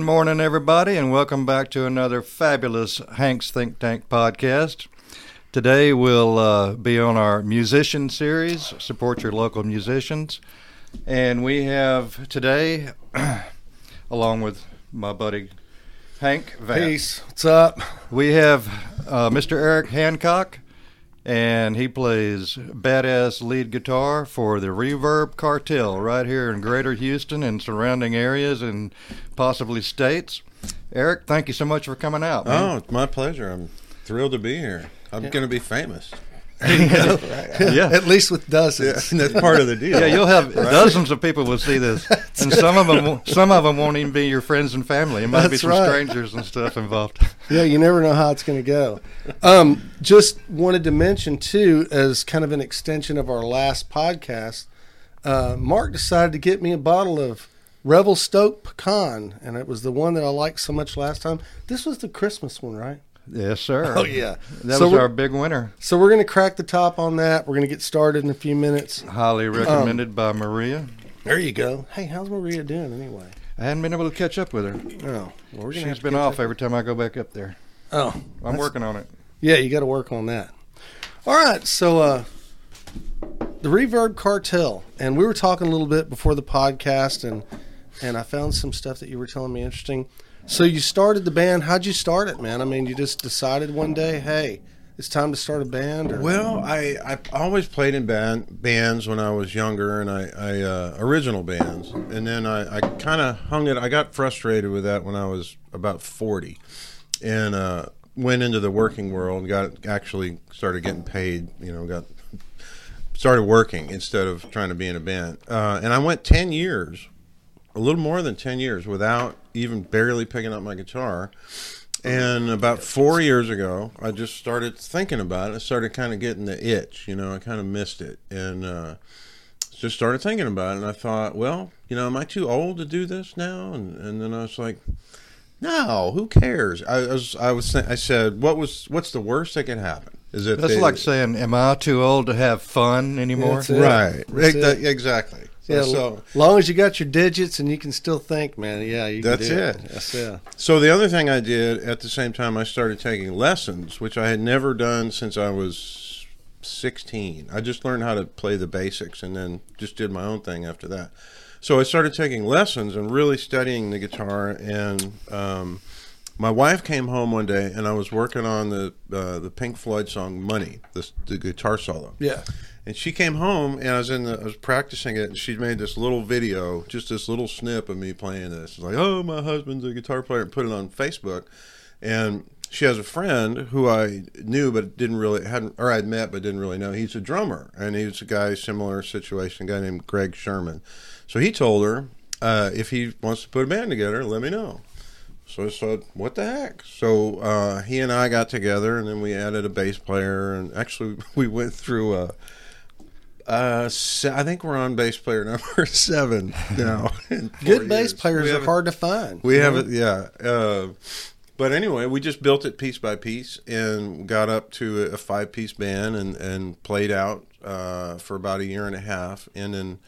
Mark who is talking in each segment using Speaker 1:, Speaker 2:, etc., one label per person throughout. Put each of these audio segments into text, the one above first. Speaker 1: morning, everybody, and welcome back to another fabulous Hank's Think Tank podcast. Today we'll uh, be on our musician series, support your local musicians, and we have today, along with my buddy Hank Vance,
Speaker 2: Peace. What's up?
Speaker 1: we have uh, Mr. Eric Hancock, and he plays badass lead guitar for the Reverb Cartel right here in Greater Houston and surrounding areas and possibly states. Eric, thank you so much for coming out. man.
Speaker 3: Oh, it's my pleasure. I'm thrilled to be here. I'm going to be famous.
Speaker 1: yeah.
Speaker 2: At least with dozens.
Speaker 3: That's part of the deal.
Speaker 1: Yeah, you'll have dozens of people will see this, and some of them, some of them won't even be your friends and family. It might be
Speaker 2: That's
Speaker 1: some
Speaker 2: right.
Speaker 1: strangers and stuff involved.
Speaker 2: Yeah, you never know how it's going to go. Um, just wanted to mention too, as kind of an extension of our last podcast, uh, Mark decided to get me a bottle of Revelstoke pecan, and it was the one that I liked so much last time. This was the Christmas one, right?
Speaker 1: yes, sir. that
Speaker 2: Oh, so
Speaker 1: was
Speaker 2: we're,
Speaker 1: our big winner.
Speaker 2: so we're going to crack the top on that. We're going to get started in a few minutes.
Speaker 1: Highly
Speaker 2: Um,
Speaker 1: recommended by Maria.
Speaker 2: There you go. Hey, how's Maria doing anyway?
Speaker 1: I hadn't been able to catch up with her.
Speaker 2: Oh, well, we're gonna
Speaker 1: She's
Speaker 2: have to
Speaker 1: been
Speaker 2: get
Speaker 1: off
Speaker 2: that-
Speaker 1: every time I go back up there.
Speaker 2: Oh,
Speaker 1: I'm
Speaker 2: that's-
Speaker 1: working on it.
Speaker 2: Yeah, you got to work on that. All right, so uh, the Reverb Cartel, and we were talking a little bit before the podcast, and and I found some stuff that you were telling me interesting. So you started the band. How'd you start it, man? I mean, you just decided one day, hey, it's time to start a band. Or,
Speaker 3: Well, I, I always played in band, bands when I was younger, and I, I uh, original bands, and then I, I kind of hung it. I got frustrated with that when I was about forty, and uh, went into the working world. and Got actually started getting paid. You know, got started working instead of trying to be in a band. Uh, and I went ten years, a little more than ten years, without even barely picking up my guitar. And about four years ago, I just started thinking about it. I started kind of getting the itch, you know, I kind of missed it. And uh, just started thinking about it. And I thought, well, you know, am I too old to do this now? And, and then I was like, no, who cares? I, was, I was, thi- I said, what was, what's the worst that could happen? Is it
Speaker 1: That's like saying, "Am I too old to have fun anymore?"
Speaker 2: That's it.
Speaker 3: right?
Speaker 2: That's
Speaker 3: Ex-
Speaker 2: it.
Speaker 3: Exactly. So,
Speaker 2: yeah,
Speaker 3: so,
Speaker 2: long as you got your digits and you can still think, man. Yeah, you can
Speaker 3: That's
Speaker 2: do
Speaker 3: it.
Speaker 2: That's it.
Speaker 3: So the other thing I did at the same time, I started taking lessons, which I had never done since I was 16. I just learned how to play the basics and then just did my own thing after that. So I started taking lessons and really studying the guitar. And um, my wife came home one day, and I was working on the uh, the Pink Floyd song "Money," the, the guitar solo.
Speaker 2: Yeah.
Speaker 3: And she came home, and I was in the, I was practicing it, and she made this little video, just this little snip of me playing this. It's like, oh, my husband's a guitar player, and put it on Facebook. And she has a friend who I knew, but didn't really hadn't or I'd met, but didn't really know. He's a drummer, and he's a guy similar situation, a guy named Greg Sherman. So he told her uh, if he wants to put a band together, let me know. So I said, "What the heck?" So uh, he and I got together, and then we added a bass player, and actually we went through. Uh, uh, se- I think we're on bass player number seven now. in four
Speaker 2: Good bass
Speaker 3: years.
Speaker 2: players
Speaker 3: We
Speaker 2: are
Speaker 3: haven't-
Speaker 2: hard to find.
Speaker 3: We haven't, yeah. Uh, but anyway, we just built it piece by piece and got up to a five piece band and and played out uh, for about a year and a half, and then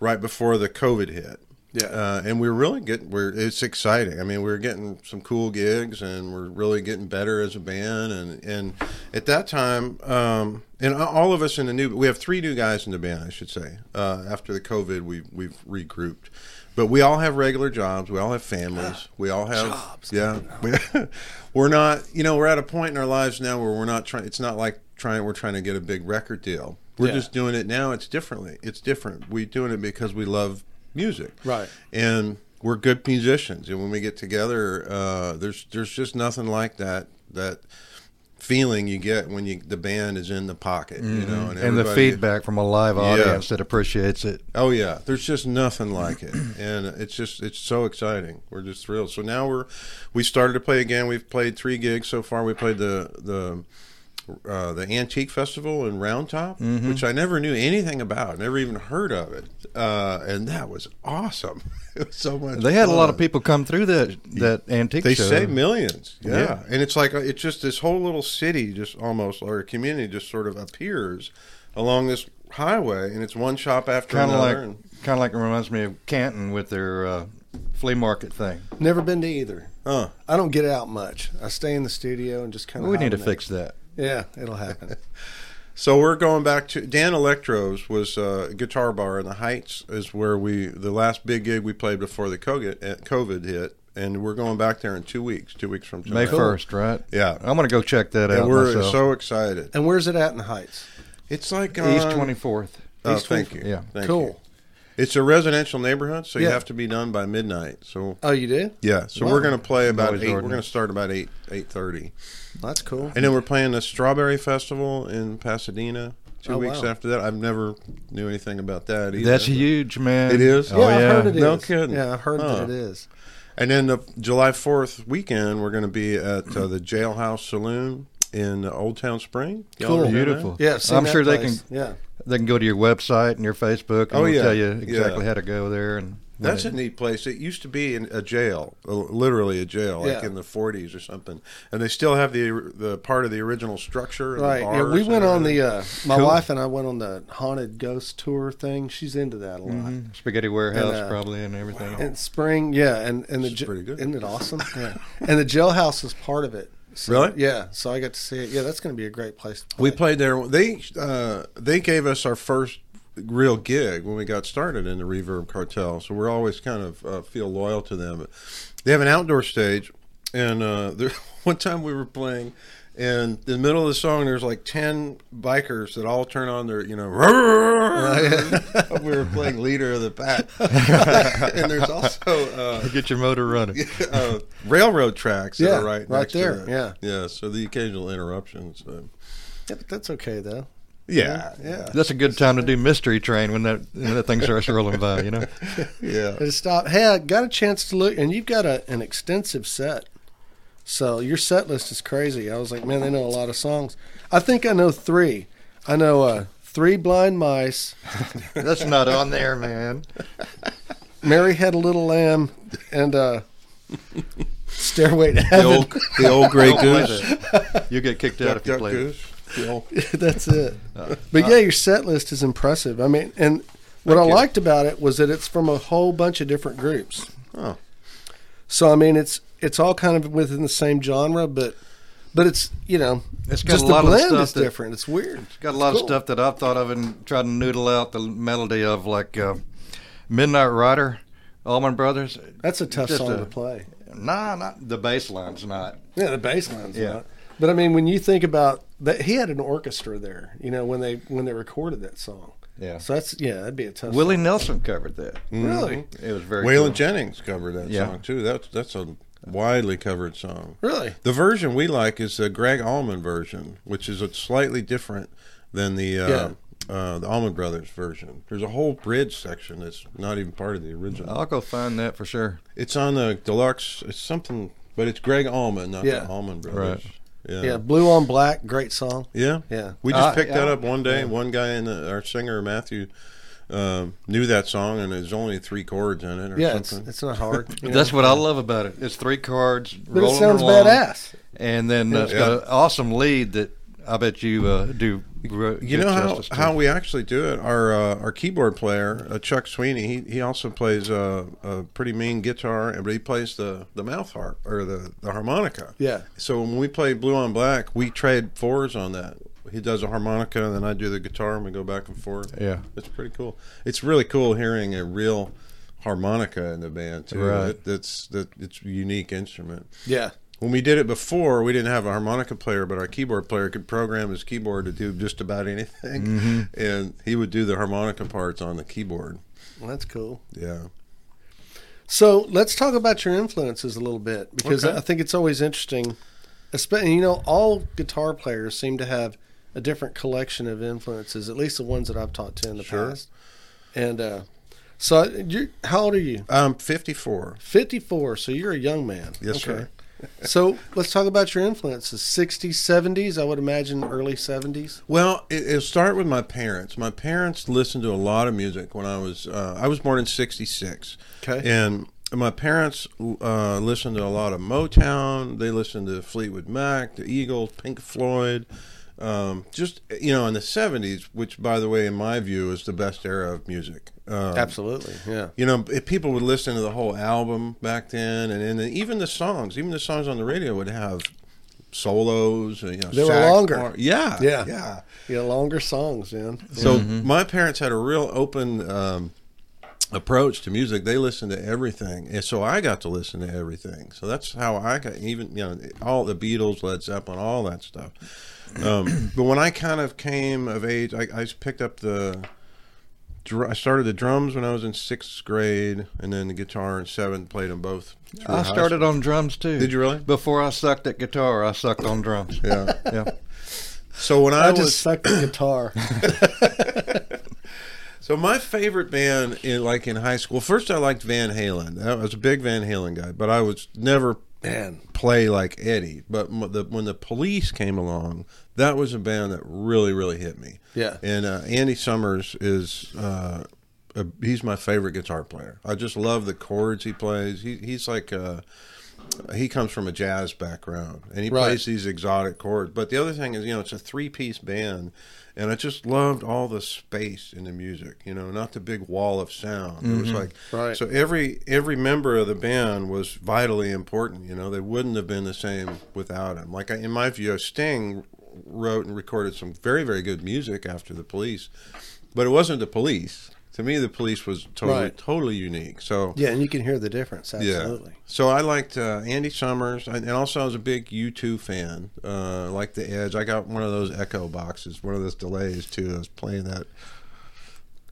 Speaker 3: right before the COVID hit.
Speaker 2: Yeah.
Speaker 3: Uh, and we're really getting we're it's exciting. I mean, we're getting some cool gigs and we're really getting better as a band and and at that time um and all of us in the new we have three new guys in the band, I should say. Uh after the COVID, we we've regrouped. But we all have regular jobs, we all have families, we all have
Speaker 2: Jobs.
Speaker 3: yeah. We- we're not, you know, we're at a point in our lives now where we're not trying it's not like trying we're trying to get a big record deal. We're
Speaker 2: Yeah.
Speaker 3: just doing it now. It's differently. It's different. We're doing it because we love music,
Speaker 2: Right.
Speaker 3: And we're good musicians. And when we get together, uh, there's there's just nothing like that that feeling you get when you the band is in the pocket, you know,
Speaker 1: Mm-hmm. And the
Speaker 3: everybody-
Speaker 1: feedback from a live audience that appreciates it.
Speaker 3: Oh yeah, there's just nothing like it, and it's just it's so exciting. We're just thrilled. So now we're we started to play again. We've played three gigs so far. We played the the uh, the antique festival in Round Top,
Speaker 1: Mm-hmm.
Speaker 3: which I never knew anything about, never even heard of it, uh, and that was awesome. it was so much.
Speaker 1: They had a lot of
Speaker 3: fun.
Speaker 1: people come through that that antique
Speaker 3: They
Speaker 1: show.
Speaker 3: say millions, yeah.
Speaker 1: Yeah.
Speaker 3: and it's like uh, it's just this whole little city, just almost or community, just sort of appears along this highway, and it's one shop after
Speaker 1: kind of
Speaker 3: another.
Speaker 1: like
Speaker 3: and,
Speaker 1: kind of like it reminds me of Canton with their uh, flea market thing.
Speaker 2: Never been to either.
Speaker 3: Huh.
Speaker 2: I don't get out much. I stay in the studio and just kind of.
Speaker 1: We need to fix that.
Speaker 2: Yeah, it'll happen.
Speaker 3: So we're going back to Dan Electro's was uh, a guitar bar in the Heights is where we the last big gig we played before the COVID uh, COVID hit, and we're going back there in two weeks, two weeks from
Speaker 1: May
Speaker 3: tonight.
Speaker 1: first, right?
Speaker 3: Yeah.
Speaker 1: I'm gonna go check that
Speaker 3: And
Speaker 1: out.
Speaker 3: we're
Speaker 1: myself.
Speaker 3: so excited.
Speaker 2: and where's it at in the Heights?
Speaker 3: It's like
Speaker 1: East
Speaker 3: on-
Speaker 1: twenty fourth.
Speaker 3: Oh,
Speaker 2: East
Speaker 3: thank
Speaker 2: 24.
Speaker 3: you.
Speaker 1: Yeah.
Speaker 3: Thank
Speaker 2: cool.
Speaker 3: you. It's a residential neighborhood, so you
Speaker 2: Yeah.
Speaker 3: have to be done by midnight. So
Speaker 2: Oh, you did?
Speaker 3: yeah, so
Speaker 2: Wow.
Speaker 3: we're going to play about
Speaker 1: Noise
Speaker 3: eight. We're
Speaker 1: ordinance.
Speaker 3: going to start about eight eight thirty,
Speaker 2: That's cool.
Speaker 3: and then we're playing the Strawberry Festival in Pasadena two
Speaker 2: Oh,
Speaker 3: weeks
Speaker 2: wow.
Speaker 3: after that. I've never knew anything about that either.
Speaker 1: That's huge, man.
Speaker 3: It is?
Speaker 1: Oh
Speaker 2: yeah,
Speaker 1: yeah.
Speaker 2: I've heard it is.
Speaker 3: No kidding.
Speaker 2: Yeah, I've heard
Speaker 3: Huh.
Speaker 2: that it is.
Speaker 3: And then the July 4th weekend, we're going to be at uh, the Jailhouse Saloon in Old Town Spring. Y'all
Speaker 2: Cool.
Speaker 3: ever been there?
Speaker 1: Beautiful.
Speaker 2: Yeah, I've seen
Speaker 1: I'm
Speaker 2: that
Speaker 1: sure they
Speaker 2: place.
Speaker 1: can
Speaker 2: Yeah,
Speaker 1: they can go to your website and your Facebook and
Speaker 3: Oh,
Speaker 1: it'll
Speaker 3: yeah.
Speaker 1: tell you exactly
Speaker 3: Yeah.
Speaker 1: how to go there and when
Speaker 3: That's a
Speaker 1: it,
Speaker 3: neat place. It used to be in a jail, uh, literally a jail, like
Speaker 2: Yeah.
Speaker 3: in the 40s or something. And they still have the the part of the original structure. and the
Speaker 2: right. Yeah,
Speaker 3: bars
Speaker 2: we
Speaker 3: and
Speaker 2: went on
Speaker 3: everything.
Speaker 2: the. Uh, my
Speaker 1: Cool.
Speaker 2: wife and I went on the haunted ghost tour thing. She's into that a lot.
Speaker 3: Mm-hmm.
Speaker 1: Mm-hmm. spaghetti warehouse
Speaker 2: And, uh,
Speaker 1: probably and everything.
Speaker 2: And spring, yeah, and and the
Speaker 3: is
Speaker 2: j-
Speaker 3: pretty good.
Speaker 2: Isn't it awesome? Yeah, and the jailhouse is part of it. So,
Speaker 3: Really?
Speaker 2: Yeah. So I got to see it. Yeah, that's going to be a great place. To play.
Speaker 3: We played there. They uh, they gave us our first real gig when we got started in the Reverb Cartel, so we're always kind of uh, feel loyal to them. But they have an outdoor stage, and uh, there, one time we were playing, and in the middle of the song, there's like ten bikers that all turn on their you know. we were playing leader of the pack, and there's also. Uh,
Speaker 1: Get your motor running.
Speaker 3: uh, railroad tracks that
Speaker 2: Yeah,
Speaker 3: are right
Speaker 2: right
Speaker 3: next to
Speaker 2: there,
Speaker 3: that.
Speaker 2: yeah.
Speaker 3: yeah so the occasional interruptions uh,
Speaker 2: Yeah, but that's okay though.
Speaker 3: yeah yeah
Speaker 1: That's a good time to do mystery train when that when that thing starts rolling by, you know.
Speaker 3: yeah
Speaker 2: It stopped. Hey, I got a chance to look, and you've got a, an extensive set. So your set list is crazy. I was like, man, they know a lot of songs. I think I know three. I know uh, three blind mice.
Speaker 1: That's not on there, man.
Speaker 2: Mary had a little lamb, and uh, Stairway to
Speaker 3: the
Speaker 2: Heaven.
Speaker 3: old, the old gray
Speaker 1: Don't play
Speaker 3: goose.
Speaker 1: that. You get kicked out
Speaker 3: Duck,
Speaker 1: if you
Speaker 3: duck,
Speaker 1: play it.
Speaker 3: goose. The old-
Speaker 2: That's it. But yeah, your set list is impressive. I mean, and what I
Speaker 3: you.
Speaker 2: liked about it was that it's from a whole bunch of different groups.
Speaker 3: Oh,
Speaker 2: So I mean, it's it's all kind of within the same genre, but but it's you know,
Speaker 1: It's got
Speaker 2: just
Speaker 1: a lot of
Speaker 2: the
Speaker 1: the
Speaker 2: blend
Speaker 1: stuff
Speaker 2: is
Speaker 1: that-
Speaker 2: different. It's weird.
Speaker 1: Got a lot
Speaker 2: Cool.
Speaker 1: of stuff that I've thought of and tried to noodle out the melody of, like uh, Midnight Rider, Allman Brothers.
Speaker 2: That's a tough
Speaker 1: Just
Speaker 2: song
Speaker 1: a-
Speaker 2: to play.
Speaker 1: Nah, not the bass line's not.
Speaker 2: Yeah, the bass line's
Speaker 1: Yeah.
Speaker 2: not. But I mean, when you think about that, he had an orchestra there. You know, when they when they recorded that song.
Speaker 1: Yeah.
Speaker 2: So that's yeah, that'd be a tough.
Speaker 1: Willie Nelson covered that.
Speaker 2: song. really,
Speaker 1: It was very
Speaker 3: Waylon
Speaker 1: cool.
Speaker 3: Jennings covered that
Speaker 1: Yeah.
Speaker 3: song too. That's that's a widely covered song.
Speaker 2: really.
Speaker 3: The version we like is the Greg Allman version, which is a slightly different than the uh, uh, the Allman Brothers version. There's a whole bridge section that's not even part of the original.
Speaker 1: I'll go find that for sure.
Speaker 3: It's on the deluxe. It's something, but it's Greg Allman, not
Speaker 2: Yeah.
Speaker 3: the Allman Brothers. Yeah.
Speaker 2: Yeah, blue on black, great song.
Speaker 3: Yeah,
Speaker 2: Yeah.
Speaker 3: We just
Speaker 1: Uh,
Speaker 3: picked that
Speaker 1: yeah.
Speaker 3: up one day. One guy in the, our singer Matthew um, knew that song, and there's only three chords in it, or
Speaker 2: Yeah, it's
Speaker 3: something.
Speaker 2: it's not hard. you know.
Speaker 1: That's what I love about it. It's three chords.
Speaker 2: but it
Speaker 1: rolling
Speaker 2: sounds
Speaker 1: along,
Speaker 2: badass.
Speaker 1: And then uh, it's got
Speaker 3: Yeah.
Speaker 1: an awesome lead that I bet you uh, do. You
Speaker 3: you know how, how we actually do it. Our uh, our keyboard player uh, Chuck Sweeney, he, he also plays uh, a pretty mean guitar, but he plays the, the mouth harp or the, the harmonica.
Speaker 2: Yeah.
Speaker 3: So when we play Blue on Black, we trade fours on that. He does a harmonica, and then I do the guitar, and we go back and forth.
Speaker 1: Yeah.
Speaker 3: it's pretty cool. It's really cool hearing a real harmonica in the band too.
Speaker 1: Right.
Speaker 3: That- that's that it's a unique instrument.
Speaker 2: Yeah.
Speaker 3: When we did it before, we didn't have a harmonica player, but our keyboard player could program his keyboard to do just about anything,
Speaker 1: Mm-hmm.
Speaker 3: and he would do the harmonica parts on the keyboard.
Speaker 2: Well, that's cool.
Speaker 3: Yeah,
Speaker 2: So let's talk about your influences a little bit because
Speaker 3: Okay.
Speaker 2: I think it's always interesting. Especially, you know, all guitar players seem to have a different collection of influences, at least the ones that I've talked to in the
Speaker 3: Sure.
Speaker 2: past. And uh, so, you how old are you?
Speaker 3: I'm 54.
Speaker 2: 54. So you're a young man.
Speaker 3: Yes, sir.
Speaker 2: so let's talk about your influences 60s, 70s, I would imagine early 70s.
Speaker 3: Well, it, it'll start with my parents. My parents listened to a lot of music when I was. Uh, I was born in '66.
Speaker 2: Okay.
Speaker 3: And my parents uh, listened to a lot of Motown. They listened to Fleetwood Mac, the Eagles, Pink Floyd, Um, just you know, in the '70s, which, by the way, in my view, is the best era of music. Um,
Speaker 2: Absolutely. Yeah.
Speaker 3: you know, if people would listen to the whole album back then, and, and even the songs, even the songs on the radio would have solos. And, you know,
Speaker 2: They were
Speaker 3: sax
Speaker 2: longer.
Speaker 3: part- yeah,
Speaker 2: Yeah.
Speaker 3: yeah.
Speaker 2: Yeah. Longer songs, man.
Speaker 3: So my parents had a real open um, approach to music. They listened to everything, and so I got to listen to everything. So that's how I got even you know all the Beatles, Led Zeppelin, all that stuff. Um, but when I kind of came of age, I, I picked up the. dr- I started the drums when I was in sixth grade, and then the guitar in seventh. Played them both. through
Speaker 1: I
Speaker 3: high
Speaker 1: started on drums too.
Speaker 3: Did you really?
Speaker 1: Before I sucked at guitar, I sucked on drums.
Speaker 3: school. Yeah.
Speaker 1: yeah.
Speaker 3: So when I,
Speaker 2: I,
Speaker 3: was
Speaker 2: just sucked the guitar.
Speaker 3: So my favorite band, in, like in high school, first I liked Van Halen. I was a big Van Halen guy, but I was never
Speaker 2: Man.
Speaker 3: play like Eddie. But m- the, when the Police came along, that was a band that really, really hit me.
Speaker 2: Yeah.
Speaker 3: And uh, Andy Summers is uh, a, he's my favorite guitar player. I just love the chords he plays. He, he's like uh, he comes from a jazz background and he
Speaker 2: Right.
Speaker 3: plays these exotic chords. But the other thing is, you know, it's a three piece band, and I just loved all the space in the music. You know, not the big wall of sound. It was like
Speaker 2: Mm-hmm. Right.
Speaker 3: so every every member of the band was vitally important. You know, they wouldn't have been the same without him. Like I, in my view, Sting wrote and recorded some very very good music after the Police, but it wasn't the Police. To me, the Police was totally
Speaker 2: Right.
Speaker 3: totally unique. So
Speaker 2: Yeah. And you can hear the difference. Absolutely.
Speaker 3: so I liked uh, Andy Summers, and and also I was a big U2 fan. Uh, I liked The Edge. I got one of those Echo boxes, one of those delays too. I was playing that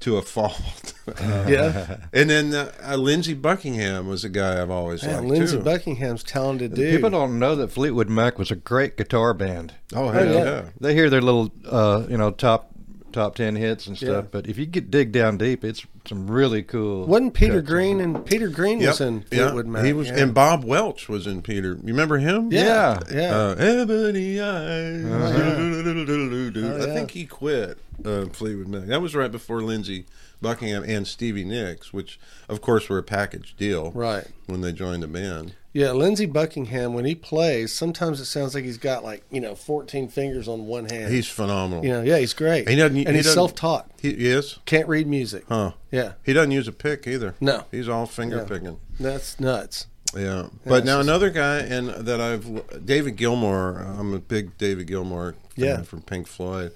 Speaker 3: to a fault. Uh,
Speaker 2: Yeah.
Speaker 3: and then uh, uh, Lindsey Buckingham was a guy I've always
Speaker 2: Man,
Speaker 3: liked
Speaker 2: Lindsey
Speaker 3: too.
Speaker 2: Buckingham's talented dude.
Speaker 1: People don't know that Fleetwood Mac was a great guitar band.
Speaker 3: oh hell
Speaker 2: Oh,
Speaker 3: yeah.
Speaker 2: yeah.
Speaker 1: They hear their little, uh, you know, top top ten hits and stuff.
Speaker 2: Yeah.
Speaker 1: But if you get dig down deep, it's some really cool.
Speaker 2: Wasn't Peter
Speaker 1: cuts.
Speaker 2: Green and Peter Green
Speaker 3: Yep.
Speaker 2: was in
Speaker 3: Yeah.
Speaker 2: Fleetwood Mac?
Speaker 3: He was,
Speaker 2: yeah.
Speaker 3: and Bob Welch was in Peter. You remember him?
Speaker 2: Yeah,
Speaker 1: Yeah.
Speaker 2: yeah. Uh-huh.
Speaker 3: Uh, Ebony Eyes.
Speaker 2: Oh,
Speaker 3: I
Speaker 2: yeah.
Speaker 3: think he quit uh, Fleetwood Mac. That was right before Lindsey Buckingham and Stevie Nicks, which of course were a package deal
Speaker 2: Right.
Speaker 3: when they joined the band.
Speaker 2: Yeah, Lindsey Buckingham when he plays, sometimes it sounds like he's got like you know 14 fingers on one hand.
Speaker 3: He's phenomenal.
Speaker 2: you know, yeah, he's great.
Speaker 3: He doesn't-
Speaker 2: and
Speaker 3: he
Speaker 2: he's
Speaker 3: doesn't-
Speaker 2: self-taught.
Speaker 3: He yes,
Speaker 2: Can't read music.
Speaker 3: huh?
Speaker 2: Yeah,
Speaker 3: He doesn't use a pick either.
Speaker 2: No.
Speaker 3: he's all finger
Speaker 2: Yeah.
Speaker 3: picking.
Speaker 2: that's nuts.
Speaker 3: Yeah, but
Speaker 2: it's
Speaker 3: now
Speaker 2: just-
Speaker 3: another guy, and that I've David Gilmour. I'm a big David Gilmour fan
Speaker 2: Yeah.
Speaker 3: from Pink Floyd.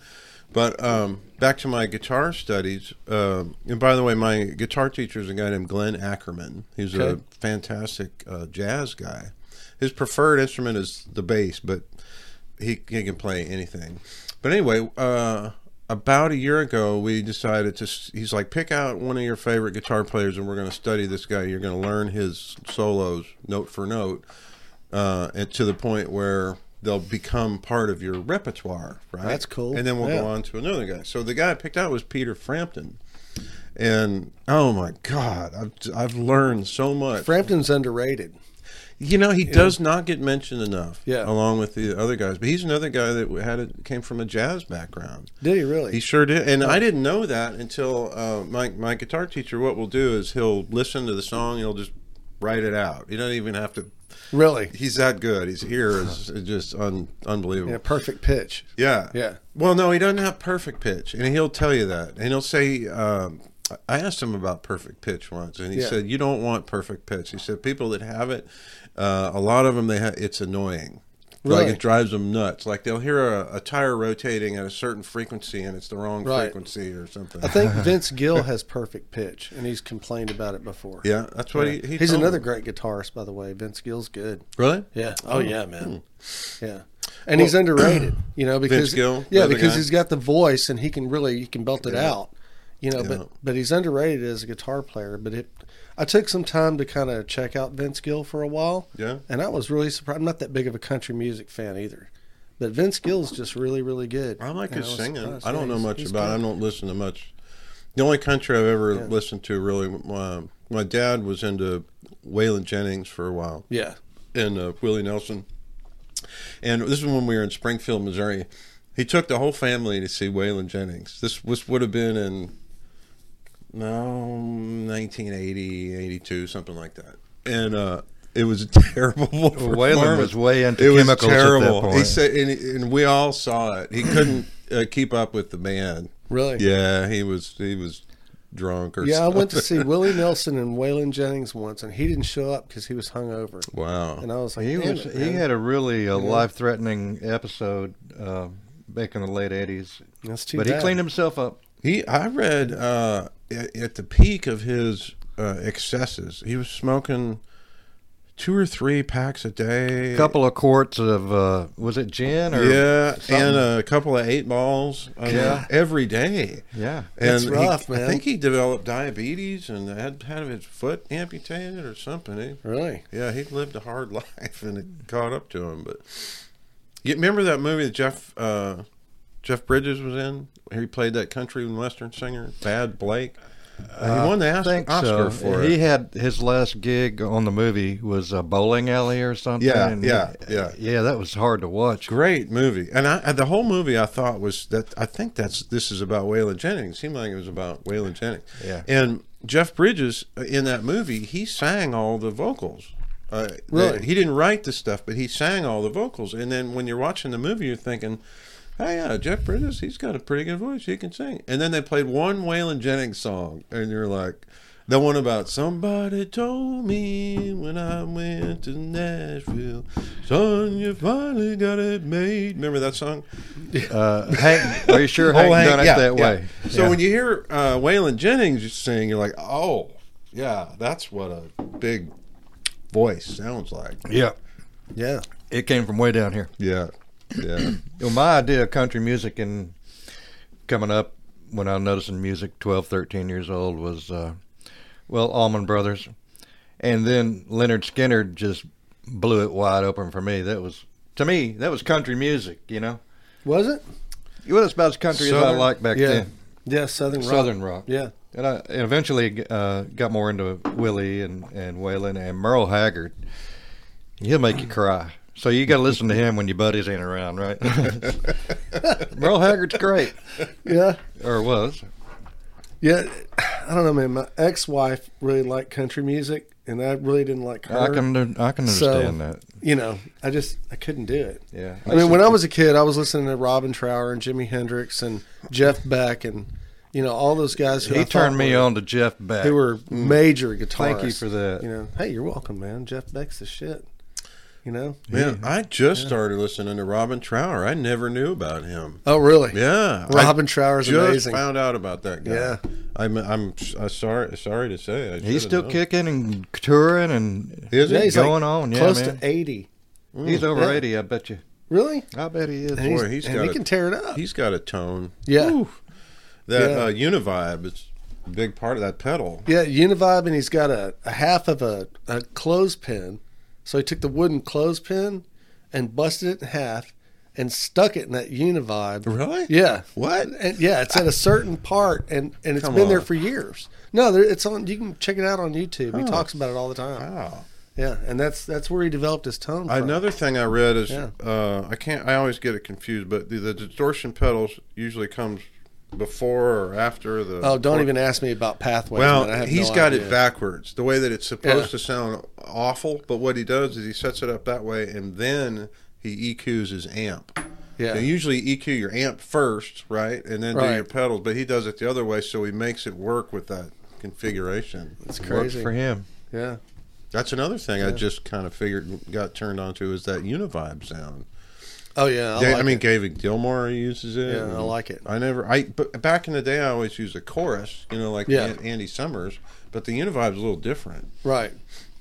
Speaker 3: But um, back to my guitar studies. Um and by the way, my guitar teacher is a guy named Glenn Ackerman. He's
Speaker 2: Okay.
Speaker 3: a fantastic uh, jazz guy. His preferred instrument is the bass, but he, he can play anything. But anyway, uh, about a year ago, we decided to. s- He's like, pick out one of your favorite guitar players, and we're going to study this guy. You're going to learn his solos note for note, uh, and to the point where they'll become part of your repertoire. Right.
Speaker 2: That's cool.
Speaker 3: And then we'll
Speaker 2: Yeah.
Speaker 3: go on to another guy. So the guy I picked out was Peter Frampton, and oh my God, I've I've learned so much.
Speaker 2: Frampton's underrated.
Speaker 3: You know, he does not get mentioned enough.
Speaker 2: Yeah.
Speaker 3: Along with the other guys, but he's another guy that had a, came from a jazz background.
Speaker 2: Did he really?
Speaker 3: He sure did, and I didn't know that until uh, my my guitar teacher. What we'll do is he'll listen to the song. He'll just write it out. You don't even have to.
Speaker 2: really?
Speaker 3: He's that good. His ear is just un, unbelievable.
Speaker 2: Yeah, perfect pitch.
Speaker 3: Yeah.
Speaker 2: Yeah.
Speaker 3: Well, no, he doesn't have perfect pitch, and he'll tell you that, and he'll say. Um, I asked him about perfect pitch once, and he
Speaker 2: Yeah.
Speaker 3: said, "You don't want perfect pitch." He said, "People that have it, uh, a lot of them, they ha- it's annoying.
Speaker 2: Really?
Speaker 3: Like it drives them nuts. Like they'll hear a, a tire rotating at a certain frequency, and it's the wrong
Speaker 2: Right.
Speaker 3: frequency or something."
Speaker 2: I think Vince Gill has perfect pitch, and he's complained about it before.
Speaker 3: Yeah, that's what he, he
Speaker 2: he's
Speaker 3: told
Speaker 2: another
Speaker 3: me.
Speaker 2: great guitarist, by the way. Vince Gill's good.
Speaker 3: Really?
Speaker 2: Yeah. Oh, yeah, man. Yeah. And he's underrated, you know, because
Speaker 3: Hmm. Gill, the
Speaker 2: yeah,
Speaker 3: other
Speaker 2: because
Speaker 3: guy.
Speaker 2: he's got the voice and he can really he can belt it out, you know.
Speaker 3: Yeah.
Speaker 2: But but he's underrated as a guitar player. But it, I took some time to kind of check out Vince Gill for a while.
Speaker 3: Yeah.
Speaker 2: And I was really surprised. I'm not that big of a country music fan either, but Vince Gill's just really really good.
Speaker 3: I like
Speaker 2: And
Speaker 3: his
Speaker 2: was
Speaker 3: singing.
Speaker 2: surprised.
Speaker 3: I don't
Speaker 2: Yeah,
Speaker 3: know
Speaker 2: he's-
Speaker 3: much
Speaker 2: he's
Speaker 3: about. it. I
Speaker 2: good.
Speaker 3: don't listen to much. The only country I've ever listened to really, uh, my dad was into Waylon Jennings for a while
Speaker 2: Yeah.
Speaker 3: and uh, Willie Nelson. And this is when we were in Springfield, Missouri. He took the whole family to see Waylon Jennings. This was would have been in no 1980, 82, something like that. And uh, It was a terrible
Speaker 1: Waylon was
Speaker 3: performance.
Speaker 1: way into
Speaker 3: it was
Speaker 1: chemicals
Speaker 3: terrible.
Speaker 1: at that point.
Speaker 3: He said, and, and we all saw it. He couldn't uh, keep up with the band.
Speaker 2: Really?
Speaker 3: Yeah, he was he was drunk or
Speaker 2: Yeah, I went to
Speaker 3: something.
Speaker 2: see Willie Nelson and Waylon Jennings once, and he didn't show up because he was hungover.
Speaker 3: Wow.
Speaker 2: And I was like,
Speaker 1: he
Speaker 2: "Damn
Speaker 1: was
Speaker 2: it,
Speaker 1: he
Speaker 2: man."
Speaker 1: had a really uh, life-threatening episode uh, back in the late '80s,
Speaker 2: That's too
Speaker 1: but he
Speaker 2: bad.
Speaker 1: cleaned himself up.
Speaker 3: He, I read uh, at, at the peak of his uh, excesses, he was smoking two or three packs a day.
Speaker 1: A couple of quarts of uh, was it gin or
Speaker 3: yeah,
Speaker 1: something?
Speaker 3: and a couple of eight balls. I mean,
Speaker 1: Yeah.
Speaker 3: every day.
Speaker 1: yeah.
Speaker 3: And
Speaker 2: That's rough,
Speaker 3: he, I
Speaker 2: man.
Speaker 3: think he developed diabetes and had had his foot amputated or something. He-
Speaker 2: Really?
Speaker 3: yeah, he lived a hard life, and it caught up to him. But you remember that movie that Jeff uh, Jeff Bridges was in? He played that country and western singer, Bad Blake. Uh, he won the Os-
Speaker 1: think
Speaker 3: Oscar
Speaker 1: so.
Speaker 3: for
Speaker 1: he
Speaker 3: it.
Speaker 1: had his last gig on the movie was a bowling alley or something.
Speaker 3: Yeah,
Speaker 1: and
Speaker 3: yeah,
Speaker 1: he-
Speaker 3: yeah.
Speaker 1: yeah. That was hard to watch.
Speaker 3: Great movie, and I, and the whole movie I thought was that I think that's this is about Waylon Jennings. Seemed like it was about Waylon Jennings.
Speaker 1: Yeah.
Speaker 3: And Jeff Bridges uh, in that movie, he sang all the vocals. Uh,
Speaker 2: Really?
Speaker 3: He didn't write the stuff, but he sang all the vocals. And then when you're watching the movie, you're thinking, "Oh yeah, Jeff Bridges, he's got a pretty good voice. He can sing." And then they played one Waylon Jennings song, and you're like. The one about somebody told me when I went to Nashville, son, you finally got it made. Remember that song?
Speaker 1: Uh, Hank, are you sure
Speaker 3: Oh,
Speaker 1: Hank
Speaker 3: Hank,
Speaker 1: done it
Speaker 3: yeah,
Speaker 1: that
Speaker 3: yeah.
Speaker 1: way?
Speaker 3: So
Speaker 1: Yeah.
Speaker 3: when you hear uh, Waylon Jennings sing, you're like, oh, yeah, that's what a big voice sounds like.
Speaker 1: yeah,
Speaker 2: Yeah.
Speaker 1: it came from way down here.
Speaker 3: Yeah, yeah.
Speaker 1: Well, my idea of country music and coming up when I noticed in music, 12, 13 years old, was, uh, well, Allman Brothers. And then Leonard Skinner just blew it wide open for me. That was, to me, that was country music, you know?
Speaker 2: Was it?
Speaker 1: Well, it's about as country as I
Speaker 3: Southern?
Speaker 1: liked back
Speaker 2: yeah.
Speaker 1: then.
Speaker 2: Yeah, Southern Rock.
Speaker 1: Southern rock.
Speaker 2: Yeah.
Speaker 1: And I and eventually uh, got more into Willie and, and Waylon and Merle Haggard. He'll make you cry. So you got to listen to him when your buddies ain't around, right? Merle Haggard's great,
Speaker 2: Yeah.
Speaker 1: or was.
Speaker 2: Yeah. I don't know, man. My ex wife really liked country music, and I really didn't like her.
Speaker 1: I can I can
Speaker 2: So-
Speaker 1: understand that.
Speaker 2: you know, I just I couldn't do it.
Speaker 1: Yeah.
Speaker 2: I mean, when I was a kid, I was listening to Robin Trower and Jimi Hendrix and Jeff Beck and you know all those guys. Who I
Speaker 1: he
Speaker 2: thought
Speaker 1: turned me
Speaker 2: were,
Speaker 1: on to Jeff Beck.
Speaker 2: They were major guitarists.
Speaker 1: Thank you for that.
Speaker 2: You know, hey, you're welcome, man. Jeff Beck's the shit. You know.
Speaker 3: Man, I just started listening to Robin Trower. I never knew about him.
Speaker 2: Oh, really?
Speaker 3: Yeah, I
Speaker 2: Robin Trower's
Speaker 3: just
Speaker 2: amazing.
Speaker 3: found out about that guy.
Speaker 2: Yeah.
Speaker 3: I'm. I'm. i sorry. Sorry to say. I
Speaker 1: He's
Speaker 3: should've
Speaker 1: still
Speaker 3: known.
Speaker 1: kicking and touring, and
Speaker 3: Is he?
Speaker 2: Yeah, he's
Speaker 1: going
Speaker 2: like
Speaker 1: on, yeah,
Speaker 2: close
Speaker 1: man.
Speaker 2: to eighty.
Speaker 1: he's over
Speaker 2: Yeah.
Speaker 1: eighty. I bet you.
Speaker 2: Really?
Speaker 1: I bet he is.
Speaker 2: And, he's-
Speaker 3: Boy, he's
Speaker 2: and
Speaker 3: got
Speaker 2: he
Speaker 3: a-
Speaker 2: can tear it up.
Speaker 3: He's got a tone.
Speaker 2: Yeah.
Speaker 3: That
Speaker 2: Yeah.
Speaker 3: Uh, Univibe is a big part of that pedal.
Speaker 2: Yeah, Univibe, and he's got a, a half of a, a clothespin. So he took the wooden clothespin and busted it in half and stuck it in that Univibe.
Speaker 3: Really?
Speaker 2: Yeah.
Speaker 3: What?
Speaker 2: And yeah, it's at a certain part, and, and it's
Speaker 3: Come
Speaker 2: been there
Speaker 3: on.
Speaker 2: for years. No, there, it's on. You can check it out on YouTube. He
Speaker 3: Oh.
Speaker 2: talks about it all the time.
Speaker 3: Wow.
Speaker 2: Yeah, and that's that's where he developed his tone. From.
Speaker 3: Another thing I read is
Speaker 2: Yeah.
Speaker 3: uh, I can't. I always get it confused, but the, the distortion pedals usually comes before or after the.
Speaker 2: Oh, don't even ask me about pathways. man. I
Speaker 3: Well,
Speaker 2: have
Speaker 3: he's
Speaker 2: no
Speaker 3: got
Speaker 2: idea.
Speaker 3: it backwards. The way that it's supposed
Speaker 2: Yeah.
Speaker 3: to sound awful, but what he does is he sets it up that way, and then he EQs his amp.
Speaker 2: Yeah.
Speaker 3: So usually EQ your amp first, right, and then do your
Speaker 2: Right.
Speaker 3: pedals. But he does it the other way, so he makes it work with that configuration.
Speaker 2: it's
Speaker 1: Works
Speaker 2: crazy.
Speaker 1: for him.
Speaker 2: Yeah.
Speaker 3: That's another thing I just kind of figured got turned onto is that Univibe sound.
Speaker 2: Oh yeah. I,
Speaker 3: Da- I,
Speaker 2: like
Speaker 3: mean,
Speaker 2: it.
Speaker 3: David Gilmore uses it.
Speaker 2: Yeah, I
Speaker 3: and
Speaker 2: like it.
Speaker 3: I never. I but back in the day, I always used a chorus, you know, like
Speaker 2: Yeah.
Speaker 3: An- Andy Summers. But the Univibe's a little different.
Speaker 2: right.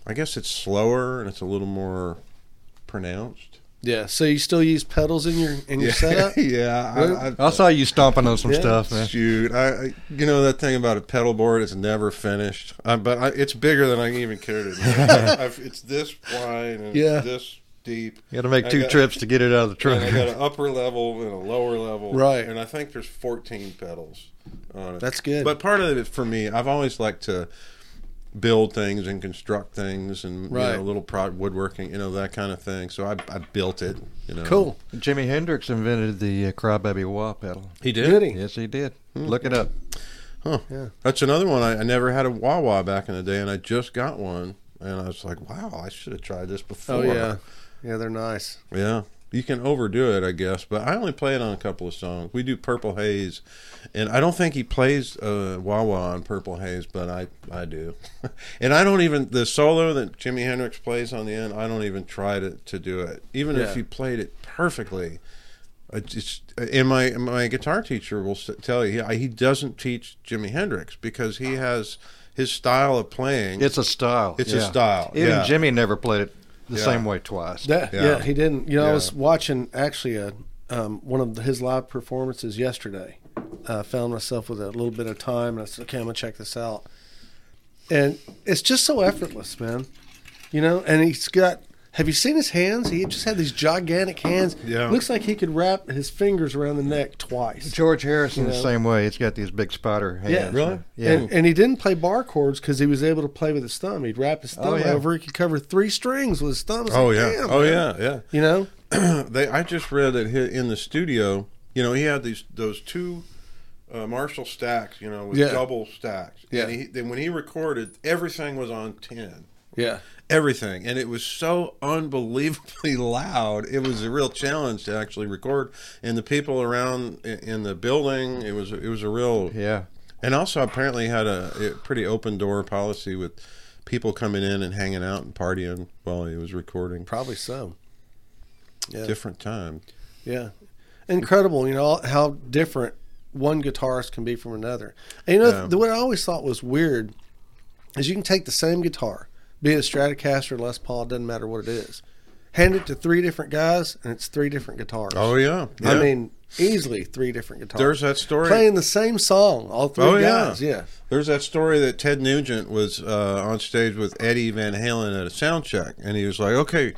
Speaker 3: I guess it's slower and it's a little more pronounced.
Speaker 2: Yeah. So you still use pedals in your in your setup?
Speaker 3: yeah. I, I,
Speaker 1: I saw you stomping on some
Speaker 2: Yeah.
Speaker 1: stuff, man.
Speaker 3: Shoot, I, I you know that thing about a pedal board is never finished, uh, but I, it's bigger than I even care to. admit. I've, it's this wide and
Speaker 2: Yeah.
Speaker 3: it's this deep.
Speaker 1: You got to make
Speaker 3: I
Speaker 1: two
Speaker 3: got-
Speaker 1: trips to get it out of the truck.
Speaker 3: And I got an upper level and a lower level,
Speaker 2: Right.
Speaker 3: And I think there's 14 pedals on it.
Speaker 2: That's good.
Speaker 3: But part of it for me, I've always liked to build things and construct things and you
Speaker 2: Right.
Speaker 3: know, little pro- woodworking, you know that kind of thing. So I, I built it. You know,
Speaker 2: Cool.
Speaker 1: Jimi Hendrix invented the uh, Crybaby Wah pedal.
Speaker 3: He
Speaker 2: Did he?
Speaker 1: Yes, he did.
Speaker 2: Hmm.
Speaker 1: Look it up.
Speaker 3: Huh.
Speaker 2: Yeah.
Speaker 3: That's another one. I, I never had a Wawa back in the day, and I just got one. and I was like, wow, I should have tried this before.
Speaker 2: Oh yeah, yeah, they're nice.
Speaker 3: Yeah. You can overdo it, I guess, but I only play it on a couple of songs. We do Purple Haze, and I don't think he plays uh, Wah Wah on Purple Haze, but I, I do. and I don't even, the solo that Jimi Hendrix plays on the end, I don't even try to, to do it. Even
Speaker 2: Yeah.
Speaker 3: if you played it perfectly, I just, and my, my guitar teacher will s- tell you, he, he doesn't teach Jimi Hendrix because
Speaker 2: Ah.
Speaker 3: he has his style of playing.
Speaker 1: It's a style.
Speaker 3: It's a
Speaker 1: yeah.
Speaker 3: style,
Speaker 1: Even
Speaker 3: yeah.
Speaker 1: Jimmy never played it the
Speaker 3: Yeah.
Speaker 1: same way twice.
Speaker 2: That, yeah.
Speaker 3: Yeah.
Speaker 2: he didn't. You know, I
Speaker 3: Yeah.
Speaker 2: was watching actually a, um, one of his live performances yesterday. I found myself with a little bit of time, and I said, "Okay, I'm gonna check this out." And it's just so effortless, man. You know, and he's got. Have you seen his hands? He just had these gigantic hands.
Speaker 3: Yeah.
Speaker 2: looks like he could wrap his fingers around the neck twice.
Speaker 1: George Harrison
Speaker 2: You know?
Speaker 1: the same way. He's got these big spider hands.
Speaker 3: Really?
Speaker 1: Yeah.
Speaker 2: And, and he didn't play bar chords because he was able to play with his thumb. He'd wrap his thumb
Speaker 1: Oh, yeah.
Speaker 2: over. He could cover three strings with his thumb. It's
Speaker 3: oh,
Speaker 2: like,
Speaker 3: yeah.
Speaker 2: damn,
Speaker 3: oh,
Speaker 2: man.
Speaker 3: yeah. Yeah.
Speaker 2: You know,
Speaker 3: they I just read that he, in the studio, you know, he had these those two uh, Marshall stacks, you know, with
Speaker 2: Yeah.
Speaker 3: double stacks.
Speaker 2: Yeah.
Speaker 3: And he, then when he recorded, everything was on ten.
Speaker 2: yeah.
Speaker 3: Everything, and it was so unbelievably loud. It was a real challenge to actually record, and the people around i- in the building. It was it was a real
Speaker 1: yeah.
Speaker 3: and also, apparently, had a, a pretty open door policy with people coming in and hanging out and partying while he was recording.
Speaker 2: Probably so. Yeah.
Speaker 3: Different time.
Speaker 2: Yeah. Incredible, you know, how different one guitarist can be from another. And you know,
Speaker 3: Yeah.
Speaker 2: the what I always thought was weird is you can take the same guitar, be it a Stratocaster or Les Paul, it doesn't matter what it is, hand it to three different guys, and it's three different guitars.
Speaker 3: Oh yeah,
Speaker 2: I
Speaker 3: Yeah.
Speaker 2: mean, easily three different guitars.
Speaker 3: There's that story.
Speaker 2: Playing the same song, all three
Speaker 3: Oh, yeah.
Speaker 2: guys. Yeah.
Speaker 3: There's that story that Ted Nugent was uh, on stage with Eddie Van Halen at a sound check, and he was like, "Okay,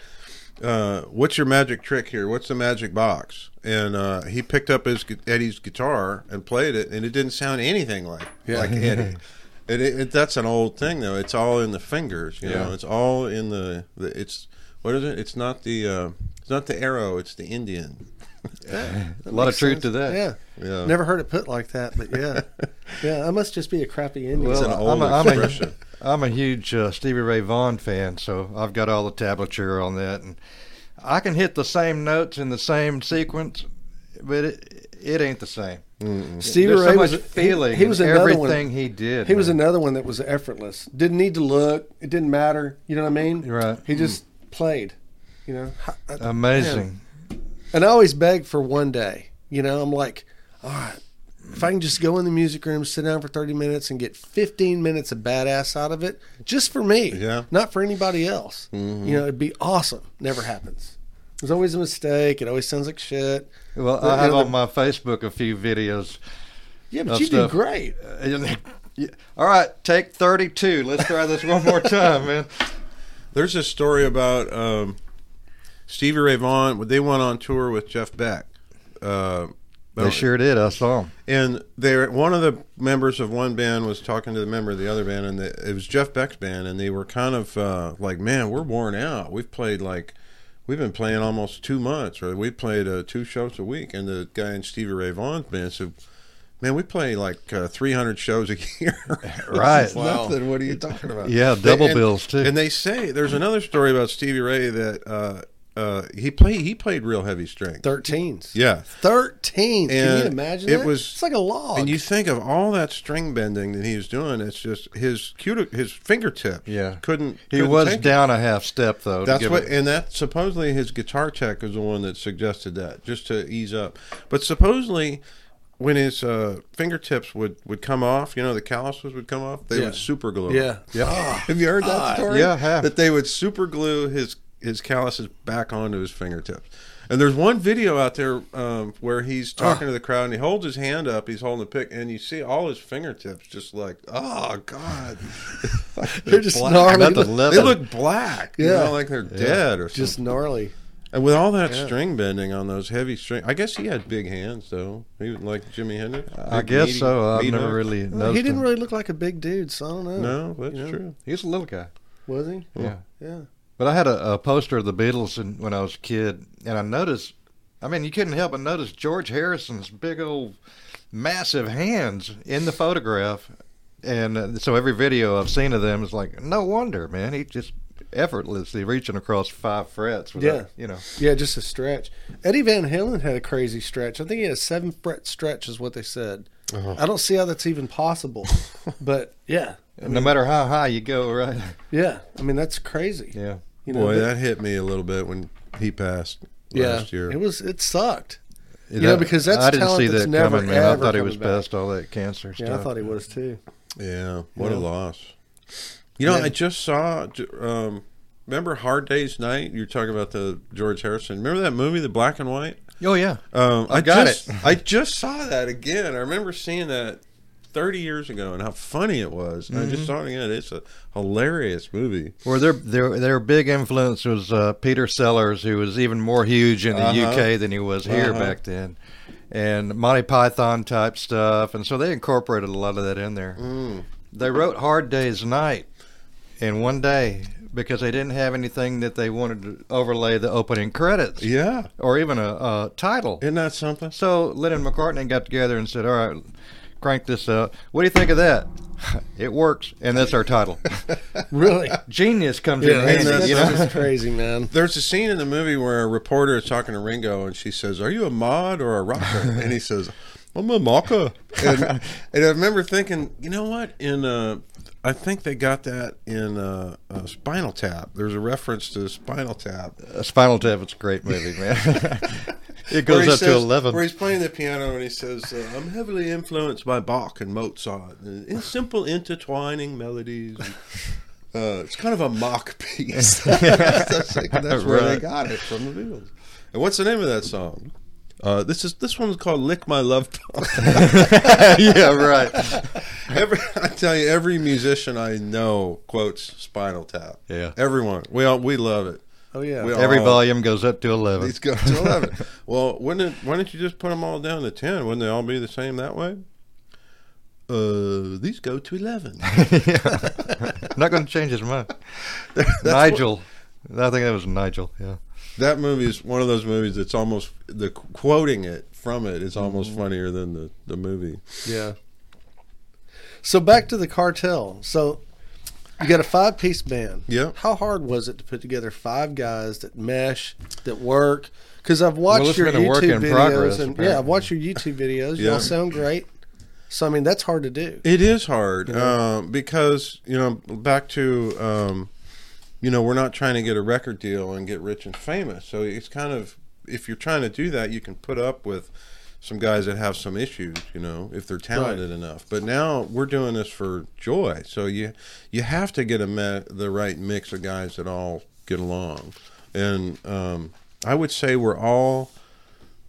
Speaker 3: uh, what's your magic trick here? What's the magic box?" And uh, he picked up his gu- Eddie's guitar and played it, and it didn't sound anything like
Speaker 2: Yeah.
Speaker 3: like Eddie. It, it, it- that's an old thing though. It's all in the fingers, you know.
Speaker 1: Yeah.
Speaker 3: It's all in the, the it's what is it? It's not the uh, it's not the arrow. It's the Indian.
Speaker 1: A lot of
Speaker 2: Makes
Speaker 1: truth
Speaker 2: sense.
Speaker 1: to that.
Speaker 2: Yeah.
Speaker 3: Yeah.
Speaker 2: Never heard it put like that, but yeah. yeah, I must just be a crappy Indian.
Speaker 3: It's an
Speaker 1: Well, I'm
Speaker 3: old
Speaker 1: a- I'm a-
Speaker 3: expression.
Speaker 1: I'm a huge uh, Stevie Ray Vaughan fan, so I've got all the tablature on that, and I can hit the same notes in the same sequence, but it it ain't the same.
Speaker 2: Stevie
Speaker 1: There's
Speaker 2: Ray
Speaker 1: so
Speaker 2: was
Speaker 1: much feeling.
Speaker 2: He, he was
Speaker 1: in
Speaker 2: another one-
Speaker 1: everything he did.
Speaker 2: He was
Speaker 1: man.
Speaker 2: another one that was effortless. Didn't need to look. It didn't matter. You know what I mean?
Speaker 1: Right. Mm.
Speaker 2: He just played. You know.
Speaker 1: amazing.
Speaker 2: And I always beg for one day. You know, I'm like, all right, if I can just go in the music room, sit down for 30 minutes, and get 15 minutes of badass out of it, just for me.
Speaker 3: Yeah. Mm-hmm.
Speaker 2: Not for anybody else. You know, it'd be awesome. Never happens. There's always a mistake. It always sounds like shit.
Speaker 1: Well,
Speaker 2: But,
Speaker 1: I
Speaker 2: you
Speaker 1: have
Speaker 2: know,
Speaker 1: on
Speaker 2: the-
Speaker 1: my Facebook a few videos.
Speaker 2: Yeah, but
Speaker 1: That's
Speaker 2: you
Speaker 1: stuff.
Speaker 2: do great.
Speaker 1: Uh, yeah. All right, take 32. Let's try this one more time, man.
Speaker 3: There's this story about um, Stevie Ray Vaughan. They went on tour with Jeff Beck. Uh,
Speaker 1: They sure did. I saw him.
Speaker 3: And they were- one of the members of one band was talking to the member of the other band, and the, it was Jeff Beck's band. And they were kind of uh, like, "Man, we're worn out. We've played like." We've been playing almost two months, or we played uh, two shows a week. And the guy in Stevie Ray Vaughan's band said, "Man, we play like uh, 300 shows a year.
Speaker 1: Right.
Speaker 3: This is Nothing. What are you talking about?
Speaker 1: Yeah,
Speaker 3: They-
Speaker 1: double
Speaker 3: and-
Speaker 1: bills, too.
Speaker 3: And they say there's another story about Stevie Ray that uh, uh, he played he played real heavy string.
Speaker 2: 13s.
Speaker 3: Yeah,
Speaker 2: 13. Can you
Speaker 3: And
Speaker 2: imagine
Speaker 3: it
Speaker 2: that?
Speaker 3: was-
Speaker 2: It's like a log.
Speaker 3: and you think of all that string bending that he was doing, it's just his cute his fingertips.
Speaker 1: Yeah.
Speaker 3: couldn't
Speaker 1: He
Speaker 3: couldn't
Speaker 1: was
Speaker 3: take it.
Speaker 1: down a half step, though. to
Speaker 3: That's
Speaker 1: give
Speaker 3: what,
Speaker 1: it-
Speaker 3: and that supposedly his guitar tech was the one that suggested that, just to ease up. But supposedly, when his uh, fingertips would would come off, you know, the calluses would come off. They
Speaker 2: Yeah.
Speaker 3: would super glue. 'em.
Speaker 2: yeah.
Speaker 1: Yeah.
Speaker 3: Have you heard that story?
Speaker 1: Yeah, I have.
Speaker 3: That they would super glue his his calluses back onto his fingertips. And there's one video out there um, where he's talking to the crowd and he holds his hand up, he's holding a pick, and you see all his fingertips just like, oh God,
Speaker 2: They're just
Speaker 3: black.
Speaker 2: gnarly.
Speaker 1: About the leather.
Speaker 3: they look black, you
Speaker 2: Yeah.
Speaker 3: know, like they're dead or
Speaker 2: Just
Speaker 3: something.
Speaker 2: gnarly.
Speaker 3: And with all that string bending on those heavy string, I guess he had big hands though. He was like Jimi Hendrix.
Speaker 1: I
Speaker 3: Big,
Speaker 1: guess
Speaker 3: meaty-
Speaker 1: so. I've
Speaker 3: meaty
Speaker 1: never
Speaker 3: arms.
Speaker 1: really noticed
Speaker 2: he didn't
Speaker 1: him.
Speaker 2: really look like a big dude, so I don't know.
Speaker 3: No, that's true.
Speaker 1: He was a little guy.
Speaker 2: Was he?
Speaker 1: Yeah.
Speaker 2: Yeah.
Speaker 1: But I had a, a poster of the Beatles in, when I was a kid, and I noticed. I mean, you couldn't help but notice George Harrison's big old, massive hands in the photograph, and uh, so every video I've seen of them is like, no wonder, man. He just effortlessly reaching across five frets. Without,
Speaker 2: Yeah.
Speaker 1: you know.
Speaker 2: Yeah, just a stretch. Eddie Van Halen had a crazy stretch. I think he had a seven fret stretch, is what they said.
Speaker 1: Uh-huh.
Speaker 2: I don't see how that's even possible, but yeah,
Speaker 1: no matter how high you go, right?
Speaker 2: yeah. I mean, that's crazy.
Speaker 1: Yeah.
Speaker 2: You know,
Speaker 3: Boy,
Speaker 2: but-
Speaker 3: that hit me a little bit when he passed
Speaker 2: yeah,
Speaker 3: last year.
Speaker 2: it was it sucked.
Speaker 1: You
Speaker 2: know, because that's
Speaker 1: I didn't
Speaker 2: talent
Speaker 1: see
Speaker 2: that's
Speaker 1: that
Speaker 2: never,
Speaker 1: coming, man. I
Speaker 2: ever
Speaker 1: thought he
Speaker 2: coming
Speaker 1: was
Speaker 2: back.
Speaker 1: past all that cancer
Speaker 2: Yeah,
Speaker 1: stuff.
Speaker 2: I thought he was too.
Speaker 3: Yeah, what
Speaker 2: Yeah.
Speaker 3: a loss. You know,
Speaker 2: Yeah.
Speaker 3: I just saw. Um, remember Hard Day's Night? You're talking about the George Harrison. Remember that movie, the black and white?
Speaker 1: oh yeah,
Speaker 3: Um, I,
Speaker 1: got
Speaker 3: just,
Speaker 1: it.
Speaker 3: I just saw that again. I remember seeing that 30 years ago and how funny it was. And I just saw it again. It's a hilarious movie.
Speaker 1: Well, their their their big influence was uh, Peter Sellers, who was even more huge in the
Speaker 3: Uh-huh.
Speaker 1: UK than he was here
Speaker 3: Uh-huh.
Speaker 1: back then, and Monty Python type stuff, and so they incorporated a lot of that in there.
Speaker 3: Mm.
Speaker 1: They wrote Hard Day's Night in one day because they didn't have anything that they wanted to overlay the opening credits
Speaker 3: Yeah.
Speaker 1: or even a, a title.
Speaker 3: Isn't that something?
Speaker 1: So Lennon and McCartney got together and said, "All right, crank this up. What do you think of that? it works, and that's our title."
Speaker 2: Really?
Speaker 1: Genius comes in
Speaker 2: yeah,
Speaker 1: handy,
Speaker 2: that's,
Speaker 3: and
Speaker 2: that's
Speaker 1: you know?
Speaker 2: just crazy, man.
Speaker 3: There's a scene in the movie where a reporter is talking to Ringo and she says, Are you a mod or a rocker? and he says, I'm a mocker. And, and I remember thinking, you know what? In uh, I think they got that in uh, uh, Spinal Tap. There's a reference to Spinal Tap.
Speaker 1: Uh, Spinal Tap is a great movie, man. it
Speaker 3: Where
Speaker 1: goes
Speaker 3: he
Speaker 1: up to
Speaker 3: says- Where
Speaker 1: eleven.
Speaker 3: he's playing the piano and he says, uh, I'm heavily influenced by Bach and Mozart. And in simple intertwining melodies. And, uh, it's kind of a mock piece. that's like- that's where they
Speaker 1: Right.
Speaker 3: got it from the Beatles. And what's the name of that song? Uh, this is this one's called "Lick My Love Pump."
Speaker 1: yeah, right.
Speaker 3: every, I tell you, every musician I know quotes Spinal Tap.
Speaker 1: Yeah.
Speaker 3: everyone. We all, we love it.
Speaker 2: Oh yeah.
Speaker 3: We all-
Speaker 1: Every volume goes up to eleven.
Speaker 3: He's got to eleven. well, wouldn't it, why don't you just put them all down to ten? Wouldn't they all be the same that way? Uh, these go to eleven.
Speaker 1: Not going to change his mind.
Speaker 3: That's what-
Speaker 1: Nigel, I think that was Nigel. Yeah,
Speaker 3: that movie is one of those movies that's almost the quoting it from it is almost funnier than the the movie.
Speaker 2: Yeah. So back to the cartel. So you got a five piece band.
Speaker 3: Yeah.
Speaker 2: How hard was it to put together five guys that mesh, that work? Because I've watched
Speaker 1: it's
Speaker 2: your
Speaker 1: been a
Speaker 2: YouTube
Speaker 1: work in
Speaker 2: videos,
Speaker 1: progress,
Speaker 2: and yeah,
Speaker 1: apparently.
Speaker 2: I've watched your YouTube videos.
Speaker 3: Yeah.
Speaker 2: Y'all sound great. So I mean, that's hard to do.
Speaker 3: It is hard um, because you know back to um, you know we're not trying to get a record deal and get rich and famous. So it's kind of if you're trying to do that, you can put up with some guys that have some issues, you know, if they're talented enough. But now we're doing this for joy. So you you have to get a me- the right mix of guys that all get along. And um, I would say we're all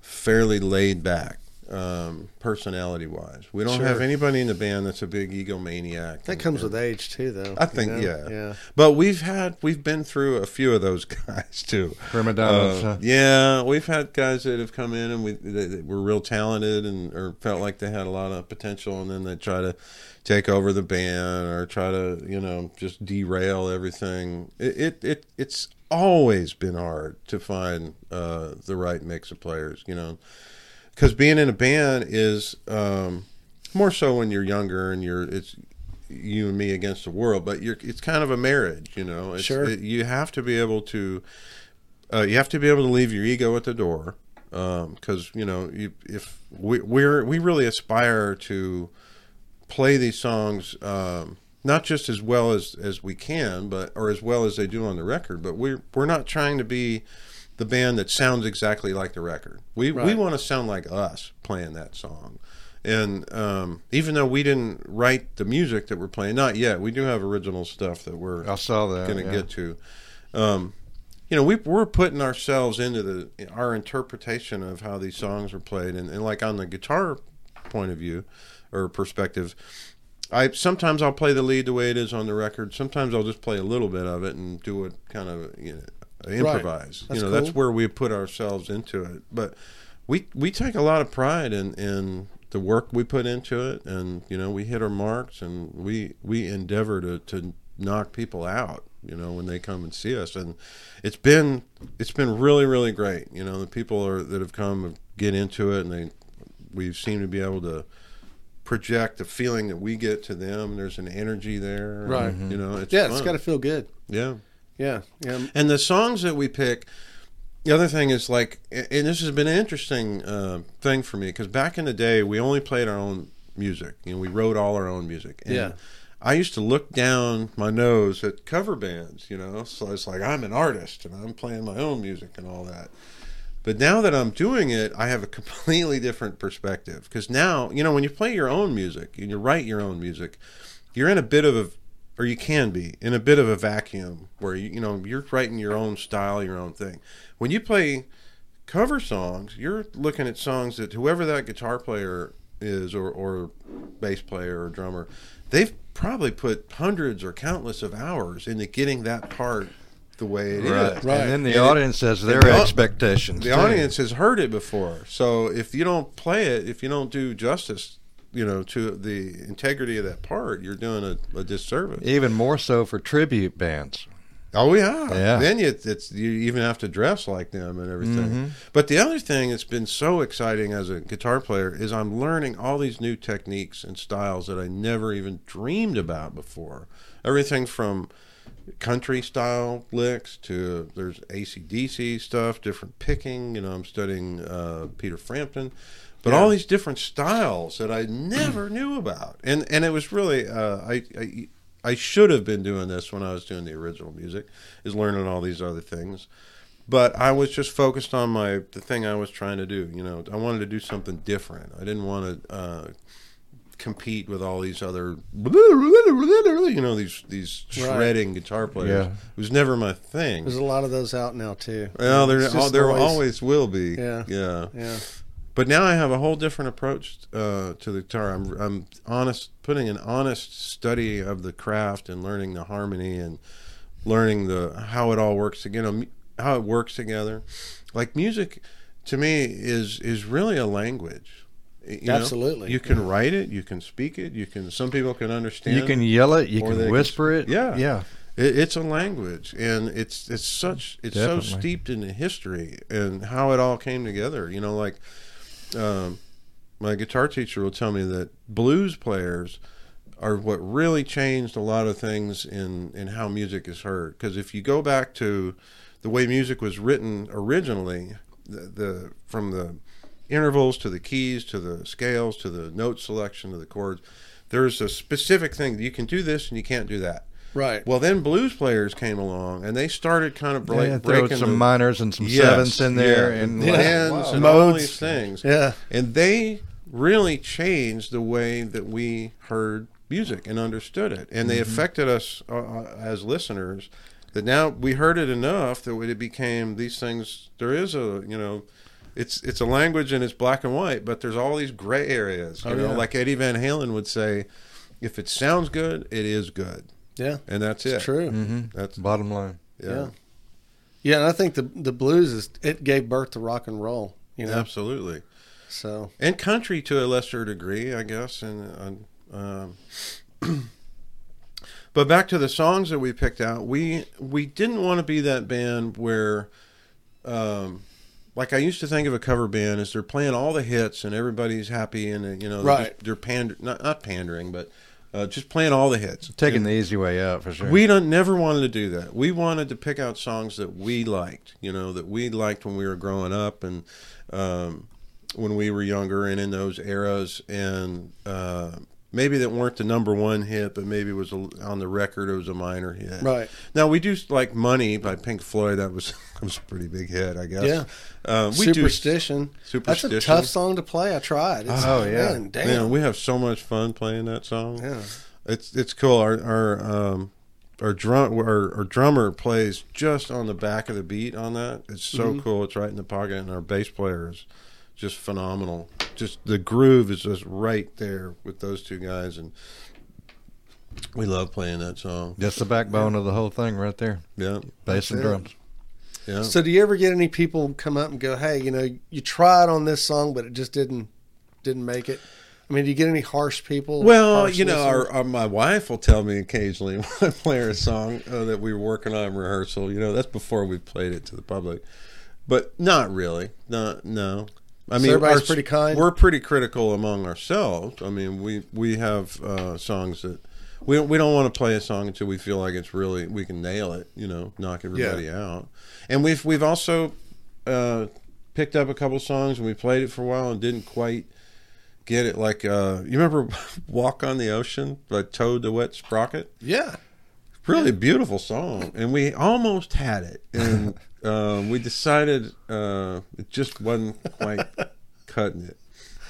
Speaker 3: fairly laid back um, personality wise. We don't have anybody in the band that's a big egomaniac.
Speaker 2: That
Speaker 3: and-
Speaker 2: comes
Speaker 3: and-
Speaker 2: with age too, though.
Speaker 3: I think
Speaker 2: you know?
Speaker 3: yeah.
Speaker 2: Yeah.
Speaker 3: But we've had we've been through a few of those guys too.
Speaker 1: Prima donnas,
Speaker 3: Uh,
Speaker 1: huh?
Speaker 3: Yeah, we've had guys that have come in and we they, they were real talented and or felt like they had a lot of potential and then they try to take over the band or try to, you know, just derail everything. It it, it it's always been hard to find uh, the right mix of players, you know because being in a band is um, more so when you're younger and you're it's you and me against the world but you're it's kind of a marriage you know it's,
Speaker 2: Sure.
Speaker 3: it- you have to be able to uh, you have to be able to leave your ego at the door because you know you, if we, we're we really aspire to play these songs um, not just as well as as we can, but or as well as they do on the record. But we're we're not trying to be the band that sounds exactly like the record. We we
Speaker 2: Right.
Speaker 3: want to sound like us playing that song. And um, even though we didn't write the music that we're playing, not yet, we do have original stuff that we're
Speaker 1: I saw that.
Speaker 3: going to
Speaker 1: yeah.
Speaker 3: get to. Um, you know, we, we're putting ourselves into the our interpretation of how these songs are played, and, and like on the guitar point of view or perspective, I sometimes I'll play the lead the way it is on the record. Sometimes I'll just play a little bit of it and do it kind of you know improvise.
Speaker 2: That's
Speaker 3: you know,
Speaker 2: cool.
Speaker 3: that's where we put ourselves into it. But we we take a lot of pride in in the work we put into it, and you know we hit our marks, and we we endeavor to to knock people out. You know when they come and see us, and it's been it's been really really great. You know the people are that have come get into it, and they we seem to be able to project the feeling that we get to them. There's an energy there, and,
Speaker 2: Right.
Speaker 3: You know, it's
Speaker 2: yeah, it's
Speaker 3: fun.
Speaker 2: got to feel good.
Speaker 3: yeah.
Speaker 2: Yeah, yeah.
Speaker 3: And the songs that we pick, the other thing is like, and this has been an interesting uh, thing for me because back in the day, we only played our own music. You know, we wrote all our own music. And
Speaker 2: Yeah.
Speaker 3: I used to look down my nose at cover bands, you know, so it's like I'm an artist and I'm playing my own music and all that. But now that I'm doing it, I have a completely different perspective because now, you know, when you play your own music and you write your own music, you're in a bit of a or you can be in a bit of a vacuum where you you know you're writing your own style, your own thing. When you play cover songs, you're looking at songs that whoever that guitar player is or or bass player or drummer, they've probably put hundreds or countless of hours into getting that part the way it is.
Speaker 1: Right.
Speaker 2: Right.
Speaker 1: And then the
Speaker 3: And it-
Speaker 1: audience has their
Speaker 3: the au-
Speaker 1: expectations.
Speaker 3: The
Speaker 1: too.
Speaker 3: audience has heard it before. So if you don't play it, if you don't do justice, you know, to the integrity of that part, you're doing a, a disservice.
Speaker 1: Even more so for tribute bands.
Speaker 3: Oh yeah,
Speaker 1: Yeah.
Speaker 3: Then you, it's you even have to dress like them and everything. But the other thing that's been so exciting as a guitar player is I'm learning all these new techniques and styles that I never even dreamed about before. Everything from country style licks to there's ACDC stuff, different picking. You know, I'm studying uh, Peter Frampton, but all these different styles that I never knew about, and and it was really uh, I. I I should have been doing this when I was doing the original music, is learning all these other things. But I was just focused on my the thing I was trying to do. You know, I wanted to do something different. I didn't want to uh, compete with all these other you know these these
Speaker 2: Right.
Speaker 3: shredding guitar players.
Speaker 1: Yeah.
Speaker 3: It was never my thing.
Speaker 2: There's a lot of those out now too.
Speaker 3: well, there,
Speaker 2: It's just
Speaker 3: there always will be.
Speaker 2: Yeah.
Speaker 3: yeah,
Speaker 2: Yeah,
Speaker 3: but now I have a whole different approach uh, to the guitar. I'm I'm honest, putting an honest study of the craft and learning the harmony and learning the how it all works together, how it works together. Like music, to me is is really a language. You know?
Speaker 2: Absolutely.
Speaker 3: you can write it, you can speak it, you can. Some people can understand.
Speaker 1: You
Speaker 3: it.
Speaker 1: can yell it, you
Speaker 3: Or they
Speaker 1: can
Speaker 3: can-
Speaker 1: whisper it.
Speaker 3: Yeah.
Speaker 1: Yeah.
Speaker 3: It, it's a language, and it's it's such it's so
Speaker 1: Definitely.
Speaker 3: steeped in the history and how it all came together. You know, like um, my guitar teacher will tell me that blues players are what really changed a lot of things in in how music is heard. Because if you go back to the way music was written originally, the, the from the intervals to the keys to the scales to the note selection to the chords, there's a specific thing you can do this and you can't do that.
Speaker 2: right.
Speaker 3: Well, then blues players came along and they started kind of
Speaker 1: Yeah,
Speaker 3: break,
Speaker 1: throw
Speaker 3: breaking
Speaker 1: some
Speaker 3: the-
Speaker 1: minors and some
Speaker 3: Yes,
Speaker 1: sevenths in there
Speaker 3: yeah,
Speaker 1: and
Speaker 2: Yeah.
Speaker 3: lands
Speaker 1: Wow.
Speaker 3: and all
Speaker 2: Modes.
Speaker 3: these things.
Speaker 2: Yeah.
Speaker 3: And they really changed the way that we heard music and understood it.
Speaker 1: Mm-hmm.
Speaker 3: And they affected us uh, as listeners that now we heard it enough that it became these things. There is a, you know, it's it's a language and it's black and white, but there's all these gray areas. You
Speaker 2: Oh,
Speaker 3: know,
Speaker 2: yeah.
Speaker 3: like Eddie Van Halen would say, if it sounds good, it is good.
Speaker 2: yeah,
Speaker 3: And that's it.
Speaker 2: it's true.
Speaker 3: That's
Speaker 1: Mm-hmm. Bottom line.
Speaker 2: Yeah. Yeah, and I think the the blues is it gave birth to rock and roll. You know,
Speaker 3: Absolutely.
Speaker 2: so
Speaker 3: And country to a lesser degree, I guess. And uh, um, but back to the songs that we picked out, we we didn't want to be that band where, um, like I used to think of a cover band as they're playing all the hits and everybody's happy and uh, you know they're
Speaker 2: Right.
Speaker 3: just- they're pander not not pandering but uh, just playing all the hits.
Speaker 1: Taking the easy way out for sure.
Speaker 3: We don't never wanted to do that. We wanted to pick out songs that we liked, you know, that we liked when we were growing up and um, when we were younger and in those eras, and uh, maybe that weren't the number one hit, but maybe was a, on the record. It was a minor hit.
Speaker 2: Right.
Speaker 3: now, we do like "Money" by Pink Floyd. That was that was a pretty big hit, I guess.
Speaker 2: Yeah.
Speaker 3: um, we do.
Speaker 2: superstition. That's a
Speaker 3: Superstition.
Speaker 2: tough song to play. I tried. It's,
Speaker 1: Oh, yeah.
Speaker 2: man, damn.
Speaker 3: Man, we have so much fun playing that song.
Speaker 2: Yeah.
Speaker 3: It's it's cool. Our our um our drum our, our drummer plays just on the back of the beat on that. It's so cool. It's right in the pocket, and our bass player is just phenomenal. Just the groove is just right there with those two guys, and we love playing that song.
Speaker 1: That's the backbone of the whole thing right there.
Speaker 3: Yeah,
Speaker 1: Bass and
Speaker 2: it.
Speaker 1: drums.
Speaker 3: yeah.
Speaker 2: So do you ever get any people come up and go, "Hey, you know, you tried on this song, but it just didn't didn't make it." I mean, do you get any harsh people?
Speaker 3: Well,
Speaker 2: harsh
Speaker 3: you know,
Speaker 2: listeners?
Speaker 3: our, our, my wife will tell me occasionally when I play her a song uh, that we were working on in rehearsal. You know, that's before we played it to the public. But not really. Not no. I
Speaker 2: So
Speaker 3: mean,
Speaker 2: everybody's
Speaker 3: our-
Speaker 2: pretty kind?
Speaker 3: We're pretty critical among ourselves. I mean, we we have uh, songs that we we don't want to play a song until we feel like it's really we can nail it. You know, knock everybody out. And we've we've also uh, picked up a couple songs and we played it for a while and didn't quite get it. Like uh, you remember "Walk on the Ocean" by Toad the Wet Sprocket.
Speaker 2: Yeah.
Speaker 3: Really beautiful song, and we almost had it, and um, we decided uh, it just wasn't quite cutting it.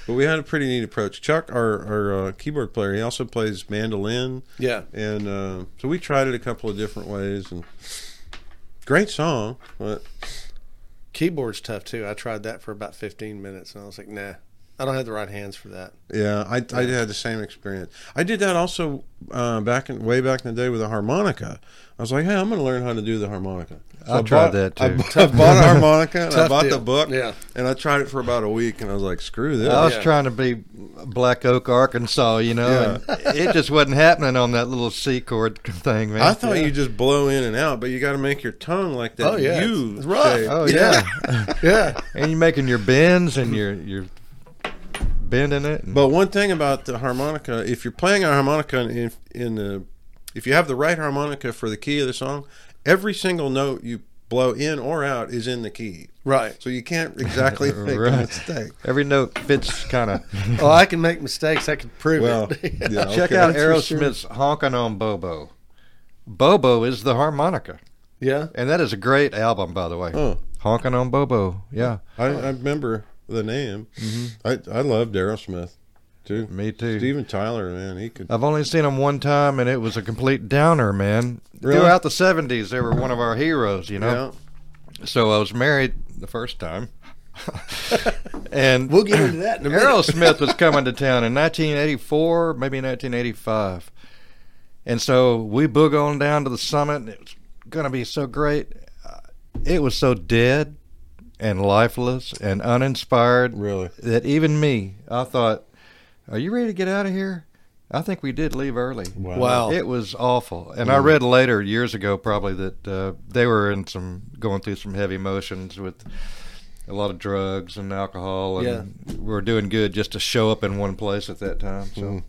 Speaker 3: But we had a pretty neat approach. Chuck, our, our uh, keyboard player, he also plays mandolin,
Speaker 2: Yeah.
Speaker 3: and uh, so we tried it a couple of different ways. And great song, but
Speaker 2: Keyboard's tough too. I tried that for about 15 minutes and I was like, nah, I don't have the right hands for that.
Speaker 3: yeah, I, I had the same experience. I did that also uh, back in way back in the day with a harmonica. I was like, hey, I'm going to learn how to do the harmonica. So
Speaker 1: I
Speaker 3: I
Speaker 1: tried
Speaker 3: bought-
Speaker 1: that
Speaker 3: I
Speaker 1: too.
Speaker 3: bought, I bought a harmonica and I
Speaker 2: Tough
Speaker 3: bought
Speaker 2: deal.
Speaker 3: the book.
Speaker 2: Yeah. Oh,
Speaker 3: And I tried it for about a week and I was like, screw this.
Speaker 1: I was
Speaker 2: Yeah.
Speaker 1: trying to be Black Oak, Arkansas, you know, and it just wasn't happening on that little C chord thing, man.
Speaker 3: I thought you just blow in and out, but you got to make your tongue like that.
Speaker 2: Oh, yeah.
Speaker 3: U
Speaker 2: It's rough.
Speaker 3: shape.
Speaker 1: Oh yeah,
Speaker 2: Yeah.
Speaker 1: and you're making your bends and you're you're bending it. and-
Speaker 3: But one thing about the harmonica, if you're playing a harmonica in, in, the, if you have the right harmonica for the key of the song, every single note you blow in or out is in the key.
Speaker 2: Right.
Speaker 3: So you can't exactly make
Speaker 1: Right.
Speaker 3: a mistake.
Speaker 1: Every note fits kind of.
Speaker 2: Oh, I can make mistakes. I can prove
Speaker 3: Well,
Speaker 2: it.
Speaker 3: yeah,
Speaker 1: Check
Speaker 3: okay.
Speaker 1: out
Speaker 3: That's for sure.
Speaker 1: Aerosmith's "Honkin' on Bobo." Bobo is the harmonica,
Speaker 2: yeah.
Speaker 1: and that is a great album, by the way.
Speaker 3: Oh,
Speaker 1: Honkin' on Bobo, yeah,
Speaker 3: I, I remember the name. I I loved Aerosmith, too.
Speaker 1: Mm-hmm. me too.
Speaker 3: Steven Tyler, man, he could.
Speaker 1: I've only seen him one time, and it was a complete downer, man.
Speaker 3: Really?
Speaker 1: Throughout the '70s, they were one of our heroes, you know. So I was married the first time, and
Speaker 2: We'll get into that in a minute.
Speaker 1: Aerosmith was coming to town in 1984, maybe 1985. And so we boog on down to the summit, and it was going to be so great. Uh, It was so dead and lifeless and uninspired
Speaker 3: Really?
Speaker 1: that even me, I thought, are you ready to get out of here? I think we did leave early.
Speaker 2: Wow.
Speaker 1: It was awful. And I read later, years ago probably, that uh, they were in some going through some heavy emotions with a lot of drugs and alcohol, and were doing good just to show up in one place at that time. So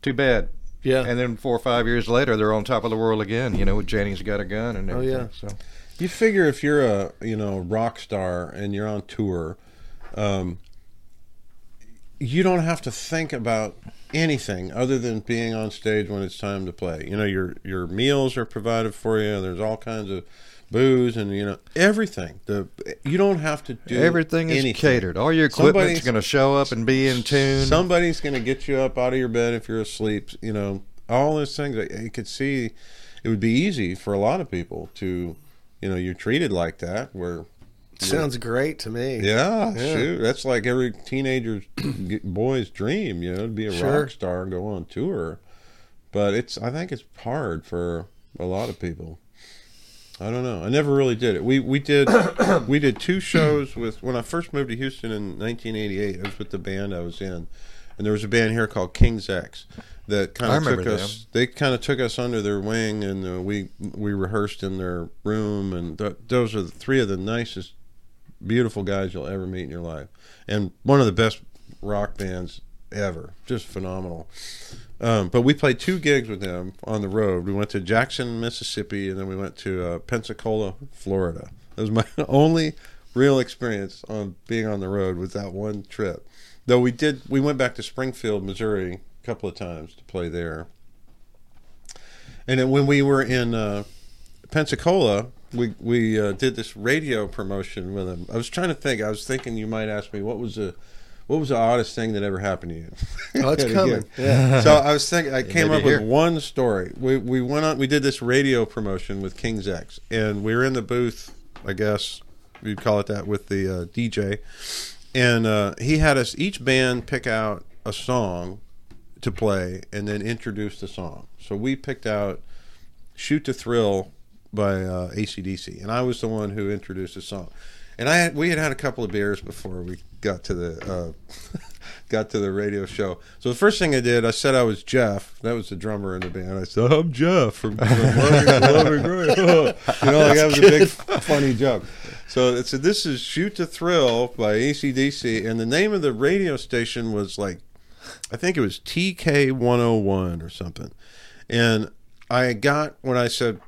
Speaker 1: too bad.
Speaker 2: Yeah.
Speaker 1: And then four or five years later, they're on top of the world again. You know, with Janie's got a gun and
Speaker 2: Oh,
Speaker 1: everything.
Speaker 2: yeah.
Speaker 1: So
Speaker 3: You figure if you're a you know rock star and you're on tour, um, you don't have to think about anything other than being on stage when it's time to play. You know your your meals are provided for you. There's all kinds of booze and you know everything. The you don't have to do
Speaker 1: everything is
Speaker 3: anything.
Speaker 1: catered. All your equipment's
Speaker 3: Somebody's-
Speaker 1: going to show up and be in tune.
Speaker 3: Somebody's going to get you up out of your bed if you're asleep. You know, all those things. I- You could see it would be easy for a lot of people to, you know, you're treated like that. Where,
Speaker 2: Sounds great to me.
Speaker 3: yeah,
Speaker 2: Yeah.
Speaker 3: shoot, that's like every teenager's boy's dream. You know, to be a
Speaker 2: Sure.
Speaker 3: rock star and go on tour. But it's, I think it's hard for a lot of people. I don't know. I never really did it. We we did we did two shows with when I first moved to Houston in 1988. It was with the band I was in, and there was a band here called Kings X that kind
Speaker 1: I
Speaker 3: of
Speaker 1: remember
Speaker 3: took us. They kind of took us under their wing, and uh, we we rehearsed in their room. And th- those are the three of the nicest, beautiful guys you'll ever meet in your life, and one of the best rock bands ever. Just phenomenal. Um, but we played two gigs with them on the road. We went to Jackson, Mississippi, and then we went to uh, Pensacola, Florida. That was my only real experience on being on the road was that one trip. Though we did, we went back to Springfield, Missouri, a couple of times to play there. And then when we were in uh, Pensacola, we we uh, did this radio promotion with them. I was trying to think. I was thinking you might ask me what was the what was the oddest thing that ever happened to you.
Speaker 2: Oh, it's
Speaker 3: Yeah.
Speaker 2: coming. Yeah.
Speaker 3: So I was thinking, I came
Speaker 1: may be
Speaker 3: up with
Speaker 1: here.
Speaker 3: one story. We we went on. We did this radio promotion with King's X, and we were in the booth. I guess you'd call it that with the uh, DJ, and uh, he had us each band pick out a song to play, and then introduce the song. So we picked out "Shoot to Thrill" by uh, ACDC, and I was the one who introduced the song. And I had, we had had a couple of beers before we got to the uh, got to the radio show. So the first thing I did, I said I was Jeff. That was the drummer in the band. I said I'm Jeff from, from Loving, Loving Grace." you know, like that was a big funny joke. So it said this is Shoot to Thrill by ACDC, and the name of the radio station was like, I think it was TK 101 or something. And I got when I said,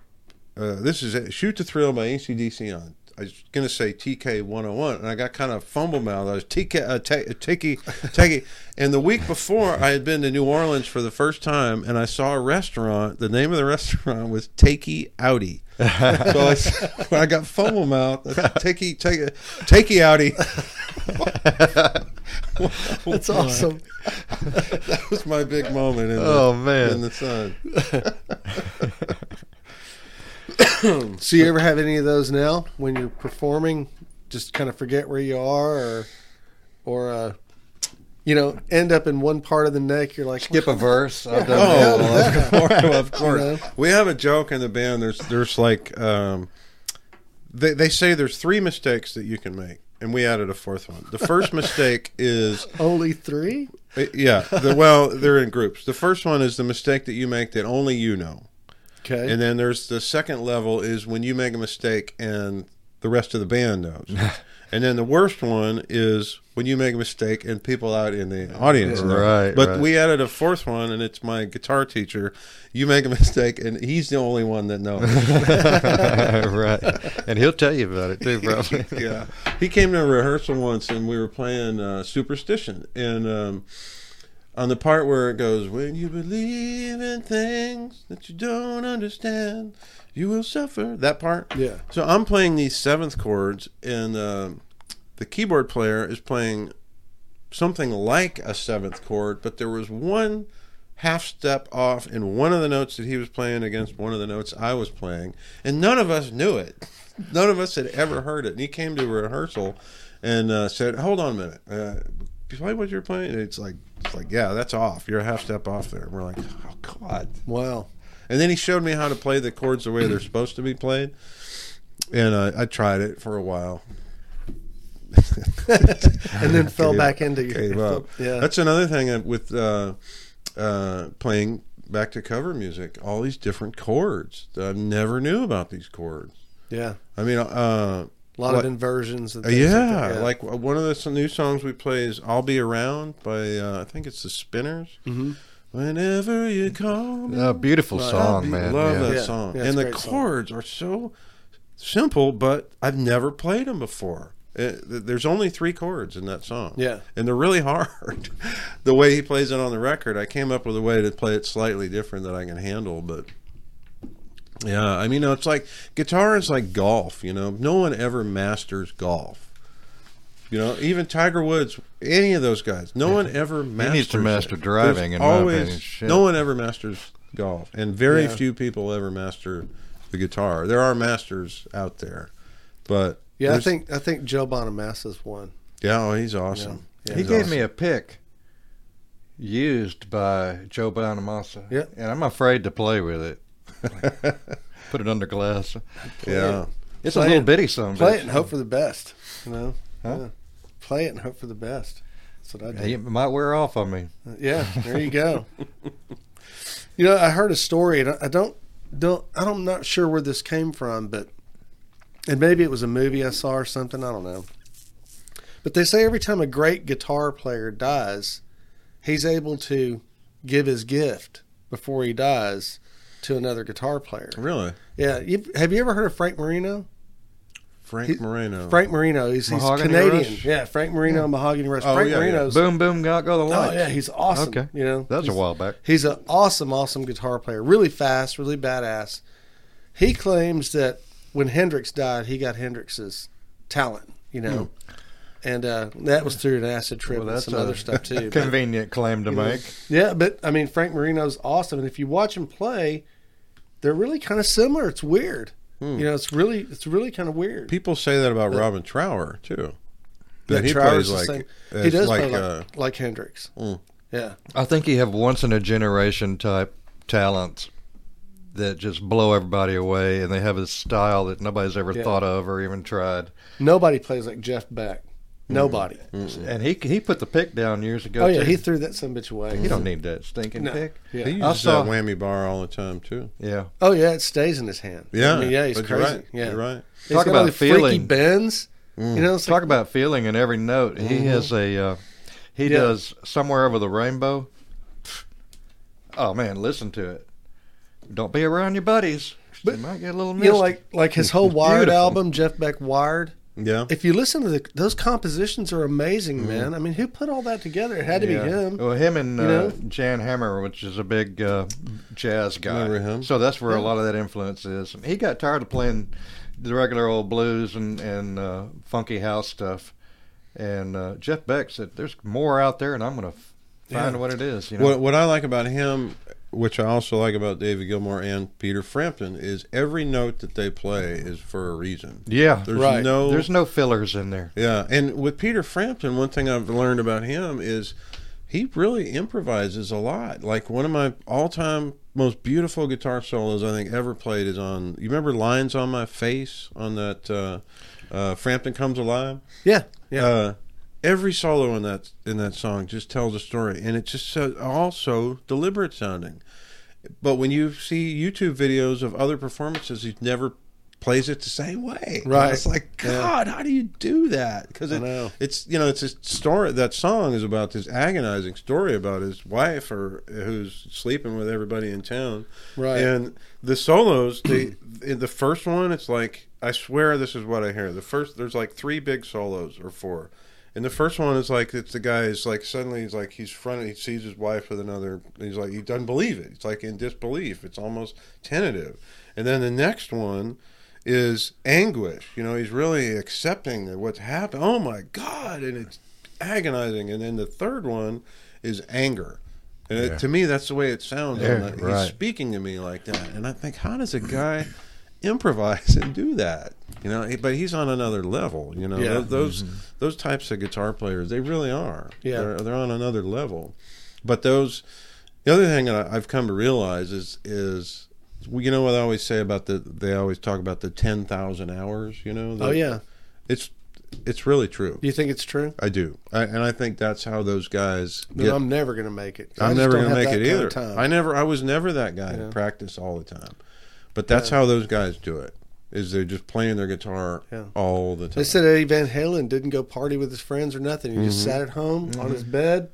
Speaker 3: uh, This is it, Shoot to Thrill by ACDC on. I was gonna say TK 101, and I got kind of fumble mouthed. I was TK, uh, t- Tiki, Tiki, and the week before I had been to New Orleans for the first time, and I saw a restaurant. The name of the restaurant was Takey Outie. so I, s- when I got foam mouth, takey takey takey outie.
Speaker 2: That's awesome.
Speaker 3: That was my big moment in the,
Speaker 1: Oh, man.
Speaker 3: in the sun.
Speaker 2: So you ever have any of those now when you're performing? Just kind of forget where you are, or or uh, you know, end up in one part of the neck. You're like,
Speaker 1: Skip a verse. I've done
Speaker 3: Oh,
Speaker 1: that.
Speaker 3: of course, of course.
Speaker 2: You know?
Speaker 3: We have a joke in the band. There's there's like um, they they say there's three mistakes that you can make, and we added a fourth one. The first mistake is
Speaker 2: only three.
Speaker 3: uh, yeah. The, well, they're in groups. The first one is the mistake that you make that only you know.
Speaker 2: Okay.
Speaker 3: And then there's the second level is when you make a mistake and the rest of the band knows. and then the worst one is when you make a mistake and people out in the audience know.
Speaker 1: Right,
Speaker 3: But
Speaker 1: right.
Speaker 3: we added a fourth one, and it's my guitar teacher. You make a mistake, and he's the only one that knows.
Speaker 1: right. And he'll tell you about it too, probably.
Speaker 3: yeah. He came to a rehearsal once, and we were playing uh, Superstition, and. Um, on the part where it goes, when you believe in things that you don't understand, you will suffer. That part.
Speaker 2: Yeah.
Speaker 3: So I'm playing these seventh chords, and uh, the keyboard player is playing something like a seventh chord, but there was one half step off in one of the notes that he was playing against one of the notes I was playing, and none of us knew it. None of us had ever heard it. And he came to rehearsal and uh, said, "Hold on a minute, uh, you play what you're playing." And it's like, it's like, yeah, that's off. You're a half step off there. And we're like, oh god.
Speaker 2: wow.
Speaker 3: And then he showed me how to play the chords the way they're supposed to be played. And uh, I tried it for a while.
Speaker 2: And then fell
Speaker 3: Gave-
Speaker 2: back into your.
Speaker 3: gave up.
Speaker 2: Yeah.
Speaker 3: That's another thing that with uh, uh, playing back to cover music, all these different chords. that I never knew about these chords.
Speaker 2: yeah.
Speaker 3: I mean, uh,
Speaker 2: A lot
Speaker 3: What?
Speaker 2: of inversions. And
Speaker 3: Uh,
Speaker 2: things
Speaker 3: Yeah,
Speaker 2: that,
Speaker 3: like uh, one of the s- new songs we play is "I'll Be Around" by uh, I think it's the Spinners.
Speaker 2: Mhm.
Speaker 3: Whenever you call me,
Speaker 1: A beautiful
Speaker 2: Right.
Speaker 1: song,
Speaker 3: I
Speaker 1: man.
Speaker 3: love
Speaker 1: yeah.
Speaker 3: that
Speaker 2: Yeah,
Speaker 3: song,
Speaker 2: yeah, it's
Speaker 3: and
Speaker 2: a
Speaker 3: the
Speaker 2: great song.
Speaker 3: chords are so simple, but I've never played them before. Uh, th- there's only three chords in that song.
Speaker 2: Yeah.
Speaker 3: and they're really hard. the way he plays it on the record, I came up with a way to play it slightly different that I can handle, but. Yeah, I mean, it's like guitar is like golf. You know, no one ever masters golf. You know, even Tiger Woods, any of those guys, no one ever masters.
Speaker 1: needs to master
Speaker 3: it.
Speaker 1: driving,
Speaker 3: There's
Speaker 1: in my opinion. Shit.
Speaker 3: no one ever masters golf, and very
Speaker 2: Yeah.
Speaker 3: few people ever master the guitar. There are masters out there, but
Speaker 2: Yeah, I
Speaker 3: there's-
Speaker 2: think I think Joe Bonamassa's one.
Speaker 3: yeah, oh, he's awesome.
Speaker 2: Yeah.
Speaker 1: He
Speaker 3: He's
Speaker 1: gave
Speaker 3: awesome.
Speaker 1: me a pick used by Joe Bonamassa.
Speaker 2: Yeah.
Speaker 1: And I'm afraid to play with it. Put it under glass.
Speaker 3: yeah.
Speaker 1: It's
Speaker 2: Play
Speaker 1: a little
Speaker 2: it.
Speaker 1: bitty song.
Speaker 2: Play it and hope for the best. You know.
Speaker 1: Huh?
Speaker 2: Yeah. Play it and hope for the best. That's what I do.
Speaker 1: It might wear off on me.
Speaker 2: Yeah, there you go. you know, I heard a story, and I- I don't, don't, I don't, I'm not sure where this came from, but, and maybe it was a movie I saw or something. I don't know. But they say every time a great guitar player dies, he's able to give his gift before he dies to another guitar player.
Speaker 3: Really,
Speaker 2: Yeah, you, have you ever heard of Frank Marino?
Speaker 3: Frank
Speaker 2: He-
Speaker 3: Moreno.
Speaker 2: Frank Marino, he's, he's
Speaker 1: Mahogany
Speaker 2: Canadian.
Speaker 1: Rush?
Speaker 2: Yeah, Frank Marino, Mahogany Rush.
Speaker 3: Oh,
Speaker 2: Frank
Speaker 3: yeah, yeah.
Speaker 2: Marino's.
Speaker 1: Boom, boom, got go the
Speaker 2: Oh
Speaker 1: lights.
Speaker 2: yeah, he's awesome.
Speaker 1: Okay.
Speaker 2: You know,
Speaker 1: That was a
Speaker 2: He's-
Speaker 1: while back.
Speaker 2: He's an awesome, awesome guitar player. Really fast, really badass. He claims that when Hendrix died, he got Hendrix's talent, you know,
Speaker 3: Hmm.
Speaker 2: and uh, that was through an acid trip
Speaker 1: Well,
Speaker 2: and
Speaker 1: that's
Speaker 2: some
Speaker 1: a
Speaker 2: other stuff too. but-
Speaker 1: Convenient claim to
Speaker 2: you know.
Speaker 1: make.
Speaker 2: yeah, but I mean, Frank Marino's awesome, and if you watch him play, they're really kind of similar. It's weird,
Speaker 3: Hmm.
Speaker 2: you know. It's really, it's really kind of weird.
Speaker 3: People say that about Robin Trower too. That
Speaker 2: Uh, Yeah,
Speaker 3: he
Speaker 2: Trower's
Speaker 3: plays
Speaker 2: the
Speaker 3: like
Speaker 2: same. he
Speaker 3: as
Speaker 2: does
Speaker 3: like,
Speaker 2: play like,
Speaker 3: uh,
Speaker 2: like Hendrix.
Speaker 3: Mm.
Speaker 2: Yeah,
Speaker 1: I think you have once in a generation type talents that just blow everybody away, and they have a style that nobody's ever
Speaker 2: Yeah.
Speaker 1: thought of or even tried.
Speaker 2: nobody plays like Jeff Beck.
Speaker 3: Hmm.
Speaker 2: Nobody.
Speaker 1: And he he put the pick down years ago.
Speaker 2: Oh yeah,
Speaker 1: too.
Speaker 2: he threw that some bitch away.
Speaker 1: You don't need that stinking
Speaker 2: No.
Speaker 1: pick.
Speaker 2: Yeah.
Speaker 3: Hmm. He uses
Speaker 1: I saw-
Speaker 3: that whammy bar all the time too.
Speaker 1: Yeah.
Speaker 2: Oh yeah, it stays in his hand.
Speaker 3: Yeah,
Speaker 2: I mean, yeah, he's
Speaker 3: but you're
Speaker 2: crazy.
Speaker 3: right.
Speaker 2: Yeah,
Speaker 3: You're right. Mm.
Speaker 2: He's
Speaker 1: Talk
Speaker 2: got all
Speaker 1: about
Speaker 2: these freaky
Speaker 1: feeling.
Speaker 2: bends. You know, it's
Speaker 1: Talk
Speaker 2: like, Mm-hmm.
Speaker 1: about feeling in every note. He has a uh, he
Speaker 2: Yeah.
Speaker 1: does somewhere over the rainbow. Oh man, listen to it. Don't be around your buddies. But, you might get a little misty.
Speaker 2: you know, like like his whole Wired
Speaker 1: Beautiful.
Speaker 2: album, Jeff Beck Wired.
Speaker 3: Yeah.
Speaker 2: If you listen to the, those compositions, are amazing,
Speaker 3: Mm.
Speaker 2: man. I mean, who put all that together? It had to
Speaker 1: Yeah.
Speaker 2: be him.
Speaker 3: Oh.
Speaker 1: Well, him and
Speaker 2: You know?
Speaker 1: uh, Jan Hammer, which is a big uh, jazz guy.
Speaker 3: Remember him?
Speaker 1: So that's where a lot of that influence is. And he got tired of playing the regular old blues and and uh, funky house stuff. And uh, Jeff Beck said, "There's more out there, and I'm going to find
Speaker 3: Yeah.
Speaker 1: what it is." You know?
Speaker 3: What what I like about him, which I also like about David Gilmour and Peter Frampton, is every note that they play is for a reason.
Speaker 1: yeah,
Speaker 3: There's
Speaker 2: Right.
Speaker 3: no
Speaker 1: there's no fillers in there.
Speaker 3: Yeah, and with Peter Frampton, one thing I've learned about him is he really improvises a lot. Like one of my all-time most beautiful guitar solos I think ever played is on. You remember "Lines on My Face" on that uh, uh, Frampton Comes Alive.
Speaker 2: Yeah, yeah.
Speaker 3: Uh, every solo in that in that song just tells a story, and it's just so, also deliberate sounding. But when you see YouTube videos of other performances, he never plays it the same way. And
Speaker 2: Right.
Speaker 3: It's like
Speaker 2: Yeah.
Speaker 3: God, how do you do that? Because
Speaker 2: I know.
Speaker 3: it's you know it's a story. That song is about this agonizing story about his wife or who's sleeping with everybody in town.
Speaker 2: Right.
Speaker 3: And the solos, the in the first one, it's like I swear this is what I hear. The first there's like three big solos or four. And the first one is like it's the guy is like suddenly he's like he's front he sees his wife with another he's like he doesn't believe it. It's like in disbelief. It's almost tentative. And then the next one is anguish. You know, he's really accepting that what's happened. Oh my God. And it's agonizing. And then the third one is anger. And it, to me, that's the way it sounds. on
Speaker 1: Yeah,
Speaker 3: that. He's
Speaker 1: right.
Speaker 3: speaking to me like that. And I think, how does a guy improvise and do that? You know, he- but he's on another level. You know,
Speaker 2: Yeah.
Speaker 3: Tho- those
Speaker 1: Mm-hmm.
Speaker 3: those types of guitar players, they really are.
Speaker 2: Yeah.
Speaker 3: they're, they're on another level. But those, the other thing that I- I've come to realize is is well, you know what I always say about the they always talk about the ten thousand hours. You know, the-
Speaker 2: oh yeah.
Speaker 3: it's it's really true.
Speaker 2: Do you think it's true?
Speaker 3: I do, I, and I think that's how those guys.
Speaker 2: Then
Speaker 3: get-
Speaker 2: I'm never gonna make it. I
Speaker 3: I'm
Speaker 2: just
Speaker 3: never
Speaker 2: don't
Speaker 3: gonna
Speaker 2: have
Speaker 3: make
Speaker 2: that
Speaker 3: it
Speaker 2: kind
Speaker 3: either.
Speaker 2: of time.
Speaker 3: I never. I was never that guy to practice all the time, but that's how those guys do it. Is they're just playing their guitar
Speaker 2: Yeah.
Speaker 3: all the
Speaker 2: They
Speaker 3: time.
Speaker 2: said Eddie Van Halen didn't go party with his friends or nothing. He just sat at home on his bed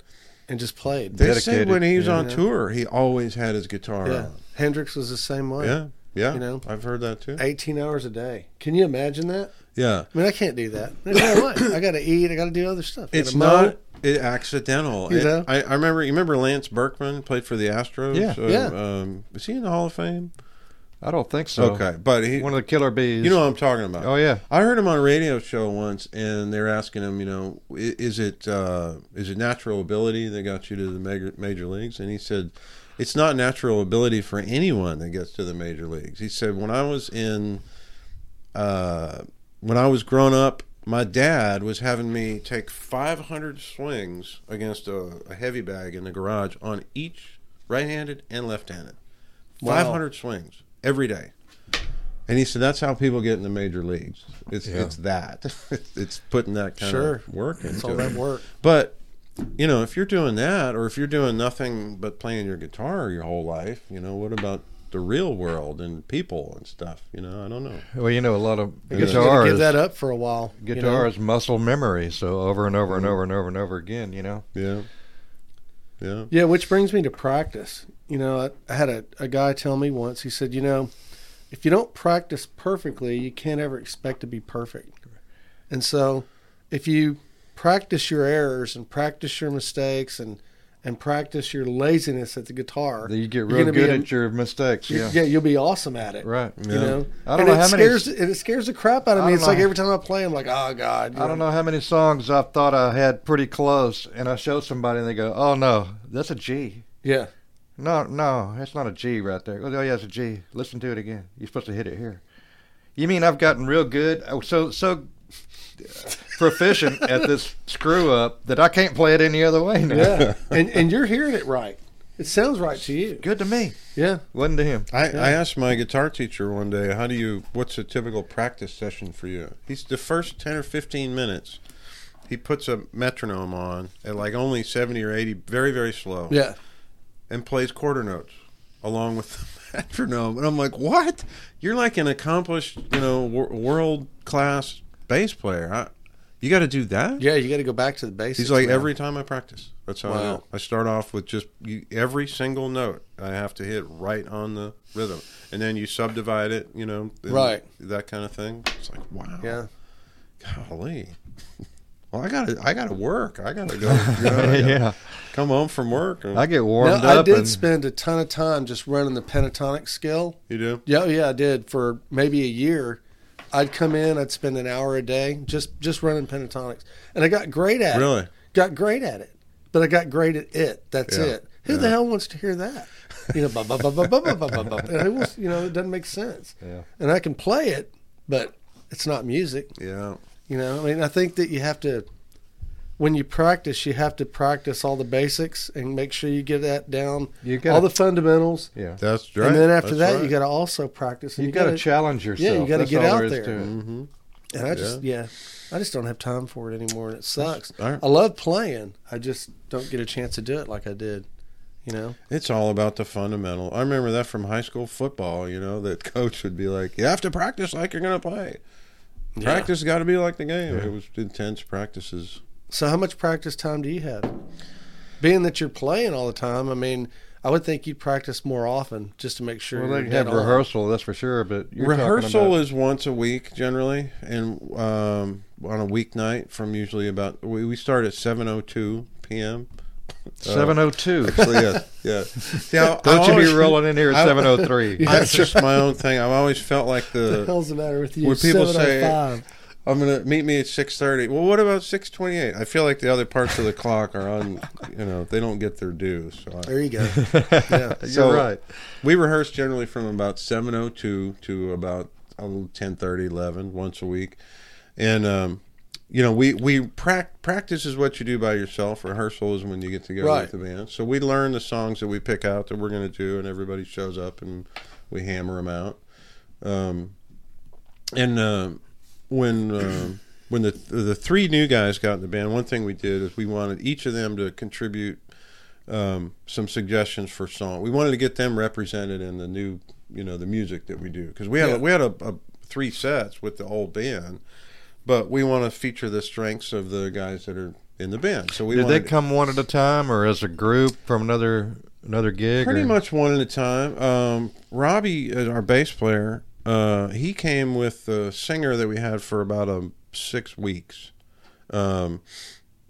Speaker 2: and just played.
Speaker 3: Mm-hmm. They say
Speaker 1: dedicated,
Speaker 3: when he was
Speaker 1: yeah.
Speaker 3: on tour, he always had his guitar
Speaker 2: yeah. Hendrix was the same way.
Speaker 3: on. Yeah, yeah.
Speaker 2: You know?
Speaker 3: I've heard that too.
Speaker 2: 18 hours a day. Can you imagine that?
Speaker 3: yeah,
Speaker 2: I mean, I can't do that. There's no way. I got to eat. I got to do other stuff. I
Speaker 3: it's
Speaker 2: gotta mow.
Speaker 3: not it, accidental.
Speaker 2: You
Speaker 3: It-
Speaker 2: know?
Speaker 3: I, I remember. You remember Lance Berkman played for the Astros.
Speaker 1: Yeah.
Speaker 3: Uh,
Speaker 2: Yeah.
Speaker 3: Um, is he in the Hall of Fame?
Speaker 1: I don't think so.
Speaker 3: okay, but he,
Speaker 1: One of the killer bees.
Speaker 3: you know what I'm talking about.
Speaker 1: Oh yeah.
Speaker 3: I heard him on a radio show once, and they were asking him, you know, i- is it uh, is it natural ability that got you to the major, major leagues? And he said, it's not natural ability for anyone that gets to the major leagues. He said, when I was in, uh, when I was grown up, my dad was having me take 500 swings against a, a heavy bag in the garage on each right-handed and left-handed.
Speaker 2: Wow.
Speaker 3: 500 swings every day. And he said that's how people get in the major leagues. It's
Speaker 1: Yeah.
Speaker 3: it's that. it's putting that kind
Speaker 2: Sure.
Speaker 3: of work into
Speaker 2: It's all
Speaker 3: it.
Speaker 2: that work.
Speaker 3: But you know, if you're doing that or if you're doing nothing but playing your guitar your whole life, you know, what about the real world and people and stuff, you know? I don't know.
Speaker 1: Well, you know a lot of
Speaker 2: I guess you got
Speaker 1: guitar
Speaker 2: to
Speaker 1: is,
Speaker 2: give that up for a while. you know?
Speaker 1: guitar is muscle memory. So over and over and over and over and over again. You know.
Speaker 3: Yeah. Yeah.
Speaker 2: Yeah, which brings me to practice. You know, I, I had a, a guy tell me once, he said, you know, if you don't practice perfectly, you can't ever expect to be perfect. And so if you practice your errors and practice your mistakes and, and practice your laziness at the guitar,
Speaker 1: You get
Speaker 2: you're
Speaker 1: real
Speaker 2: gonna be
Speaker 1: good
Speaker 2: a-
Speaker 1: at your mistakes.
Speaker 2: you-
Speaker 1: Yeah.
Speaker 2: yeah, you'll be awesome at it.
Speaker 1: Right.
Speaker 2: You
Speaker 3: Yeah.
Speaker 2: know,
Speaker 1: I don't
Speaker 2: and
Speaker 1: know
Speaker 2: it
Speaker 1: how many-
Speaker 2: scares, and it scares the crap out of
Speaker 1: I
Speaker 2: me.
Speaker 1: don't
Speaker 2: It's like
Speaker 1: know.
Speaker 2: every time I play, I'm like, oh god. you
Speaker 1: I don't know how many songs I thought I had pretty close, and I show somebody and they go, "Oh no, that's a G."
Speaker 2: Yeah,
Speaker 1: No, no, that's not a G right there. Oh yeah, it's a G. Listen to it again. You're supposed to hit it here. You mean I've gotten real good, oh, so so proficient at this screw up that I can't play it any other way now?
Speaker 2: yeah. and and you're hearing it right. It sounds right to you.
Speaker 1: Good to me,
Speaker 2: Yeah.
Speaker 1: wasn't to him.
Speaker 3: I, I asked my guitar teacher one day, "How do you? What's a typical practice session for you?" He's the first ten or fifteen minutes he puts a metronome on at like only 70 or 80, very, very slow,
Speaker 2: Yeah.
Speaker 3: and plays quarter notes along with the metronome. And I'm like, what? You're like an accomplished, you know, wor- world class bass player. I, you got to do that?
Speaker 2: Yeah, you got to go back to the basics.
Speaker 3: He's like
Speaker 2: man.
Speaker 3: every time I practice. That's how I,
Speaker 2: Wow.
Speaker 3: know. I start off with just you, every single note I have to hit right on the rhythm, and then you subdivide it. You know, and
Speaker 2: Right.
Speaker 3: That kind of thing. It's like wow,
Speaker 2: Yeah.
Speaker 3: golly. Well, I gotta, I gotta work. I gotta go. you know, I gotta
Speaker 1: yeah,
Speaker 3: Come home from work. And
Speaker 1: I get
Speaker 2: No,
Speaker 1: warmed
Speaker 2: I
Speaker 1: up.
Speaker 2: did
Speaker 1: and,
Speaker 2: spend a ton of time just running the pentatonic skill.
Speaker 3: you do.
Speaker 2: Yeah, oh, yeah, I did for maybe a year. I'd come in, I'd spend an hour a day just just running pentatonics, and I got great at it.
Speaker 3: Really?
Speaker 2: Got great at it, but I got great at it. That's
Speaker 3: Yeah,
Speaker 2: it. Who the hell wants to hear that? You know, ba ba ba ba ba ba ba ba. ba. And Who wants? You know, it doesn't make sense.
Speaker 1: Yeah.
Speaker 2: And I can play it, but it's not music.
Speaker 3: Yeah.
Speaker 2: You know, I mean, I think that you have to, when you practice, you have to practice all the basics and make sure you get that down.
Speaker 1: You gotta-
Speaker 2: all the fundamentals.
Speaker 1: yeah,
Speaker 3: That's right.
Speaker 2: And then after
Speaker 3: That's
Speaker 2: that,
Speaker 3: right.
Speaker 2: you got to also practice. And
Speaker 1: you, got to challenge yourself.
Speaker 2: gotta
Speaker 1: That's
Speaker 2: get
Speaker 1: all
Speaker 2: out
Speaker 1: is
Speaker 2: there.
Speaker 1: to it.
Speaker 2: And I just, yeah. I just don't have time for it anymore, and it sucks.
Speaker 3: all right.
Speaker 2: I love playing. I just don't get a chance to do it like I did. You know,
Speaker 3: It's all about the fundamental. I remember that from high school football, you know, that coach would be like, You have to practice like you're gonna play. Practice gotta be like the game. It was intense practices.
Speaker 2: So how much practice time do you have? Being that you're playing all the time, I mean, I would think you'd practice more often just to make sure.
Speaker 1: Well, they
Speaker 2: you're
Speaker 1: have
Speaker 2: dead on.
Speaker 1: rehearsal, that's for sure. But you're talking
Speaker 3: Rehearsal
Speaker 1: about-
Speaker 3: is once a week generally and um, on a weeknight from usually about we, we start at seven oh two PM.
Speaker 1: 702.
Speaker 3: So yes, yeah. Now, I
Speaker 1: Don't you
Speaker 3: always-
Speaker 1: be rolling in here at
Speaker 3: Oh, I-
Speaker 1: 703.
Speaker 3: That's just my own thing. I've always felt like
Speaker 2: What the
Speaker 3: the
Speaker 2: hell's the matter with you?
Speaker 3: When people say-
Speaker 2: 7:05.
Speaker 3: I'm gonna meet me at six thirty. Well, what about six twenty eight? I feel like the other parts of the clock are on. You know, they don't get their due. So I,
Speaker 2: there you go. yeah.
Speaker 1: You're
Speaker 3: so-
Speaker 1: right.
Speaker 3: we rehearse generally from about seven oh two to about oh, 1030, 11, once a week, and um, you know, we we prac- practice is what you do by yourself. Rehearsal is when you get together
Speaker 2: Right.
Speaker 3: with the band. So we learn the songs that we pick out that we're gonna do, and everybody shows up and we hammer them out. Um, and uh, when um when the the three new guys got in the band, one thing we did is we wanted each of them to contribute um, some suggestions for song. We wanted to get them represented in the new you know the music that we do because we had
Speaker 2: Yeah.
Speaker 3: a, we had a, a three sets with the old band, but we want to feature the strengths of the guys that are in the band. So we
Speaker 1: Did they
Speaker 3: wanted,
Speaker 1: come one at a time or as a group from another another gig?
Speaker 3: Pretty
Speaker 1: or-
Speaker 3: much one at a time. Um, Robbie, uh, our bass player, uh, he came with the singer that we had for about um, six weeks, um,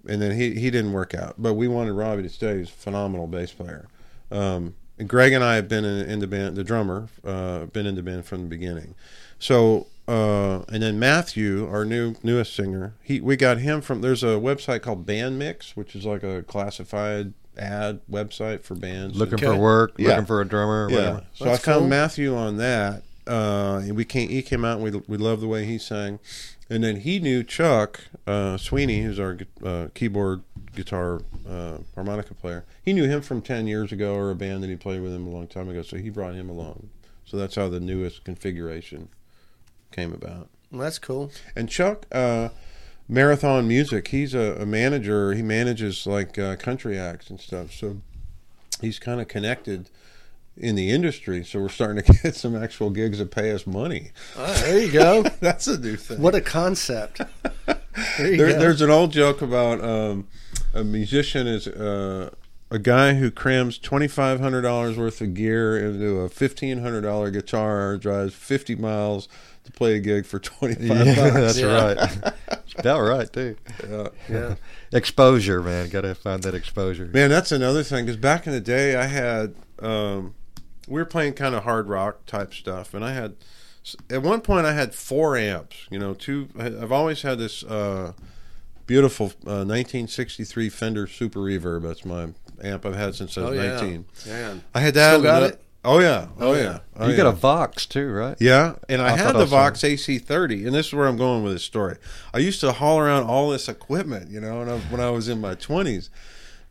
Speaker 3: and then he he didn't work out. But we wanted Robbie to stay. He's a phenomenal bass player. Um, and Greg and I have been in, in the band. The drummer uh, been in the band from the beginning. So uh, and then Matthew, our new newest singer, he we got him from. There's a website called Band Mix, which is like a classified ad website for bands.
Speaker 1: Looking for
Speaker 2: Okay.
Speaker 1: work,
Speaker 3: Yeah.
Speaker 1: looking for a drummer. or
Speaker 3: Yeah.
Speaker 1: whatever.
Speaker 3: So
Speaker 2: That's
Speaker 3: I found
Speaker 2: cool.
Speaker 3: Matthew on that. Uh, and we came, he came out and we, we loved the way he sang. And then he knew Chuck uh, Sweeney, who's our gu- uh, keyboard guitar uh, harmonica player. He knew him from 10 years ago or a band that he played with him a long time ago. So he brought him along. So that's how the newest configuration came about.
Speaker 2: Well, that's cool.
Speaker 3: And Chuck, uh, Marathon Music, he's a, a manager. He manages like uh, country acts and stuff. So he's kind of connected in the industry. So we're starting to get some actual gigs that pay us money.
Speaker 2: All right, there you go.
Speaker 3: That's a new thing.
Speaker 2: What a concept. There you
Speaker 3: There,
Speaker 2: go.
Speaker 3: There's an old joke about um, a musician is uh, a guy who crams twenty five hundred dollars worth of gear into a fifteen hundred dollar guitar, drives fifty miles to play a gig for twenty five
Speaker 1: Yeah,
Speaker 3: bucks.
Speaker 1: that's
Speaker 2: Yeah.
Speaker 1: right. It's about right too.
Speaker 3: Yeah.
Speaker 2: yeah.
Speaker 1: Exposure, man. Got to find that exposure.
Speaker 3: Man, that's another thing. Because back in the day, I had um, we were playing kind of hard rock type stuff, and I had at one point I had four amps. You know, two. I- I've always had this uh, beautiful uh, 1963 Fender Super Reverb. That's my amp I've had since I was
Speaker 2: Oh, yeah.
Speaker 3: 19.
Speaker 2: Man.
Speaker 3: I had that.
Speaker 2: Still got
Speaker 3: and the-
Speaker 2: it?
Speaker 3: Oh yeah. Oh,
Speaker 2: Oh,
Speaker 3: yeah.
Speaker 2: yeah.
Speaker 3: Oh,
Speaker 1: you got
Speaker 3: yeah.
Speaker 1: a Vox too, right?
Speaker 3: Yeah, and I,
Speaker 1: I
Speaker 3: had
Speaker 1: thought
Speaker 3: the
Speaker 1: I saw
Speaker 3: Vox AC30, and this is where I'm going with this story. I used to haul around all this equipment, you know, when I, when I was in my 20s.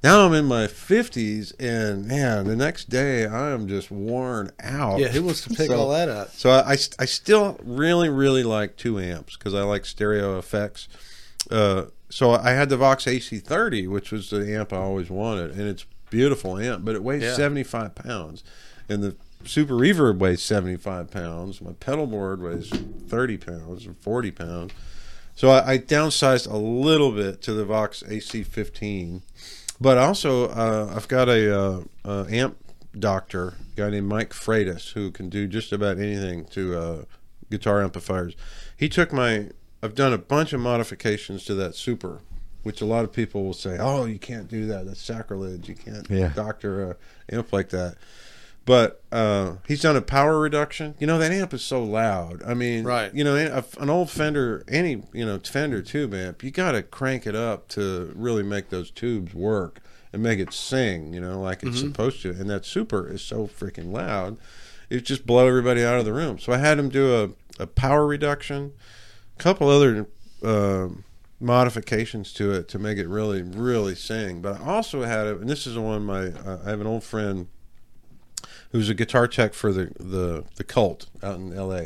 Speaker 3: Now I'm in my 50s, and man, the next day I am just worn out.
Speaker 2: Yeah, who wants to pick
Speaker 3: So-
Speaker 2: all that up?
Speaker 3: So I, I, st- I still really, really like two amps because I like stereo effects. Uh, so I had the Vox AC30, which was the amp I always wanted, and it's beautiful amp, but it weighs
Speaker 2: Yeah.
Speaker 3: 75 pounds, and the Super Reverb weighs 75 pounds. My pedal board weighs 30 pounds or 40 pounds. So I, I downsized a little bit to the Vox AC15, but also uh, I've got a, uh, uh amp doctor, a guy named Mike Freitas, who can do just about anything to uh, guitar amplifiers. He took my I've done a bunch of modifications to that super, which a lot of people will say, "Oh, you can't do that. That's sacrilege. You can't
Speaker 1: Yeah.
Speaker 3: doctor a amp like that." But uh, he's done a power reduction. You know that amp is so loud. I mean,
Speaker 2: Right.
Speaker 3: You know, a, an old Fender, any you know Fender tube amp, you got to crank it up to really make those tubes work and make it sing. You know, like it's supposed to. And that super is so freaking loud, it just blow everybody out of the room. So I had him do a, a power reduction couple other um modifications to it to make it really really sing but i also had it and this is the one my uh, i have an old friend who's a guitar tech for the the the cult out in la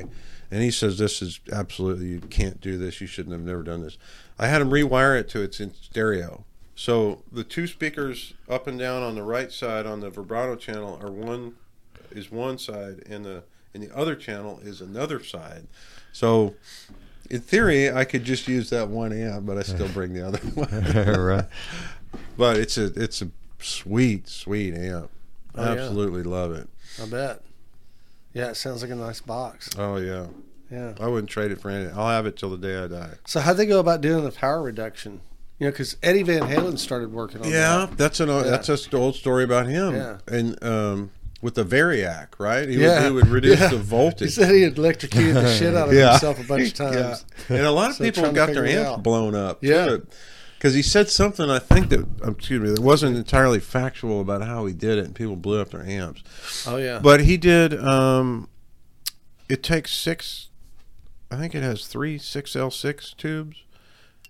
Speaker 3: and he says this is absolutely you can't do this you shouldn't have never done this i had him rewire it to its in stereo so the two speakers up and down on the right side on the vibrato channel are one is one side and the and the other channel is another side so in theory, I could just use that one amp, but I still bring the other one.
Speaker 1: right.
Speaker 3: But it's a it's a sweet sweet amp.
Speaker 2: Oh, yeah.
Speaker 3: Absolutely love it.
Speaker 2: I bet. Yeah, it sounds like a nice box.
Speaker 3: Oh yeah,
Speaker 2: Yeah.
Speaker 3: I wouldn't trade it for anything. I'll have it till the day I die.
Speaker 2: So how'd they go about doing the power reduction? You know, because Eddie Van Halen started working on
Speaker 3: Yeah, that's an old,
Speaker 2: Oh, Yeah.
Speaker 3: that's a st- old story about him.
Speaker 2: Yeah.
Speaker 3: And um, with the Variac, right? He,
Speaker 2: Yeah.
Speaker 3: would, he would reduce
Speaker 2: Yeah.
Speaker 3: the
Speaker 2: that. He
Speaker 3: voltage.
Speaker 2: said he had electrocuted the shit out of
Speaker 3: Yeah.
Speaker 2: himself a bunch of times.
Speaker 3: Yeah. And a lot of
Speaker 2: So
Speaker 3: people
Speaker 2: trying to
Speaker 3: got their
Speaker 2: figure it
Speaker 3: amps
Speaker 2: out.
Speaker 3: blown up.
Speaker 2: Yeah.
Speaker 3: Because he said something, I think that, um, excuse me, that wasn't entirely factual about how he did it, and people blew up their amps.
Speaker 2: Oh yeah.
Speaker 3: But he did. Um, it takes six. I think it has three six L six tubes.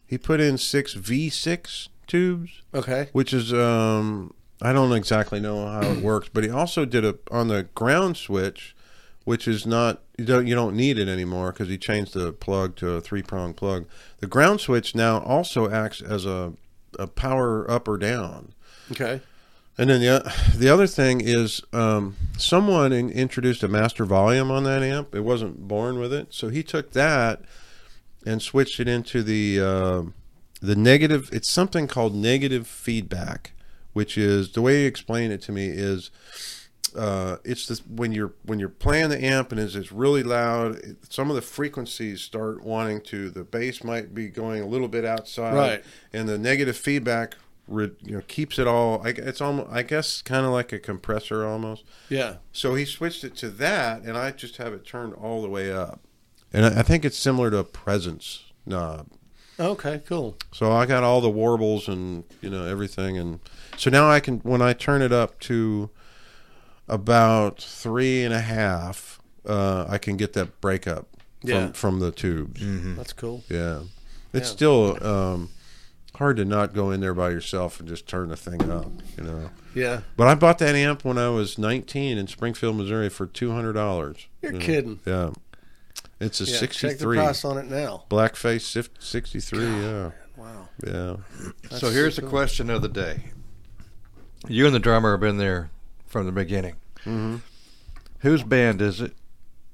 Speaker 3: He put in six V six tubes,
Speaker 2: okay.
Speaker 3: which is um, I don't exactly know how it works. But he also did a on the ground switch, which is not you don't you don't need it anymore because he changed the plug to a three prong plug. The ground switch now also acts as a a power up or down.
Speaker 2: Okay.
Speaker 3: And then the o- the other thing is, um, someone in, introduced a master volume on that amp. It wasn't born with it, so he took that and switched it into the uh, the negative. It's something called negative feedback, which is the way he explained it to me is uh, it's this when you're when you're playing the amp and it's, it's really loud. It, some of the frequencies start wanting to. The bass might be going a little bit outside,
Speaker 2: Right.
Speaker 3: And the negative feedback, re, you know, keeps it all. I, it's almost, I guess, kind of like a compressor almost.
Speaker 2: Yeah.
Speaker 3: So he switched it to that, and I just have it turned all the way up. And I, I think it's similar to a presence knob.
Speaker 2: Okay. Cool.
Speaker 3: So I got all the warbles and you know everything, and so now I can when I turn it up to about three and a half, uh, I can get that breakup from
Speaker 2: Yeah.
Speaker 3: from the tubes.
Speaker 2: That's cool.
Speaker 3: Yeah, it's
Speaker 2: Yeah.
Speaker 3: still um, hard to not go in there by yourself and just turn the thing up, you know.
Speaker 2: Yeah.
Speaker 3: But I bought that amp when I was 19 in Springfield, Missouri, for two hundred dollars.
Speaker 2: You're kidding.
Speaker 3: Yeah, it's a
Speaker 2: Yeah, Check the
Speaker 3: '63
Speaker 2: price on it now.
Speaker 3: blackface '63. Yeah,
Speaker 2: Wow.
Speaker 3: yeah.
Speaker 1: so here's the question of the day. You and the drummer have been there from the beginning.
Speaker 3: Mm-hmm.
Speaker 1: Whose band is it?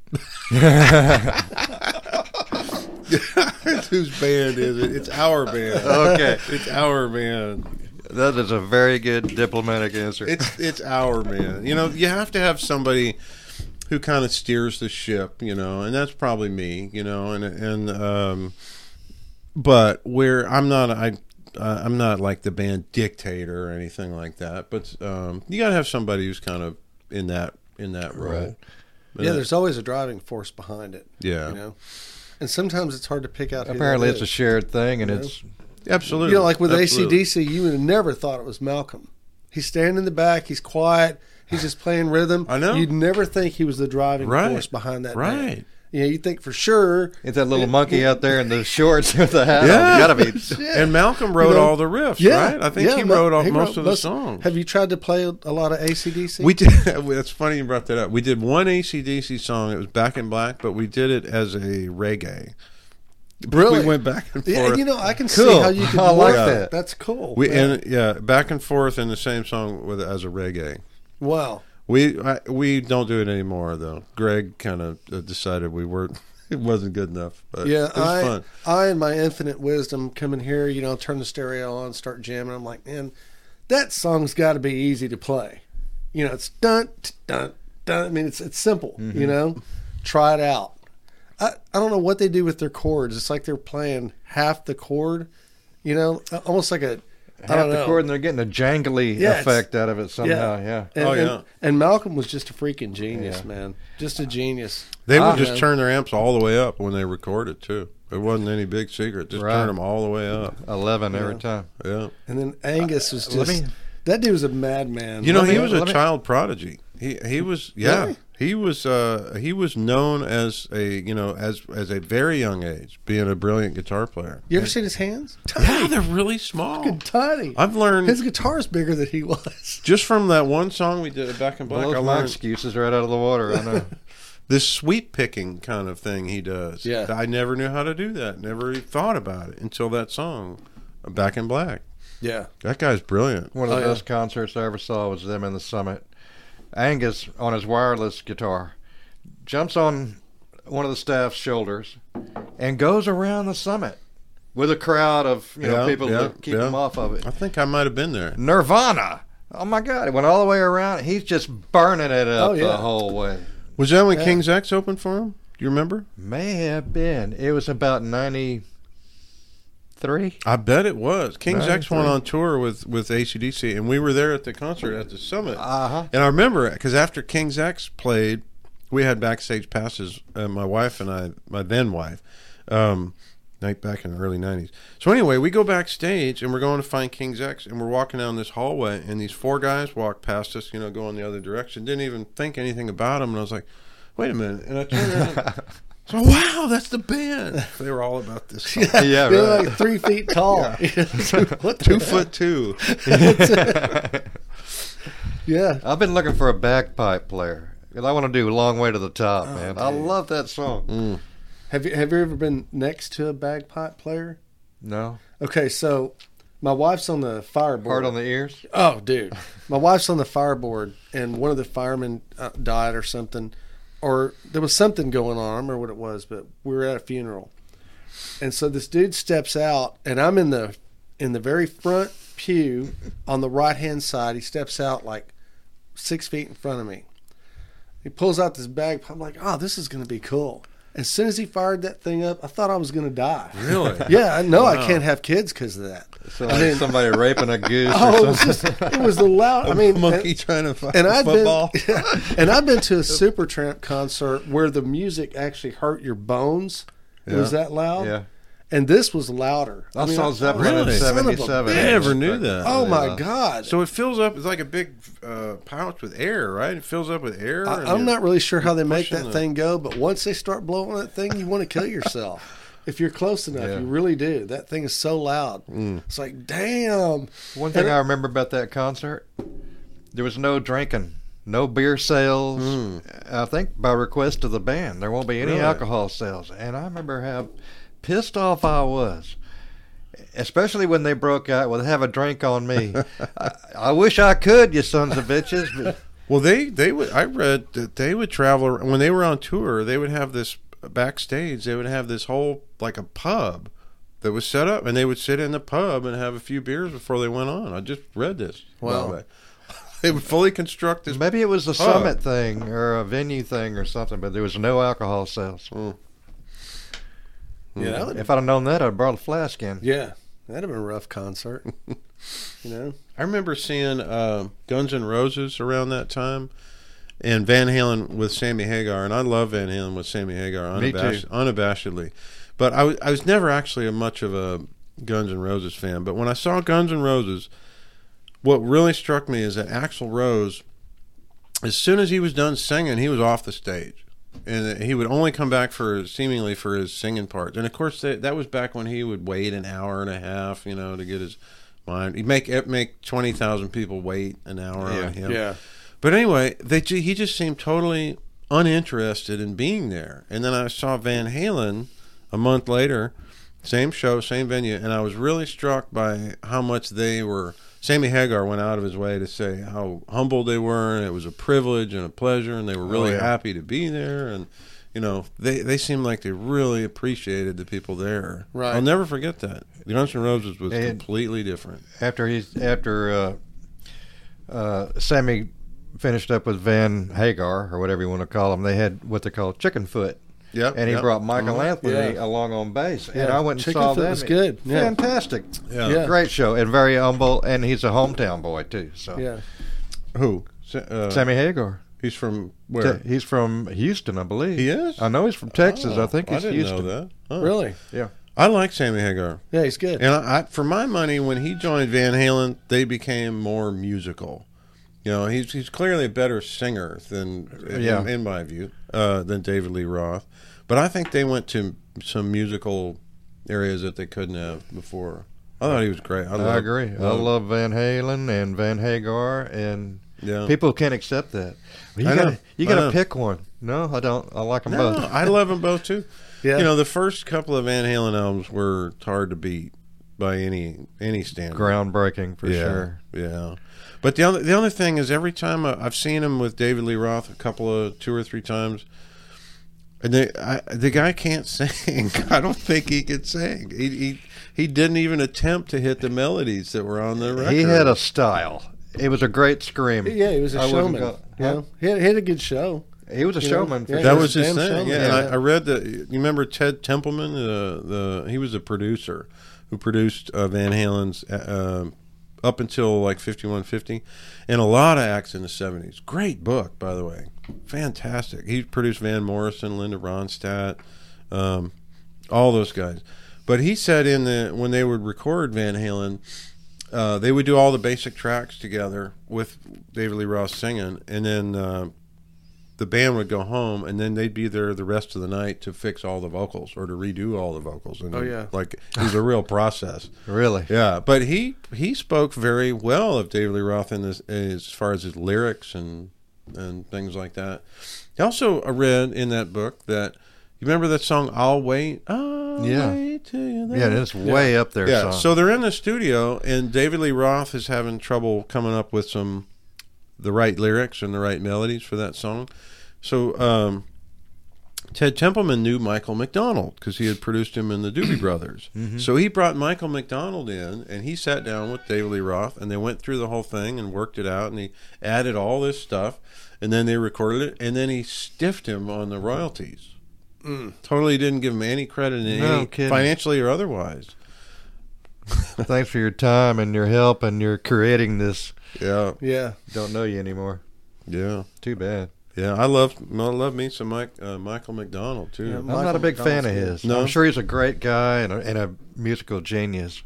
Speaker 3: Whose band is it? It's our band.
Speaker 1: Okay.
Speaker 3: It's our band.
Speaker 1: That is a very good diplomatic answer.
Speaker 3: It's it's our band. You know, you have to have somebody who kind of steers the ship, you know, and that's probably me, you know, and and um but where I'm not I uh, I'm not like the band dictator or anything like that, but um you got to have somebody who's kind of in that in that role. Uh,
Speaker 1: Right.
Speaker 2: Yeah. There's always a driving force behind it.
Speaker 3: Yeah.
Speaker 2: You know. And sometimes it's hard to pick out. who that
Speaker 1: Apparently, it's
Speaker 2: is.
Speaker 1: a shared thing, and it's
Speaker 3: Absolutely.
Speaker 2: You know, like with
Speaker 3: Absolutely.
Speaker 2: ACDC, you would have never thought it was Malcolm. He's standing in the back. He's quiet. He's just playing rhythm.
Speaker 3: I know.
Speaker 2: You'd never think he was the driving
Speaker 3: Right.
Speaker 2: force behind that.
Speaker 3: Right.
Speaker 2: Band. You know, you think for sure.
Speaker 1: it's that little monkey out there in the shorts with the hat.
Speaker 3: Yeah.
Speaker 1: on. gotta be.
Speaker 3: And Malcolm wrote
Speaker 2: You know,
Speaker 3: all the riffs, right? I think
Speaker 2: yeah,
Speaker 3: he
Speaker 2: Ma-
Speaker 3: wrote all,
Speaker 2: he
Speaker 3: most
Speaker 2: wrote
Speaker 3: of the songs.
Speaker 2: Have you tried to play a lot of ACDC?
Speaker 3: We did. That's funny you brought that up. We did one ACDC song. It was Back in Black, but we did it as a reggae.
Speaker 2: Really?
Speaker 3: We went back and forth.
Speaker 2: Yeah, and you know, I can see
Speaker 1: Cool.
Speaker 2: how you can
Speaker 1: I like
Speaker 2: work
Speaker 1: that.
Speaker 2: That's cool.
Speaker 3: we
Speaker 2: man.
Speaker 3: and yeah, back and forth in the same song with as a reggae.
Speaker 2: wow.
Speaker 3: We I, we don't do it anymore though. Greg kind of uh, decided we weren't. It wasn't good enough. But
Speaker 2: Yeah,
Speaker 3: it was
Speaker 2: I,
Speaker 3: fun.
Speaker 2: I, in my infinite wisdom, come in here, you know, turn the stereo on, start jamming. I'm like, man, that song's got to be easy to play. You know, it's dun t- dun dun. I mean, it's it's simple.
Speaker 3: Mm-hmm.
Speaker 2: You know, try it out. I, I don't know what they do with their chords. It's like they're playing half the chord. You know, a- almost like a I
Speaker 1: Half
Speaker 2: don't
Speaker 1: the
Speaker 2: know.
Speaker 1: chord and they're getting a jangly
Speaker 2: Yeah, it's-
Speaker 1: effect out of it somehow. Yeah.
Speaker 2: And,
Speaker 3: Oh,
Speaker 2: and-
Speaker 3: yeah.
Speaker 2: and Malcolm was just a freaking genius,
Speaker 1: Yeah.
Speaker 2: man. Just a genius.
Speaker 3: They would
Speaker 2: Ah.
Speaker 3: just
Speaker 2: Yeah.
Speaker 3: turn their amps all the way up when they recorded too. It wasn't any big secret. Just
Speaker 1: Right.
Speaker 3: turn them all the way up.
Speaker 1: 11 every time.
Speaker 3: Yeah.
Speaker 2: And then Angus was
Speaker 1: let
Speaker 2: just
Speaker 1: me-
Speaker 2: that dude was a madman.
Speaker 3: You know,
Speaker 1: Let
Speaker 3: he
Speaker 1: me-
Speaker 3: was a
Speaker 1: let me-
Speaker 3: child prodigy. He he was yeah.
Speaker 2: Really?
Speaker 3: He was uh he was known as a you know as as a very young age being a brilliant guitar player.
Speaker 2: You ever seen his hands? Tiny,
Speaker 3: Yeah, they're really small.
Speaker 2: tiny.
Speaker 3: I've learned
Speaker 2: His guitar's bigger than he was.
Speaker 3: just from that one song we did back in black.
Speaker 1: Blows
Speaker 3: I
Speaker 1: my
Speaker 3: learned
Speaker 1: excuses right out of the water. I know.
Speaker 3: this sweet picking kind of thing he does.
Speaker 2: Yeah.
Speaker 3: I never knew how to do that. Never thought about it until that song, Back in Black.
Speaker 2: Yeah.
Speaker 3: That guy's brilliant.
Speaker 1: One of the
Speaker 2: Oh, yeah.
Speaker 1: best concerts I ever saw was them in the Summit. Angus on his wireless guitar jumps on one of the staff's shoulders and goes around the summit with a crowd of you know
Speaker 3: Yeah,
Speaker 1: people
Speaker 3: yeah,
Speaker 1: to keep
Speaker 3: yeah.
Speaker 1: him off of it.
Speaker 3: I think I might have been there.
Speaker 1: Nirvana. Oh my God! It went all the way around. He's just burning it up
Speaker 2: Oh, yeah.
Speaker 1: the whole way.
Speaker 3: Was that when
Speaker 2: Yeah.
Speaker 3: King's X opened for him? Do you remember?
Speaker 1: May have been. It was about ninety-three.
Speaker 3: I bet it was. King's X went
Speaker 1: 93.
Speaker 3: on tour with with ACDC, and we were there at the concert at the summit.
Speaker 1: Uh huh.
Speaker 3: And I remember because after King's X played, we had backstage passes. Uh, my wife and I, my then wife, um, night back in the early '90s. So anyway, we go backstage and we're going to find King's X, and we're walking down this hallway, and these four guys walk past us, you know, going the other direction. Didn't even think anything about them, and I was like, "Wait a minute!" And I turned around. So wow, that's the band. They were all about this. song.
Speaker 1: Yeah.
Speaker 2: They're
Speaker 1: Right.
Speaker 2: like three feet tall. what the
Speaker 3: Two
Speaker 2: heck?
Speaker 3: foot two.
Speaker 2: Yeah.
Speaker 1: I've been looking for a bagpipe player. 'cause I want to do "Long Way to the Top,"
Speaker 2: Oh,
Speaker 1: man. I love that song.
Speaker 2: Mm. Have you have you ever been next to a bagpipe player?
Speaker 1: No,
Speaker 2: Okay, so my wife's on the fireboard.
Speaker 1: hard on the ears.
Speaker 2: Oh, dude. My wife's on the fireboard, and one of the firemen uh, died or something, or there was something going on. I don't remember what it was, but we were at a funeral, and so this dude steps out, and I'm in the in the very front pew on the right hand side. He steps out like six feet in front of me. He pulls out this bag. I'm like, oh, this is gonna be cool. As soon as he fired that thing up, I thought I was gonna die.
Speaker 3: Really?
Speaker 2: Yeah, I know I can't have kids because of that.
Speaker 1: So like somebody raping a goose
Speaker 2: Oh, it
Speaker 1: or
Speaker 2: was
Speaker 1: something.
Speaker 2: just it was the loud. I mean,
Speaker 3: monkey
Speaker 2: and-
Speaker 3: trying to fight
Speaker 2: and
Speaker 3: a
Speaker 2: I've
Speaker 3: football.
Speaker 2: been and I've been to a Supertramp concert where the music actually hurt your bones. It was
Speaker 3: Yeah.
Speaker 2: that loud.
Speaker 1: Yeah.
Speaker 2: and this was louder.
Speaker 1: I saw Zeppelin
Speaker 2: oh,
Speaker 1: in
Speaker 3: really?
Speaker 2: son of a
Speaker 1: '77.
Speaker 2: bitch.
Speaker 3: I never knew that.
Speaker 2: Oh my
Speaker 1: Yeah.
Speaker 2: god!
Speaker 3: So it fills up. It's like a big uh, pouch with air, right? It fills up with air.
Speaker 2: I,
Speaker 3: and
Speaker 2: I'm
Speaker 3: you-
Speaker 2: not really sure how they make
Speaker 3: pushing
Speaker 2: that
Speaker 3: the-
Speaker 2: thing go, but once they start blowing that thing, you want to kill yourself. If you're close enough,
Speaker 1: Yeah.
Speaker 2: you really do. That thing is so loud. It's like, damn.
Speaker 1: One thing I remember about that concert, there was no drinking, no beer sales.
Speaker 2: Hmm.
Speaker 1: I think by request of the band, there won't be any
Speaker 3: Really?
Speaker 1: alcohol sales. And I remember how pissed off I was, especially when they broke out with "Have a drink on me." I, I wish I could, you sons of bitches. But
Speaker 3: Well, they they would. I read that they would travel ar- when they were on tour. They would have this uh, backstage. They would have this whole like a pub that was set up, and they would sit in the pub and have a few beers before they went on. I just read this. by the
Speaker 2: Wow.
Speaker 3: way. they would fully construct this.
Speaker 1: maybe it was a
Speaker 3: Huh.
Speaker 1: summit thing or a venue thing or something, but there was no alcohol sales.
Speaker 2: Yeah, that would-
Speaker 1: If I'd have known that, I'd brought a flask in.
Speaker 2: yeah, that'd have been a rough concert. you know?
Speaker 3: I remember seeing uh, Guns N' Roses around that time, and Van Halen with Sammy Hagar, and I love Van Halen with Sammy Hagar
Speaker 1: Me too.
Speaker 3: unabash- unabashedly. But I was I was never actually a much of a Guns N' Roses fan. But when I saw Guns N' Roses, what really struck me is that Axl Rose, as soon as he was done singing, he was off the stage. And that he would only come back for seemingly for his singing parts, and of course that that was back when he would wait an hour and a half, you know, to get his mind. He'd make it make twenty thousand people wait an hour
Speaker 1: Yeah,
Speaker 3: on him. But anyway, they ju- he just seemed totally uninterested in being there. And then I saw Van Halen a month later, Same show, same venue, and I was really struck by how much they were. Sammy Hagar went out of his way to say how humble they were, and it was a privilege and a pleasure, and they were really
Speaker 1: Oh, yeah.
Speaker 3: happy to be there. And you know, they they seemed like they really appreciated the people there.
Speaker 2: Right.
Speaker 3: I'll never forget that. Guns N' Roses was
Speaker 1: And-
Speaker 3: completely different.
Speaker 1: after he's after uh, uh, Sammy finished up with Van Hagar or whatever you want to call him, they had what they call chicken foot,
Speaker 3: Yep.
Speaker 1: and he
Speaker 3: yep. Uh-huh.
Speaker 1: brought Michael Anthony
Speaker 2: yeah.
Speaker 1: along on bass, and
Speaker 2: Yeah,
Speaker 1: I went and
Speaker 2: chicken
Speaker 1: saw
Speaker 2: foot
Speaker 1: them.
Speaker 2: was good, yeah.
Speaker 1: fantastic,
Speaker 3: Yeah.
Speaker 2: Yeah.
Speaker 1: great show, and very humble, and he's a hometown boy too. So
Speaker 2: Yeah.
Speaker 3: who? Sa- uh,
Speaker 1: Sammy Hagar,
Speaker 3: He's from
Speaker 1: Te-
Speaker 3: where?
Speaker 1: he's from Houston, I believe.
Speaker 3: He is?
Speaker 1: I know he's from Texas. I think
Speaker 3: Oh,
Speaker 1: he's
Speaker 3: I didn't
Speaker 1: Houston.
Speaker 3: know that. Huh.
Speaker 2: Really?
Speaker 3: I like Sammy Hagar.
Speaker 2: Yeah, he's good.
Speaker 3: And I, I, for my money, when he joined Van Halen, they became more musical. You know, he's he's clearly a better singer than, in-
Speaker 1: Yeah.
Speaker 3: in, my view, uh, than David Lee Roth. But I think they went to some musical areas that they couldn't have before. I thought he was great. I,
Speaker 1: I
Speaker 3: love-
Speaker 1: agree. I
Speaker 3: love-
Speaker 1: love Van Halen and Van Hagar, and
Speaker 3: Yeah.
Speaker 1: people can't accept that. You
Speaker 3: I know.
Speaker 1: gotta, you
Speaker 3: I
Speaker 1: gotta
Speaker 3: know.
Speaker 1: pick one. No, I don't. I like them
Speaker 3: No,
Speaker 1: both.
Speaker 3: I love them both too.
Speaker 2: Yeah.
Speaker 3: You know, the first couple of Van Halen albums were hard to beat by any any standard.
Speaker 1: Groundbreaking for sure.
Speaker 3: Yeah. But the other the other thing is every time I, I've seen him with David Lee Roth a couple of two or three times, and they, I, the guy can't sing. I don't think he could sing. He, he he didn't even attempt to hit the melodies that were on the record.
Speaker 1: He had a style. It was a great scream.
Speaker 2: Yeah, he was a
Speaker 1: I wouldn't
Speaker 2: showman.
Speaker 1: go-
Speaker 2: you know? he, had, he had a good show.
Speaker 1: He was a
Speaker 2: You know,
Speaker 1: showman. for
Speaker 2: yeah.
Speaker 1: sure.
Speaker 3: that was his
Speaker 2: Damn
Speaker 3: thing.
Speaker 2: shame,
Speaker 3: yeah,
Speaker 2: yeah.
Speaker 3: And I, I read the. You remember Ted Templeman? The the he was a producer who produced uh, Van Halen's uh, uh, up until like fifty one fifty, and a lot of acts in the seventies. Great book, by the way, fantastic. He produced Van Morrison, Linda Ronstadt, um, all those guys. But he said in the when they would record Van Halen, uh, they would do all the basic tracks together with David Lee Roth singing, and then uh, the band would go home, and then they'd be there the rest of the night to fix all the vocals or to redo all the vocals. And
Speaker 2: Oh, yeah.
Speaker 3: like it was a real process.
Speaker 1: Really?
Speaker 3: Yeah, but he he spoke very well of David Lee Roth in this, as far as his lyrics and and things like that. He also I read in that book that you remember that song "I'll Wait." I'll
Speaker 1: Yeah.
Speaker 3: wait till you're
Speaker 1: Yeah,
Speaker 3: there."
Speaker 1: it's way up there.
Speaker 3: Yeah,
Speaker 1: son.
Speaker 3: so they're in the studio, and David Lee Roth is having trouble coming up with some the right lyrics and the right melodies for that song. So um, Ted Templeman knew Michael McDonald because he had produced him in the Doobie Brothers.
Speaker 1: Mm-hmm.
Speaker 3: So he brought Michael McDonald in, and he sat down with David Lee Roth, and they went through the whole thing and worked it out, and he added all this stuff, and then they recorded it, and then he stiffed him on the royalties. Mm. Totally didn't give him any credit in
Speaker 1: No
Speaker 3: any
Speaker 1: kidding.
Speaker 3: financially or otherwise.
Speaker 1: thanks for your time and your help and your creating this.
Speaker 3: Yeah,
Speaker 2: Yeah.
Speaker 1: Don't know you anymore.
Speaker 3: yeah,
Speaker 1: Too bad.
Speaker 3: yeah. I love, I love me some Mike, uh, Michael McDonald too.
Speaker 2: Yeah,
Speaker 1: I'm
Speaker 2: Michael
Speaker 1: not a big fan of
Speaker 2: McDonald's
Speaker 1: his.
Speaker 3: good. No?
Speaker 1: I'm sure he's a great guy and a, and a musical genius.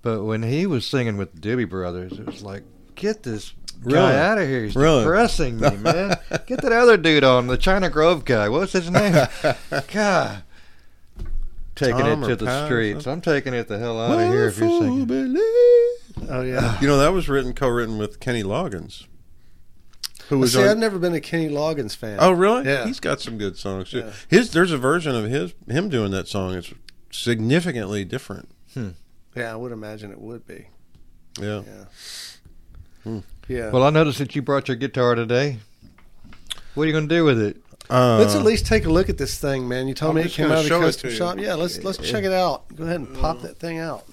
Speaker 1: But when he was singing with the Doobie Brothers, it was like, get this
Speaker 3: Really?
Speaker 1: guy out of here. He's
Speaker 3: Really?
Speaker 1: depressing me, man. get that other dude on, the China Grove guy. What was his name? God. Taking
Speaker 3: Tom
Speaker 1: it
Speaker 3: or
Speaker 1: to the
Speaker 3: Pat or
Speaker 1: streets. I'm taking it the hell out of
Speaker 3: Well,
Speaker 1: here if you're
Speaker 3: fool,
Speaker 1: singing.
Speaker 3: believe.
Speaker 2: Oh, yeah.
Speaker 3: You know, that was written, co-written with Kenny Loggins, who was
Speaker 2: See, I've
Speaker 3: on.
Speaker 2: never been a Kenny Loggins fan.
Speaker 3: Oh, really?
Speaker 2: Yeah.
Speaker 3: He's got some good songs too.
Speaker 2: Yeah.
Speaker 3: His there's a version of his him doing that song. It's significantly different.
Speaker 2: yeah, I would imagine it would be.
Speaker 3: Yeah.
Speaker 2: Yeah. Yeah.
Speaker 1: Well, I noticed that you brought your guitar today. What are you going to do with it?
Speaker 3: Uh,
Speaker 2: let's at least take a look at this thing, man. You told
Speaker 3: I'm
Speaker 2: me it
Speaker 3: just
Speaker 2: came
Speaker 3: gonna
Speaker 2: out of the
Speaker 3: show it
Speaker 2: custom
Speaker 3: to you. Mm.
Speaker 2: shop. Yeah, let's let's check it out. Go ahead and pop that thing out.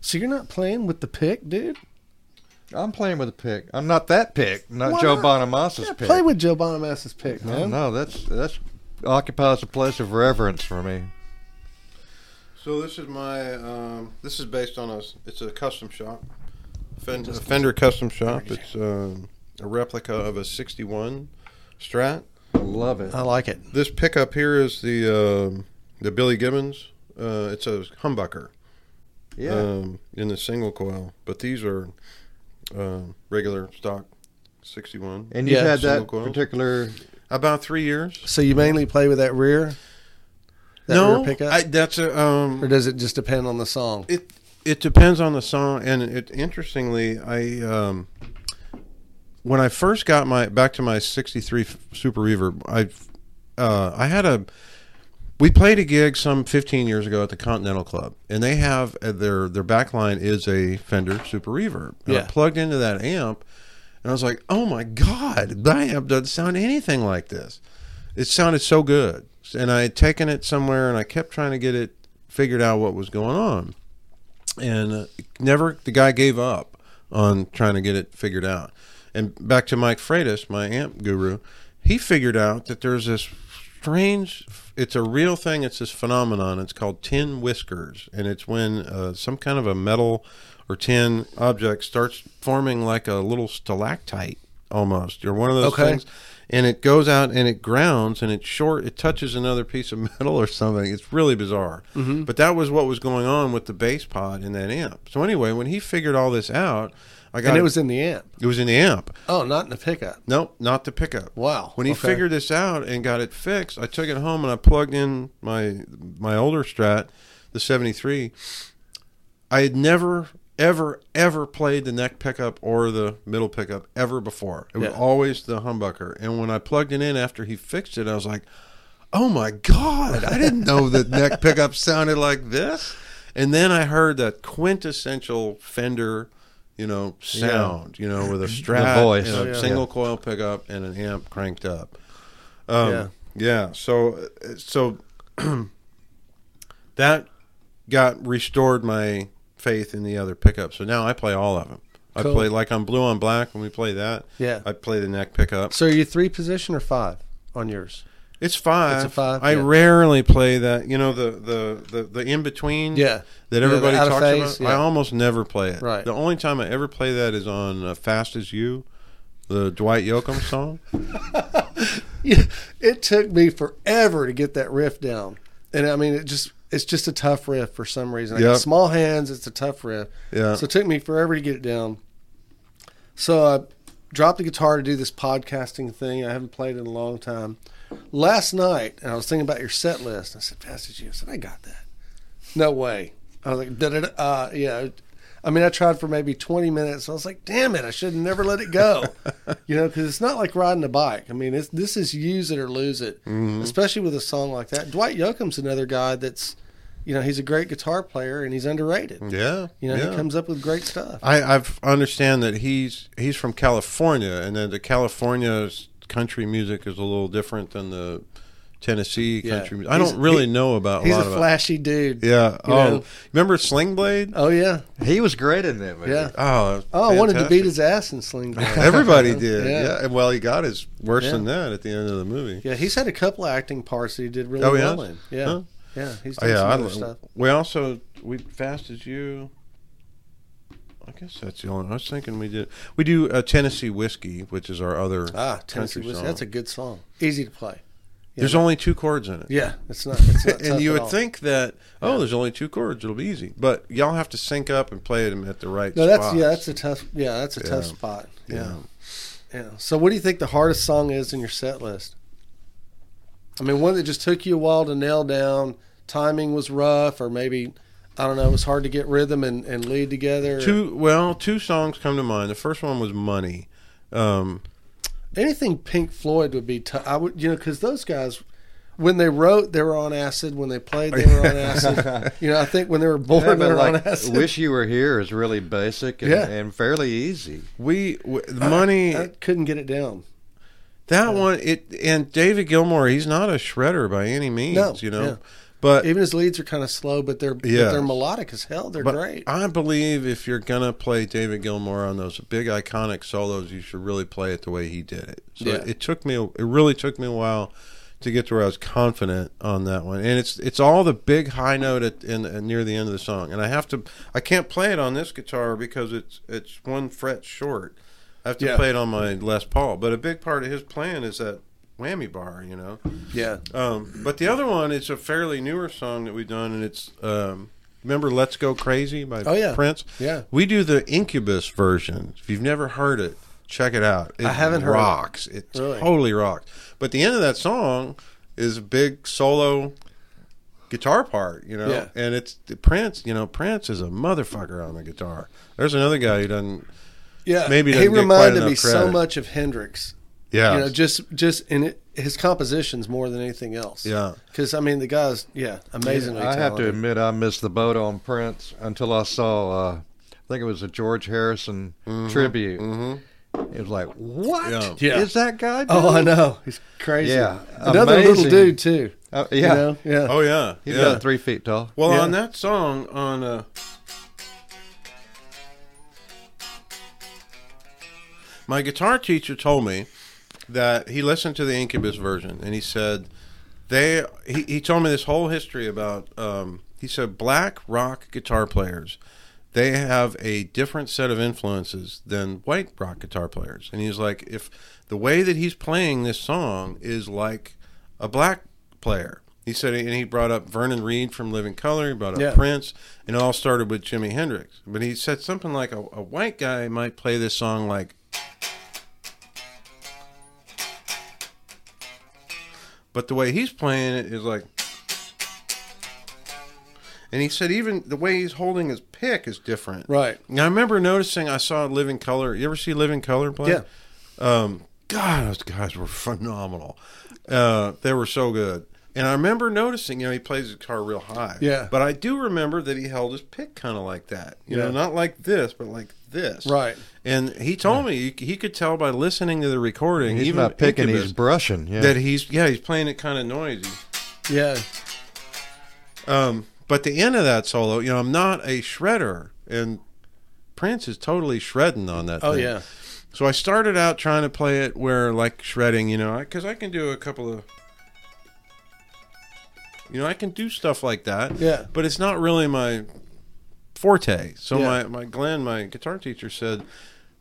Speaker 2: So you're not playing with the pick, dude?
Speaker 1: I'm playing with a pick. I'm not that pick. Not
Speaker 2: Why
Speaker 1: Joe
Speaker 2: not?
Speaker 1: Bonamassa's pick.
Speaker 2: Play with Joe Bonamassa's pick,
Speaker 1: No,
Speaker 2: man.
Speaker 1: no, that's that's occupies a place of reverence for me.
Speaker 3: So this is my. Um, this is based on a. s- It's a custom shop, Fender, a Fender custom shop. It's um, a replica of a '61 Strat.
Speaker 1: I love it.
Speaker 2: I
Speaker 3: Oh.
Speaker 2: like it.
Speaker 3: This pickup here is the um the Billy Gibbons. Uh, it's a humbucker.
Speaker 1: Yeah.
Speaker 2: Uh,
Speaker 3: um, in the single coil, but these are um regular stock 61.
Speaker 1: and you've
Speaker 2: yeah,
Speaker 1: had
Speaker 3: single
Speaker 1: that
Speaker 3: coil.
Speaker 1: particular
Speaker 3: About three years.
Speaker 2: So you mainly play with that rear? That rear pickup?
Speaker 3: I, that's a.
Speaker 2: or
Speaker 3: Um,
Speaker 2: does it just depend on the song?
Speaker 3: it it depends on the song, and it interestingly, I um, when I first got my back to my '63 Super Reverb, I uh, I had a we played a gig some 15 years ago at the Continental Club, and they have uh, their their back line is a Fender Super Reverb. And I
Speaker 2: Yeah.
Speaker 3: plugged into that amp, and I was like, "Oh my god, that amp doesn't sound anything like this." It sounded so good, and I had taken it somewhere, and I kept trying to get it figured out what was going on, and uh, never the guy gave up on trying to get it figured out. And back to Mike Freitas, my amp guru, he figured out that there's this strange. It's a real thing. It's this phenomenon. It's called tin whiskers, and it's when uh, some kind of a metal or tin object starts forming like a little stalactite almost, or one of those
Speaker 2: Okay.
Speaker 3: things, and it goes out and it grounds and it short. It touches another piece of metal or something. It's really bizarre.
Speaker 2: Mm-hmm.
Speaker 3: But that was what was going on with the bass pod in that amp. So anyway, when he figured all this out, I got
Speaker 2: and it was in the amp.
Speaker 3: it was in the amp.
Speaker 2: Oh, not in the pickup.
Speaker 3: Nope, not the pickup.
Speaker 2: Wow,
Speaker 3: When he
Speaker 2: okay.
Speaker 3: figured this out and got it fixed, I took it home and I plugged in my my older Strat, the '73. I had never, ever, ever played the neck pickup or the middle pickup ever before. It was
Speaker 2: Yeah.
Speaker 3: always the humbucker. And when I plugged it in after he fixed it, I was like, "Oh my god! I didn't know that neck pickup sounded like this." And then I heard that quintessential Fender, you know, sound, you know, with a Strat,
Speaker 1: voice.
Speaker 3: and a
Speaker 2: Yeah.
Speaker 3: single coil pickup, and an amp cranked up. Um,
Speaker 2: Yeah.
Speaker 3: yeah. So, uh, so that got restored my faith in the other pickup. So now I play all of them.
Speaker 2: Cool.
Speaker 3: I play like on blue on black when we play that.
Speaker 2: Yeah.
Speaker 3: I play the neck pickup.
Speaker 2: So are you three position or five on yours?
Speaker 3: It's five.
Speaker 2: It's a five,
Speaker 3: I
Speaker 2: yeah.
Speaker 3: rarely play that. You know the the the, the in between.
Speaker 2: Yeah.
Speaker 3: That
Speaker 2: Yeah, the
Speaker 3: everybody
Speaker 2: out of
Speaker 3: talks
Speaker 2: phase,
Speaker 3: about.
Speaker 2: yeah.
Speaker 3: I almost never play it.
Speaker 2: Right.
Speaker 3: The only time I ever play that is on uh, "Fast as You," the Dwight Yoakam song.
Speaker 2: Yeah, it took me forever to get that riff down, and I mean, it just it's just a tough riff for some reason. I got
Speaker 3: Yep.
Speaker 2: small hands; it's a tough riff.
Speaker 3: Yeah.
Speaker 2: So it took me forever to get it down. So I dropped the guitar to do this podcasting thing. I haven't played in a long time. Last night, and I was thinking about your set list. I said, "Fast as you," I said, "I got that." No way. I was like, "Da-da-da," uh, yeah. I mean, I tried for maybe 20 minutes. I was like, damn it, I should have never let it go. you know, because it's not like riding a bike. I mean, it's, this is use it or lose it, especially with a song like that. Dwight Yoakam's another guy that's, you know, he's a great guitar player and he's underrated.
Speaker 3: Yeah.
Speaker 2: You know,
Speaker 3: yeah.
Speaker 2: he comes up with great stuff.
Speaker 3: I I've understand that he's he's from California, and then the California's country music is a little different than the Tennessee
Speaker 2: Yeah.
Speaker 3: country music. I
Speaker 2: He's-
Speaker 3: don't really
Speaker 2: he-
Speaker 3: know about
Speaker 2: He's
Speaker 3: a
Speaker 2: a
Speaker 3: lot of it.
Speaker 2: flashy dude.
Speaker 3: Yeah.
Speaker 2: you
Speaker 3: oh,
Speaker 2: know.
Speaker 3: remember Sling Blade?
Speaker 2: Oh, yeah.
Speaker 1: He was great in that movie.
Speaker 2: Yeah.
Speaker 3: Oh,
Speaker 2: Oh, I wanted to beat
Speaker 3: fantastic.
Speaker 2: his ass in Sling. Blade.
Speaker 3: Everybody did.
Speaker 2: Yeah.
Speaker 3: yeah. And well, he got his worse
Speaker 2: Yeah.
Speaker 3: than that at the end of the movie.
Speaker 2: Yeah, he's had a couple of acting parts that he did really
Speaker 3: Oh, he
Speaker 2: well
Speaker 3: has?
Speaker 2: in. Yeah.
Speaker 3: Huh?
Speaker 2: Yeah, he's
Speaker 3: Oh,
Speaker 2: done
Speaker 3: yeah.
Speaker 2: some
Speaker 3: I,
Speaker 2: other
Speaker 3: lo-
Speaker 2: stuff.
Speaker 3: We also we fast as you. I guess that's the only. I was thinking we did. We do uh, Tennessee whiskey, which is our other
Speaker 2: Ah, Tennessee
Speaker 3: country
Speaker 2: Whiskey.
Speaker 3: song.
Speaker 2: That's a good song. Easy to play.
Speaker 3: There's only two chords in it.
Speaker 2: Yeah, it's not. It's not
Speaker 3: and
Speaker 2: tough
Speaker 3: you
Speaker 2: at
Speaker 3: would
Speaker 2: all.
Speaker 3: think that oh, there's only two chords, it'll be easy. But y'all have to sync up and play them at the right.
Speaker 2: No, that's
Speaker 3: spots.
Speaker 2: yeah, that's a tough. Yeah, that's a tough
Speaker 3: Yeah.
Speaker 2: spot. Yeah. yeah, So, what do you think the hardest song is in your set list? I mean, one that just took you a while to nail down. Timing was rough, or maybe I don't know. It was hard to get rhythm and, and lead together.
Speaker 3: Two well, two songs come to mind. The first one was "Money." Um,
Speaker 2: Anything Pink Floyd would be tough. I would, you know, because those guys. When they wrote, they were on acid. When they played, they were on acid. you know, I think when they were born,
Speaker 1: Yeah,
Speaker 2: they
Speaker 1: but
Speaker 2: were on
Speaker 1: like,
Speaker 2: acid.
Speaker 1: Wish You Were Here is really basic and,
Speaker 2: Yeah.
Speaker 1: and fairly easy.
Speaker 3: we w-
Speaker 2: Uh,
Speaker 3: the money
Speaker 2: I couldn't get it down.
Speaker 3: that
Speaker 2: uh,
Speaker 3: one it and David Gilmour. He's not a shredder by any means,
Speaker 2: No,
Speaker 3: you know.
Speaker 2: yeah.
Speaker 3: But
Speaker 2: Even his leads are kind of slow, but they're but
Speaker 3: Yeah.
Speaker 2: they're melodic as hell. They're
Speaker 3: But
Speaker 2: great.
Speaker 3: I believe if you're gonna play David Gilmour on those big iconic solos, you should really play it the way he did it. So
Speaker 2: Yeah.
Speaker 3: it took me, it really took me a while to get to where I was confident on that one. And it's it's all the big high note at in, at near the end of the song, and I have to, I can't play it on this guitar because it's it's one fret short. I have to
Speaker 2: Yeah.
Speaker 3: play it on my Les Paul. But a big part of his plan is that whammy bar, you know.
Speaker 2: yeah,
Speaker 3: Um, but the other one is a fairly newer song that we've done, and it's um, remember "Let's Go Crazy" by
Speaker 2: Oh, yeah.
Speaker 3: Prince.
Speaker 2: Yeah.
Speaker 3: we do the Incubus version. If you've never heard it, check it out. It
Speaker 2: I haven't heard it.
Speaker 3: rocks. It,
Speaker 2: Really?
Speaker 3: totally rocks. But the end of that song is a big solo guitar part, you know.
Speaker 2: Yeah.
Speaker 3: And it's Prince. You know, Prince is a motherfucker on the guitar. There's another guy who doesn't.
Speaker 2: yeah.
Speaker 3: Maybe it
Speaker 2: he
Speaker 3: doesn't get quite
Speaker 2: reminded
Speaker 3: enough
Speaker 2: me so
Speaker 3: credit.
Speaker 2: much of Hendrix.
Speaker 3: Yeah,
Speaker 2: You know, just just in it. his compositions more than anything else.
Speaker 3: Yeah.
Speaker 2: Because I mean, the guy's yeah, amazingly.
Speaker 1: I have to
Speaker 2: talented.
Speaker 1: admit, I missed the boat on Prince until I saw. Uh, I think it was a George Harrison
Speaker 2: Mm-hmm.
Speaker 1: tribute.
Speaker 3: Mm-hmm.
Speaker 1: It was like, what is
Speaker 3: Yeah.
Speaker 2: Yeah.
Speaker 1: that guy?
Speaker 2: Oh, I
Speaker 1: doing?
Speaker 2: know. He's crazy.
Speaker 1: Yeah,
Speaker 2: Another little
Speaker 1: amazing.
Speaker 2: dude too.
Speaker 1: Uh, yeah,
Speaker 2: You know? Yeah.
Speaker 3: Oh yeah,
Speaker 1: he's
Speaker 3: yeah.
Speaker 1: about three feet tall.
Speaker 3: Well,
Speaker 2: Yeah.
Speaker 3: on that song, on uh, my guitar teacher told me that he listened to the Incubus version, and he said they. He, he told me this whole history about. Um, he said black rock guitar players, they have a different set of influences than white rock guitar players, and he's like, if the way that he's playing this song is like a black player. He said, and he brought up Vernon Reed from Living Color, he brought up
Speaker 2: Yeah.
Speaker 3: Prince, and it all started with Jimi Hendrix. But he said something like a, a white guy might play this song like, but the way he's playing it is like, and he said even the way he's holding his pick is different.
Speaker 2: Right.
Speaker 3: And I remember noticing I saw Living Color. You ever see Living Color play?
Speaker 2: Yeah.
Speaker 3: Um, God, those guys were phenomenal. Uh, they were so good. And I remember noticing, you know, he plays his guitar real high.
Speaker 2: Yeah.
Speaker 3: But I do remember that he held his pick kind of like that. You
Speaker 2: Yeah.
Speaker 3: know, not like this, but like this.
Speaker 2: Right.
Speaker 3: And he told me he- he could tell by listening to the recording,
Speaker 1: He's
Speaker 3: even
Speaker 1: not picking;
Speaker 3: Incubus,
Speaker 1: he's brushing. Yeah,
Speaker 3: that he's yeah he's playing it kind of noisy.
Speaker 2: Yeah.
Speaker 3: Um, but the end of that solo, you know, I'm not a shredder, and Prince is totally shredding on that.
Speaker 2: Oh
Speaker 3: thing.
Speaker 2: yeah.
Speaker 3: So I started out trying to play it where like shredding, you know, because I can do a couple of, you know, I can do stuff like that.
Speaker 2: Yeah.
Speaker 3: But it's not really my forte. So my
Speaker 2: Yeah.
Speaker 3: my Glenn, my guitar teacher said,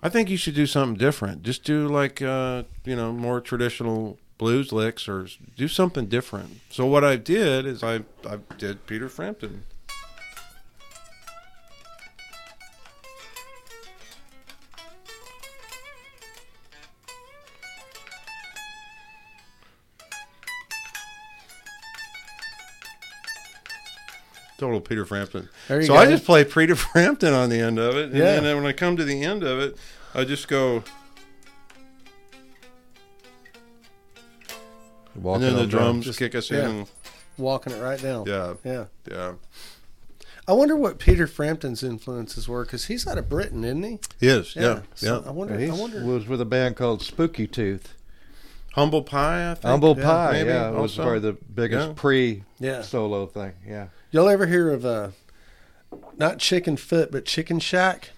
Speaker 3: I think you should do something different. Just do like uh, you know more traditional blues licks or s- do something different. So what I did is I I did Peter Frampton. Total Peter Frampton.
Speaker 2: There you
Speaker 3: so I
Speaker 2: go.
Speaker 3: just play Peter Frampton on the end of it, and
Speaker 2: Yeah.
Speaker 3: then when I come to the end of it, I just go.
Speaker 1: Walking
Speaker 3: and then
Speaker 1: on
Speaker 3: the drums
Speaker 2: Just-
Speaker 3: kick us
Speaker 2: yeah.
Speaker 3: in.
Speaker 2: Walking it right down.
Speaker 3: Yeah,
Speaker 2: Yeah.
Speaker 3: yeah.
Speaker 2: I wonder what Peter Frampton's influences were because he's out of Britain, isn't he?
Speaker 3: He is. Yeah, yeah.
Speaker 2: So I wonder.
Speaker 1: He
Speaker 2: I wonder.
Speaker 1: was with a band called Spooky Tooth.
Speaker 3: Humble Pie. I think.
Speaker 1: Humble
Speaker 2: yeah,
Speaker 1: Pie,
Speaker 3: maybe
Speaker 1: yeah, was
Speaker 3: also.
Speaker 1: probably the biggest
Speaker 3: Yeah.
Speaker 1: pre
Speaker 2: Yeah.
Speaker 1: solo thing. Yeah,
Speaker 2: Y'all ever hear of uh, not Chicken Foot, but Chicken Shack?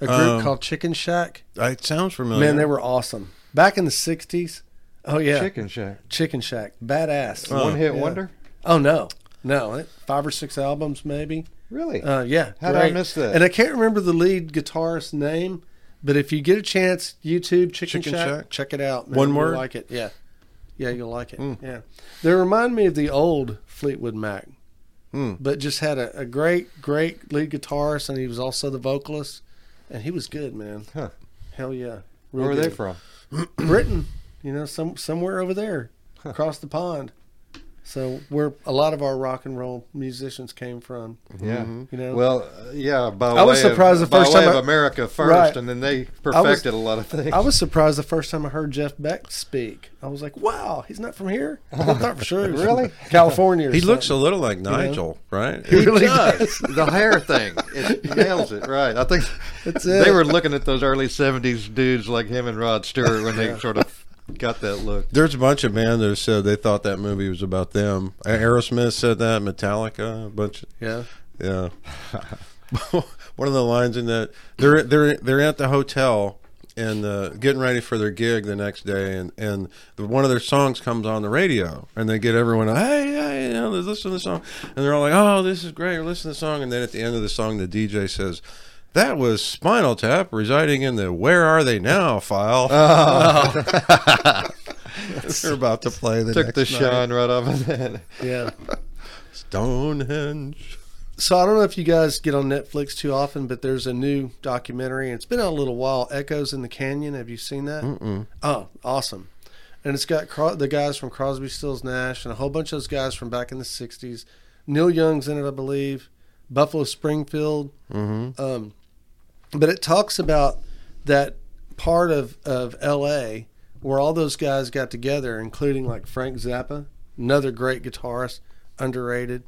Speaker 2: A group
Speaker 3: Um,
Speaker 2: called Chicken Shack.
Speaker 3: I- It sounds familiar.
Speaker 2: Man, they were awesome back in the '60s. Oh yeah, Chicken,
Speaker 1: Chicken Shack,
Speaker 2: Shack, badass.
Speaker 3: Oh,
Speaker 1: one hit
Speaker 2: yeah.
Speaker 1: wonder.
Speaker 2: Oh no, no, it- five or six albums maybe.
Speaker 1: Really?
Speaker 2: Uh, yeah,
Speaker 1: How did I
Speaker 2: great.
Speaker 1: miss that?
Speaker 2: And I can't remember the lead guitarist's name, but if you get a chance, YouTube Chicken,
Speaker 3: Chicken
Speaker 2: Shack,
Speaker 3: Shack?
Speaker 2: check it out. man.
Speaker 3: One
Speaker 2: You'll
Speaker 3: word? Hmm.
Speaker 2: like it. Yeah, yeah, you'll like it. Yeah, they remind me of the old Fleetwood Mac,
Speaker 3: Mm.
Speaker 2: but just had a, a great, great lead guitarist, and he was also the vocalist, and he was good, man.
Speaker 1: Huh.
Speaker 2: Hell yeah.
Speaker 1: Where were they from?
Speaker 2: Britain, you know, some somewhere over there, across the pond. So where a lot of our rock and roll musicians came from,
Speaker 1: Yeah.
Speaker 2: Mm-hmm. you know.
Speaker 1: Well, uh, yeah. By
Speaker 2: I was
Speaker 1: way
Speaker 2: surprised the
Speaker 1: of, by
Speaker 2: first
Speaker 1: way
Speaker 2: time
Speaker 1: of
Speaker 2: I-
Speaker 1: America first,
Speaker 2: Right.
Speaker 1: and then they perfected a lot of things.
Speaker 2: I was surprised the first time I heard Jeff Beck speak. I was like, "Wow, he's not from here." I thought for sure, he was from
Speaker 1: Really?
Speaker 2: California. Or
Speaker 3: He looks a
Speaker 2: something.
Speaker 3: little like Nigel, right?
Speaker 2: He really
Speaker 1: does. the hair thing it nails it right. I think
Speaker 2: That's
Speaker 1: they
Speaker 2: it.
Speaker 1: were looking at those early '70s dudes like him and Rod Stewart when they sort of got that look.
Speaker 3: There's a bunch of bands that have said they thought that movie was about them. Aerosmith said that. Metallica, a bunch. Of,
Speaker 2: Yeah,
Speaker 3: Yeah. One of the lines in that they're they're they're at the hotel and uh, getting ready for their gig the next day, and and the, one of their songs comes on the radio, and they get everyone, hey, hey, you know, let's listen to the song, and they're all like, oh, this is great, listen to the song, and then at the end of the song, the DJ says. That was Spinal Tap residing in the Where Are They Now file. They're about to play the
Speaker 1: Oh. Took
Speaker 3: next
Speaker 1: the
Speaker 3: night.
Speaker 1: shine right off of that.
Speaker 2: yeah.
Speaker 3: Stonehenge.
Speaker 2: So I don't know if you guys get on Netflix too often, but there's a new documentary. and It's been out a little while. Echoes in the Canyon. Have you seen that? Mm-mm. Oh, awesome! And it's got Cro- the guys from Crosby, Stills, Nash, and a whole bunch of those guys from back in the '60s. Neil Young's in it, I believe. Buffalo Springfield. Mm-hmm. Um, but it talks about that part of of L.A. where all those guys got together, including like Frank Zappa, another great guitarist, underrated.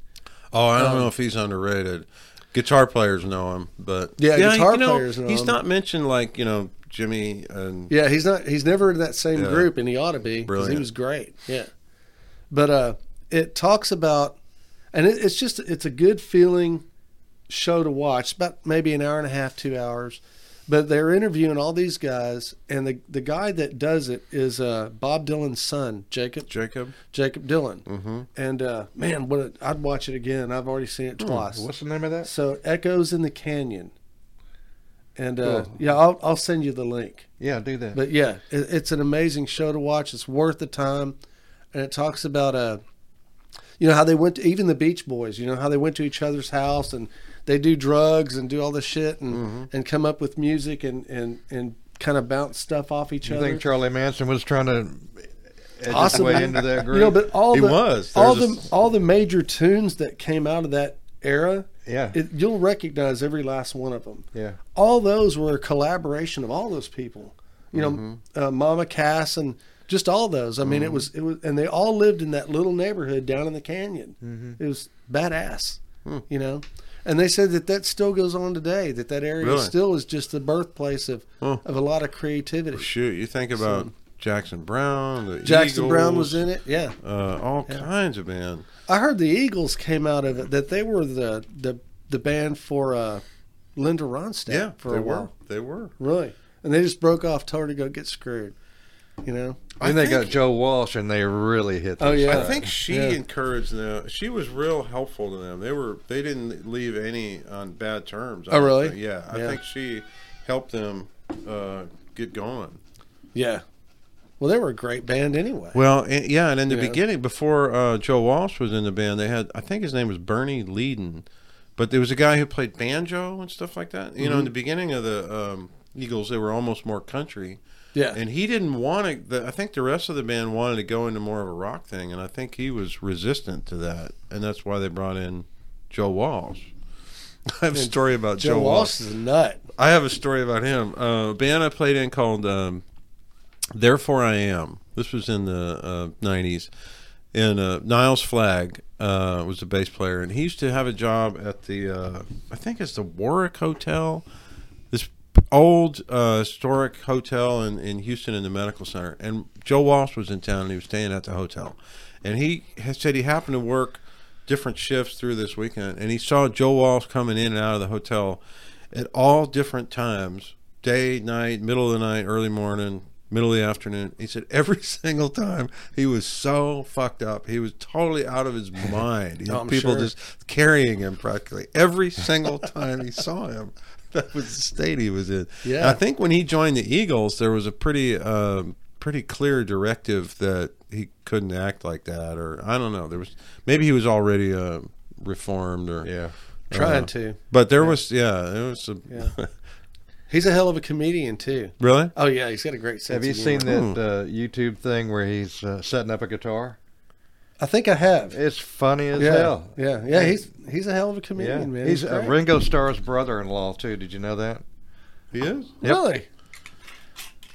Speaker 3: Oh, I don't
Speaker 2: Um,
Speaker 3: know if he's underrated. Guitar players know him, but
Speaker 2: Yeah, guitar
Speaker 3: you know,
Speaker 2: players know
Speaker 3: He's
Speaker 2: him.
Speaker 3: not mentioned like you know Jimmy and
Speaker 2: Yeah, he's not. He's never in that same
Speaker 3: Yeah.
Speaker 2: group, and he ought to be because he
Speaker 3: Brilliant.
Speaker 2: was great. Yeah, but uh, it talks about, and it, it's just it's a good feeling show to watch. It's about maybe an hour and a half, two hours. But they're interviewing all these guys, and the the guy that does it is uh, Bob Dylan's son, Jacob
Speaker 3: Jacob.
Speaker 2: Jacob Dylan.
Speaker 3: hmm
Speaker 2: And uh, man, what a, I'd watch it again. I've already seen it twice.
Speaker 1: What's the name of that?
Speaker 2: So Echoes in the Canyon. And uh, yeah, I'll, I'll send you the link.
Speaker 1: Yeah, do that.
Speaker 2: But yeah, it, it's an amazing show to watch. It's worth the time, and it talks about uh, you know how they went to even the Beach Boys. You know how they went to each other's house and they do drugs and do all this shit and
Speaker 1: Mm-hmm.
Speaker 2: and come up with music and and and kind of bounce stuff off each
Speaker 1: you
Speaker 2: other.
Speaker 1: think Charlie Manson was trying to edge his
Speaker 2: Possibly.
Speaker 1: way into that group?
Speaker 2: you know, but all
Speaker 3: He
Speaker 2: the
Speaker 3: was.
Speaker 2: all
Speaker 3: There's
Speaker 2: the all the major tunes that came out of that era.
Speaker 1: yeah,
Speaker 2: It, you'll recognize every last one of them
Speaker 1: yeah.
Speaker 2: all those were a collaboration of all those people. You know,
Speaker 3: Mm-hmm.
Speaker 2: uh, Mama Cass and just all those. I mean, it was it was, and they all lived in that little neighborhood down in the canyon.
Speaker 3: Hmm.
Speaker 2: It was badass. You know, and they said that that still goes on today. That that area
Speaker 3: Really?
Speaker 2: still is just the birthplace of
Speaker 3: Huh.
Speaker 2: of a lot of creativity.
Speaker 3: Shoot, you think about Jackson Brown. The
Speaker 2: Jackson Brown was
Speaker 3: Eagles,
Speaker 2: in it. Yeah,
Speaker 3: Uh, all
Speaker 2: Yeah.
Speaker 3: kinds of bands.
Speaker 2: I heard the Eagles came out of it. That they were the the the band for uh, Linda Ronstadt.
Speaker 3: Yeah,
Speaker 2: for
Speaker 3: they
Speaker 2: a
Speaker 3: were.
Speaker 2: while.
Speaker 3: They were.
Speaker 2: Really, and they just broke off, told her to go get screwed. You know.
Speaker 1: Then they
Speaker 3: think-
Speaker 1: got Joe Walsh, and they really hit.
Speaker 2: Oh,
Speaker 1: this
Speaker 2: yeah.
Speaker 1: guy.
Speaker 3: I think she
Speaker 2: Yeah.
Speaker 3: encouraged them. She was real helpful to them. They were. They didn't leave any on bad terms. I
Speaker 2: Oh,
Speaker 3: don't
Speaker 2: really?
Speaker 3: think. Yeah, I
Speaker 2: Yeah.
Speaker 3: think she helped them uh, get going.
Speaker 2: Yeah. Well, they were a great band anyway.
Speaker 3: Well, and, yeah, and in the
Speaker 2: Yeah.
Speaker 3: beginning, before uh, Joe Walsh was in the band, they had I think his name was Bernie Leadon, but there was a guy who played banjo and stuff like that. You know, in
Speaker 2: Mm-hmm.
Speaker 3: the beginning of the um, Eagles, they were almost more country,
Speaker 2: yeah.
Speaker 3: and he didn't want to. The, I think the rest of the band wanted to go into more of a rock thing, and I think he was resistant to that, and that's why they brought in Joe Walsh. I have a story about
Speaker 2: Joe, Walsh is a nut.
Speaker 3: I have a story about him. Uh, a band I played in called um, "Therefore I Am." This was in the uh, '90s, and uh, Niles Flagg uh, was the bass player, and he used to have a job at the uh, I think it's the Warwick Hotel, this old uh, historic hotel in, in Houston in the medical center. And Joe Walsh was in town, and he was staying at the hotel, and he had said he happened to work different shifts through this weekend, and he saw Joe Walsh coming in and out of the hotel at all different times day, night, middle of the night, early morning, middle of the afternoon. He said every single time he was so fucked up. He was totally out of his mind. He
Speaker 2: Oh,
Speaker 3: had
Speaker 2: I'm
Speaker 3: people
Speaker 2: sure.
Speaker 3: just carrying him practically every single time he saw him. That was the state he was in.
Speaker 2: Yeah.
Speaker 3: And I think when he joined the Eagles, there was a pretty, um, pretty clear directive that he couldn't act like that, or I don't know. There was maybe he was already uh, reformed, or
Speaker 1: yeah.
Speaker 2: Trying
Speaker 1: Uh-huh.
Speaker 3: uh,
Speaker 2: to.
Speaker 3: But there was, yeah, there was a,
Speaker 2: Yeah. He's a hell of a comedian too.
Speaker 3: really.
Speaker 2: Oh yeah, he's got a great sense.
Speaker 1: Have you
Speaker 2: of
Speaker 1: seen
Speaker 2: humor.
Speaker 1: that uh, YouTube thing where he's uh, setting up a guitar?
Speaker 2: I think I have.
Speaker 1: It's funny as
Speaker 2: Yeah,
Speaker 1: hell.
Speaker 2: yeah, yeah. He's he's a hell of a comedian,
Speaker 1: Yeah,
Speaker 2: man.
Speaker 1: he's uh,
Speaker 2: great.
Speaker 1: Ringo Starr's brother-in-law too. Did you know that?
Speaker 3: He is.
Speaker 1: Yep.
Speaker 2: really.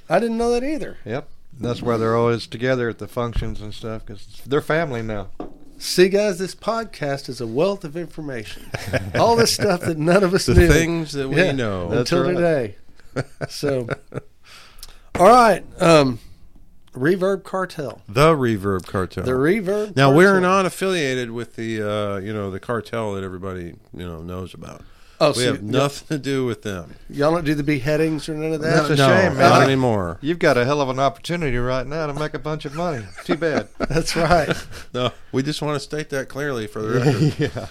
Speaker 2: I didn't know that either.
Speaker 1: Yep. That's why they're always together at the functions and stuff because they're family now.
Speaker 2: See, guys, this podcast is a wealth of information. All the stuff that none of us
Speaker 3: The
Speaker 2: knew.
Speaker 3: things that we
Speaker 2: Yeah.
Speaker 3: know.
Speaker 1: That's
Speaker 2: until
Speaker 1: right.
Speaker 2: today. So, all right, um, Reverb Cartel,
Speaker 3: The Reverb Cartel.
Speaker 2: the Reverb.
Speaker 3: now
Speaker 2: Cartel.
Speaker 3: we're not affiliated with the uh, you know the cartel that everybody you know knows about.
Speaker 2: Oh,
Speaker 3: we
Speaker 2: so
Speaker 3: have
Speaker 2: y-
Speaker 3: nothing to do with them.
Speaker 2: y'all don't do the beheadings or none of that.
Speaker 1: That's a
Speaker 3: no,
Speaker 1: shame,
Speaker 3: Not
Speaker 1: man.
Speaker 3: anymore.
Speaker 1: You've got a hell of an opportunity right now to make a bunch of money. Too bad.
Speaker 2: That's right.
Speaker 3: No, we just want to state that clearly for the record.
Speaker 1: yeah.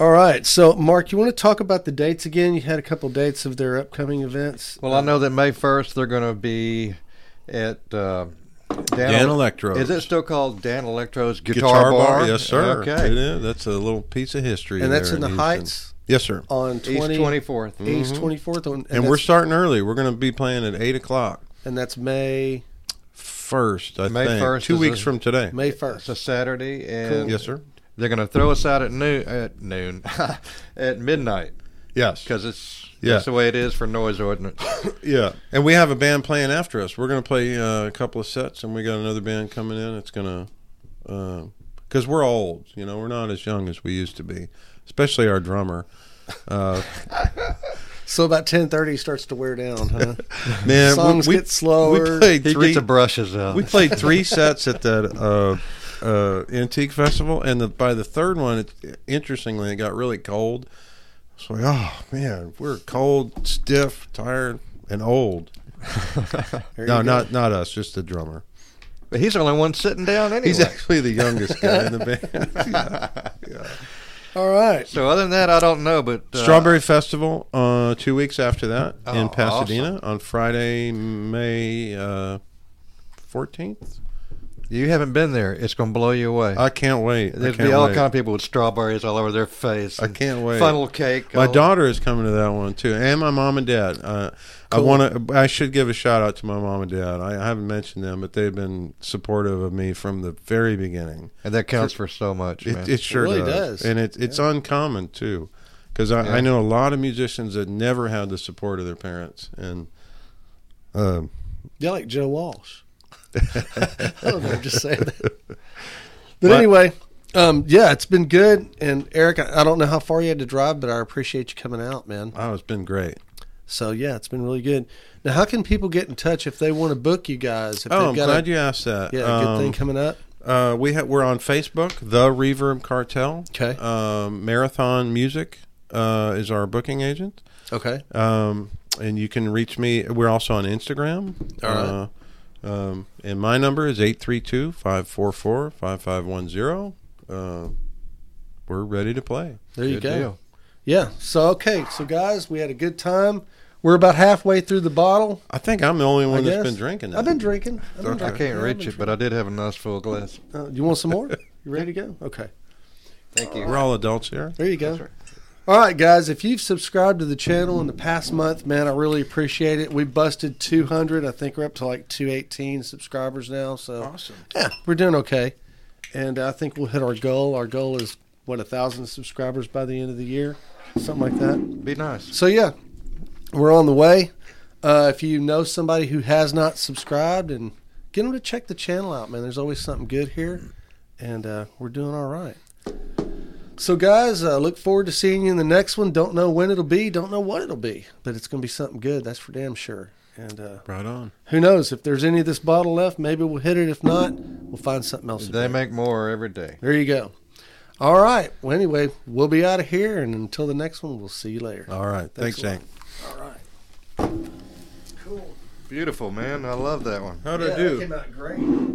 Speaker 2: All right. So, Mark, you want to talk about the dates again? You had a couple dates of their upcoming events.
Speaker 1: Well, I know that May first they're going to be at uh, Dan,
Speaker 3: Dan Electro.
Speaker 1: Is it still called Dan Electro's Guitar,
Speaker 3: Guitar bar, yes, sir. It
Speaker 1: Okay.
Speaker 3: is. That's a little piece of history,
Speaker 2: and that's
Speaker 3: there
Speaker 2: in the
Speaker 3: Houston.
Speaker 2: Heights
Speaker 3: Yes, sir.
Speaker 2: on 20,
Speaker 1: East twenty fourth.
Speaker 2: East 24th. On,
Speaker 3: And, we're
Speaker 2: that's,
Speaker 3: starting early. We're going to be playing at eight o'clock
Speaker 2: and that's May
Speaker 3: first. I
Speaker 1: May
Speaker 3: think
Speaker 1: 1st
Speaker 3: two
Speaker 1: is
Speaker 3: weeks
Speaker 1: a-
Speaker 3: from today.
Speaker 2: May
Speaker 1: It's a
Speaker 2: 1st.
Speaker 1: Saturday, and
Speaker 3: Yes, sir.
Speaker 1: they're going to throw us out at noon. At noon, at midnight.
Speaker 3: Yes.
Speaker 1: because it's
Speaker 3: Yeah.
Speaker 1: that's the way it is for noise ordinance.
Speaker 3: Yeah, and we have a band playing after us. We're going to play uh, a couple of sets, and we got another band coming in. It's going to, because we're old, you know, we're not as young as we used to be, especially our drummer. Uh,
Speaker 2: So about ten thirty starts to wear down, huh?
Speaker 3: man,
Speaker 2: Songs
Speaker 3: we, we,
Speaker 2: get slower.
Speaker 3: We played
Speaker 1: he
Speaker 3: three.
Speaker 1: gets the brushes out.
Speaker 3: we played three sets at that uh, uh, antique festival, and the, by the third one, it, interestingly, it got really cold. So, like, oh man, we're cold, stiff, tired, and old.
Speaker 2: There you
Speaker 3: No,
Speaker 2: go.
Speaker 3: not not us, just the drummer.
Speaker 1: but he's the only one sitting down anyway.
Speaker 3: He's actually the youngest guy in the band. Yeah.
Speaker 2: all right.
Speaker 1: so other than that, I don't know. But uh,
Speaker 3: Strawberry Festival, uh, two weeks after that
Speaker 1: Oh,
Speaker 3: in Pasadena on Friday, May uh, 14th.
Speaker 1: you haven't been there. It's going to blow you away.
Speaker 3: I can't wait. I
Speaker 1: There'd
Speaker 3: can't
Speaker 1: be all
Speaker 3: wait.
Speaker 1: kind of people with strawberries all over their face.
Speaker 3: I
Speaker 1: and
Speaker 3: can't wait.
Speaker 1: Funnel cake.
Speaker 3: my
Speaker 1: all-
Speaker 3: daughter is coming to that one too, and my mom and dad. Uh, I
Speaker 2: Cool.
Speaker 3: want to. I should give a shout out to my mom and dad. I, I haven't mentioned them, but they've been supportive of me from the very beginning.
Speaker 1: And that counts for so much, man.
Speaker 3: It, it sure
Speaker 2: really
Speaker 3: does.
Speaker 2: does.
Speaker 3: and it, it's uncommon too, because I,
Speaker 1: Yeah.
Speaker 3: I know a lot of musicians that never had the support of their parents, and um,
Speaker 2: You're like Joe Walsh. I don't know. I'm just saying that. But
Speaker 3: What?
Speaker 2: anyway, um, yeah, it's been good. And Eric, I, I don't know how far you had to drive, but I appreciate you coming out, man.
Speaker 3: oh, it's been great.
Speaker 2: So yeah, it's been really good. Now, how can people get in touch if they want to book you guys? If
Speaker 3: Oh,
Speaker 2: they've
Speaker 3: I'm
Speaker 2: got
Speaker 3: glad
Speaker 2: a,
Speaker 3: you asked that.
Speaker 2: Yeah, a good
Speaker 3: Um,
Speaker 2: thing coming up.
Speaker 3: Uh, we ha- we're on Facebook, The Reverb Cartel.
Speaker 2: Okay.
Speaker 3: Um, Marathon Music uh, is our booking agent.
Speaker 2: Okay.
Speaker 3: Um, and you can reach me. We're also on Instagram.
Speaker 2: All right.
Speaker 3: Uh, um, and my number is 832 544 5510. Uh, We're ready to play.
Speaker 2: There you
Speaker 1: Good
Speaker 2: go.
Speaker 1: deal.
Speaker 2: Yeah. So okay. So guys, we had a good time. We're about halfway through the bottle.
Speaker 3: I think I'm the only one
Speaker 2: guess.
Speaker 3: that's been drinking.
Speaker 2: I've been drinking. I've been
Speaker 3: Okay.
Speaker 1: I
Speaker 2: drinking.
Speaker 1: can't
Speaker 2: Yeah, I've
Speaker 1: reach
Speaker 2: been
Speaker 1: it, but uh, I did have a nice full glass.
Speaker 2: drinking. Uh, you want some more? You ready to go? Okay.
Speaker 1: Thank you.
Speaker 3: We're all adults here.
Speaker 2: There you go.
Speaker 1: right.
Speaker 2: All right, guys. If you've subscribed to the channel in the past month, man, I really appreciate it. We busted 200. I think we're up to like 218 subscribers now. So
Speaker 1: Oh,
Speaker 3: Awesome.
Speaker 2: yeah, we're doing okay. And I think we'll hit our goal. Our goal is what a thousand subscribers by the end of the year, something like that.
Speaker 1: Be nice.
Speaker 2: So yeah, we're on the way. Uh, if you know somebody who has not subscribed, and get them to check the channel out, man. There's always something good here, and uh, we're doing all right. So guys, uh, look forward to seeing you in the next one. Don't know when it'll be, don't know what it'll be, but it's going to be something good. That's for damn sure. And uh,
Speaker 3: Right on.
Speaker 2: who knows if there's any of this bottle left? Maybe we'll hit it. If not, we'll find something else. to
Speaker 1: They
Speaker 2: drink.
Speaker 1: make more every day.
Speaker 2: there you go. All right. Well, anyway, we'll be out of here, and until the next one, we'll see you later.
Speaker 3: All right. Thanks,
Speaker 2: Thanks a lot.
Speaker 3: Hank.
Speaker 2: All right. Cool.
Speaker 1: Beautiful, man. I love that one.
Speaker 3: How'd
Speaker 2: Yeah, that came out great.